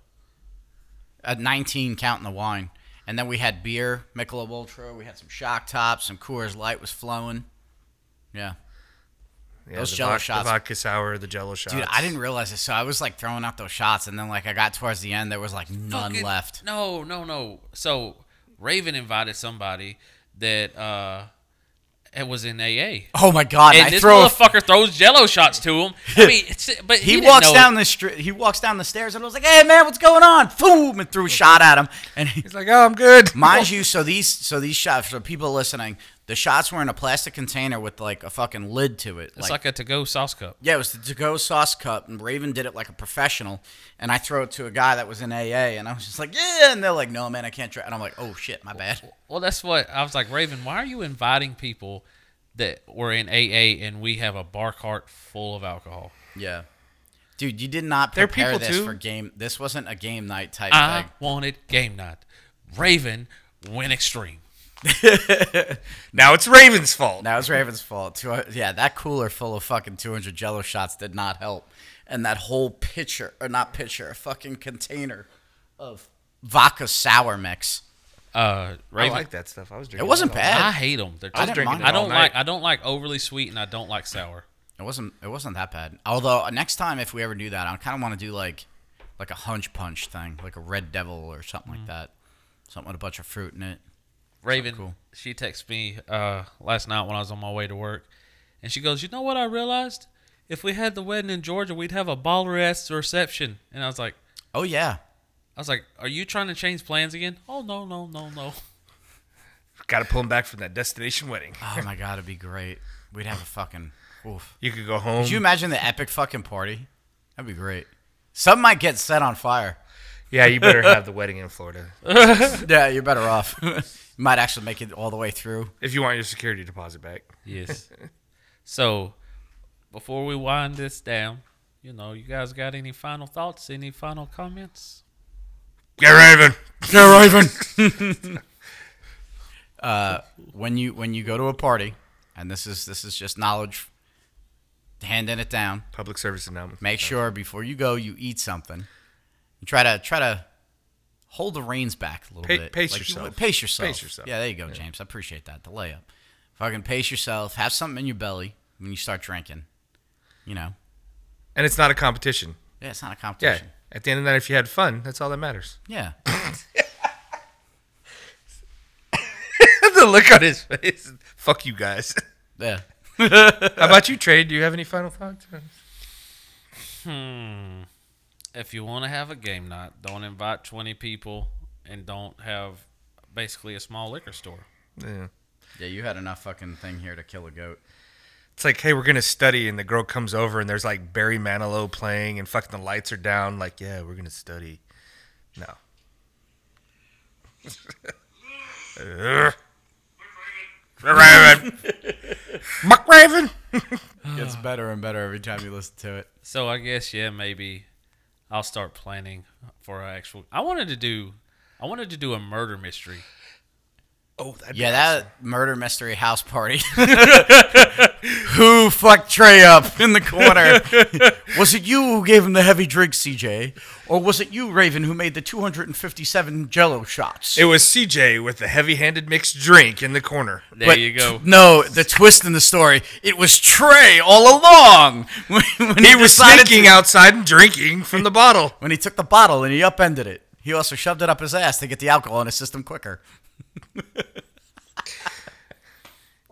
Speaker 1: At 19, counting the wine, and then we had beer, Michelob Ultra. We had some Shock Tops, some Coors Light was flowing. Yeah,
Speaker 3: yeah,
Speaker 1: those
Speaker 3: the
Speaker 1: Jell-O
Speaker 3: vodka,
Speaker 1: shots-
Speaker 3: the vodka sour, the Jello shots.
Speaker 1: dude, I didn't realize this, so I was like throwing out those shots, and then like I got towards the end, there was like none
Speaker 2: Fucking-
Speaker 1: left.
Speaker 2: No, no, no. So Raven invited somebody that uh it was in AA.
Speaker 1: Oh my god!
Speaker 2: And
Speaker 1: I
Speaker 2: this
Speaker 1: throw. a f-
Speaker 2: motherfucker throws jello shots to him.
Speaker 1: <laughs>
Speaker 2: I mean, it's, but
Speaker 1: he
Speaker 2: he, didn't
Speaker 1: walks
Speaker 2: know
Speaker 1: down the street. He walks down the stairs, and I was like, "Hey man, what's going on?" Boom! And threw a shot at him, and he,
Speaker 3: He's like, oh, I'm good.
Speaker 1: Mind you, so these so these shots for people listening, the shots were in a plastic container with like a fucking lid to it.
Speaker 2: It's like, a to-go sauce cup.
Speaker 1: yeah, it was the to-go sauce cup, and Raven did it like a professional. And I throw it to a guy that was in AA, and I was just like, yeah, and they're like, no man, I can't try. And I'm like, oh shit, my bad.
Speaker 2: Well, that's what I was like, Raven. Why are you inviting people that were in AA and we have a bar cart full of alcohol?
Speaker 1: Yeah, dude, you did not
Speaker 3: They're
Speaker 1: prepare
Speaker 3: people
Speaker 1: this
Speaker 3: too. Uh-huh.
Speaker 1: for game. This wasn't a game night type
Speaker 2: I
Speaker 1: thing.
Speaker 2: wanted game night. Raven went extreme.
Speaker 3: <laughs> Now it's Raven's fault.
Speaker 1: That was Raven's fault. Two, yeah, that cooler full of fucking 200 Jello shots did not help, and that whole pitcher or not pitcher, a fucking container of vodka sour mix.
Speaker 2: Uh,
Speaker 3: I
Speaker 2: Raven,
Speaker 3: like that stuff. I was
Speaker 1: It
Speaker 3: drinking.
Speaker 1: wasn't
Speaker 3: all-
Speaker 1: bad.
Speaker 2: I hate them. They're
Speaker 1: I didn't
Speaker 2: drinking.
Speaker 1: mind
Speaker 2: I
Speaker 1: it all
Speaker 2: don't
Speaker 3: night.
Speaker 2: like. I don't like overly sweet, and I don't like sour.
Speaker 1: It wasn't. It wasn't that bad. Although uh, next time, if we ever do that, I kind of want to do like, like a hunch punch thing, like a red devil or something like that, something with a bunch of fruit in it.
Speaker 2: Raven,
Speaker 1: cool.
Speaker 2: she texted me uh, last night when I was on my way to work, and she goes, "You know what I realized? If we had the wedding in Georgia, we'd have a baller ass reception." And I was like,
Speaker 1: Oh yeah,
Speaker 2: "I was like, are you trying to change plans again? Oh no, no, no, no.
Speaker 3: Got to pull him back from that destination wedding.
Speaker 1: oh my god, it'd be great. We'd have a fucking. Oof.
Speaker 3: You could go home.
Speaker 1: Could you imagine the epic fucking party? That'd be great. Some might get set on fire. <laughs>
Speaker 3: yeah, you better have the wedding in Florida
Speaker 1: Yeah, you're better off. <laughs> you might actually make it all the way through.
Speaker 3: if you want your security deposit back.
Speaker 2: <laughs> Yes. <laughs> so, before we wind this down, you know, you guys got any final thoughts? Any final comments?
Speaker 3: Get Raven.
Speaker 1: Yeah, Raven. <laughs> uh, when you when you go to a party, and this is this is just knowledge, handing it down.
Speaker 3: Public service announcement.
Speaker 1: Make sure before you go, you eat something. You try to try to hold the reins back a little
Speaker 3: Pa-
Speaker 1: bit.
Speaker 3: pace
Speaker 1: you
Speaker 3: yourself.
Speaker 1: would- pace yourself.
Speaker 3: Pace yourself.
Speaker 1: Yeah, there you go, James. I appreciate that. The layup. Fucking pace yourself. Have something in your belly when you start drinking. You know.
Speaker 3: And it's not a competition.
Speaker 1: Yeah, it's not a
Speaker 3: Yeah.
Speaker 1: competition.
Speaker 3: At the end of the night, if you had fun, that's all that matters. <laughs>
Speaker 1: Yeah.
Speaker 3: the look on his face. Fuck you guys.
Speaker 1: Yeah.
Speaker 3: How about you, Trey? Do you have any final thoughts?
Speaker 2: if you want to have a game night, don't invite 20 people and don't have basically a small liquor store.
Speaker 3: Yeah.
Speaker 1: Yeah, you had enough fucking thing here to kill a goat.
Speaker 3: It's like, hey, we're gonna study, and the girl comes over, and there's like Barry Manilow playing, and fucking the lights are down. Like, yeah, we're gonna study. No. Ugh. Raven. <laughs> Muck Raven.
Speaker 1: Gets better and better every time you listen to it.
Speaker 2: So I guess yeah, maybe I'll start planning for an actual. I wanted to do, I wanted to do a murder mystery.
Speaker 3: Oh, that'd
Speaker 2: <laughs>
Speaker 1: Yeah, that murder mystery house party. <laughs> who fucked Trey up in the
Speaker 2: <laughs>
Speaker 1: corner? was it you who gave him the heavy drink, CJ? Or was it you, Raven, who made the 257 jello shots?
Speaker 3: It was CJ with the heavy-handed mixed drink in the corner.
Speaker 2: There
Speaker 1: But
Speaker 2: you go.
Speaker 1: t- <laughs> no, the twist in the story, it was Trey all along. <laughs> When, when
Speaker 3: He was
Speaker 1: decided
Speaker 3: sneaking
Speaker 1: to-
Speaker 3: outside and drinking from the bottle.
Speaker 1: When he took the bottle and he upended it. He also shoved it up his ass to get the alcohol in his system quicker.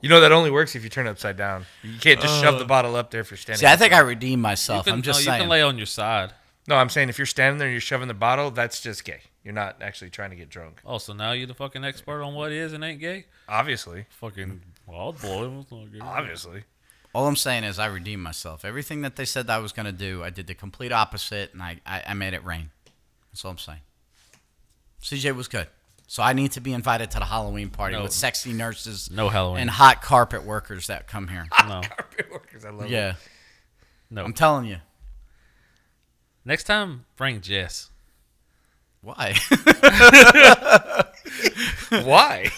Speaker 3: You know that only works if you turn it upside down. You can't just shove the bottle up there for standing.
Speaker 1: See, I think I redeemed myself.
Speaker 2: You can-
Speaker 1: I'm just
Speaker 2: no,
Speaker 1: saying.
Speaker 2: You can lay on your side.
Speaker 3: no, I'm saying if you're standing there and you're shoving the bottle, that's just gay. You're not actually trying to get drunk.
Speaker 2: Oh, so now you're the fucking expert on what is and ain't gay?
Speaker 3: Obviously,
Speaker 2: Fucking wild boy. What's not gay?
Speaker 3: obviously. <laughs>
Speaker 1: All I'm saying is I redeemed myself. Everything that they said I was going to do, I did the complete opposite, and I, I, I made it rain. That's all I'm saying. CJ was good. So I need to be invited to the Halloween party
Speaker 2: No.
Speaker 1: with sexy nurses
Speaker 2: No Halloween.
Speaker 1: and hot carpet workers that come
Speaker 2: <laughs>
Speaker 1: here.
Speaker 2: no,
Speaker 3: Carpet workers, I love it.
Speaker 1: yeah,
Speaker 2: no.
Speaker 1: I'm telling you.
Speaker 2: Next time, bring Jess.
Speaker 1: Why? <laughs>
Speaker 3: Why?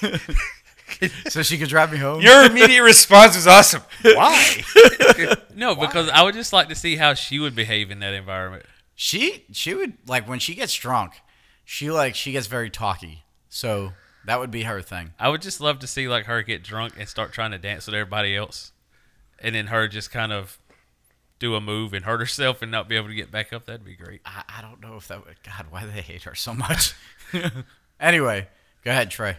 Speaker 1: so she could drive me home?
Speaker 3: Your immediate response was awesome. Why? <laughs>
Speaker 2: No, because I would just like to see how she would behave in that environment.
Speaker 1: she she would like when she gets drunk, she like she gets very talky. So that would be her thing.
Speaker 2: I would just love to see like her get drunk and start trying to dance with everybody else, and then her just kind of do a move and hurt herself and not be able to get back up. That'd be great.
Speaker 1: I, I don't know if that would. God, why do they hate her so much? <laughs> anyway, go ahead, Trey.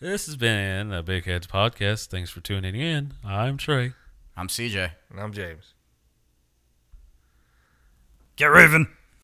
Speaker 2: This has been the Big Heads podcast. Thanks for tuning in. I'm Trey.
Speaker 1: I'm CJ.
Speaker 3: And I'm James.
Speaker 1: Get Raven.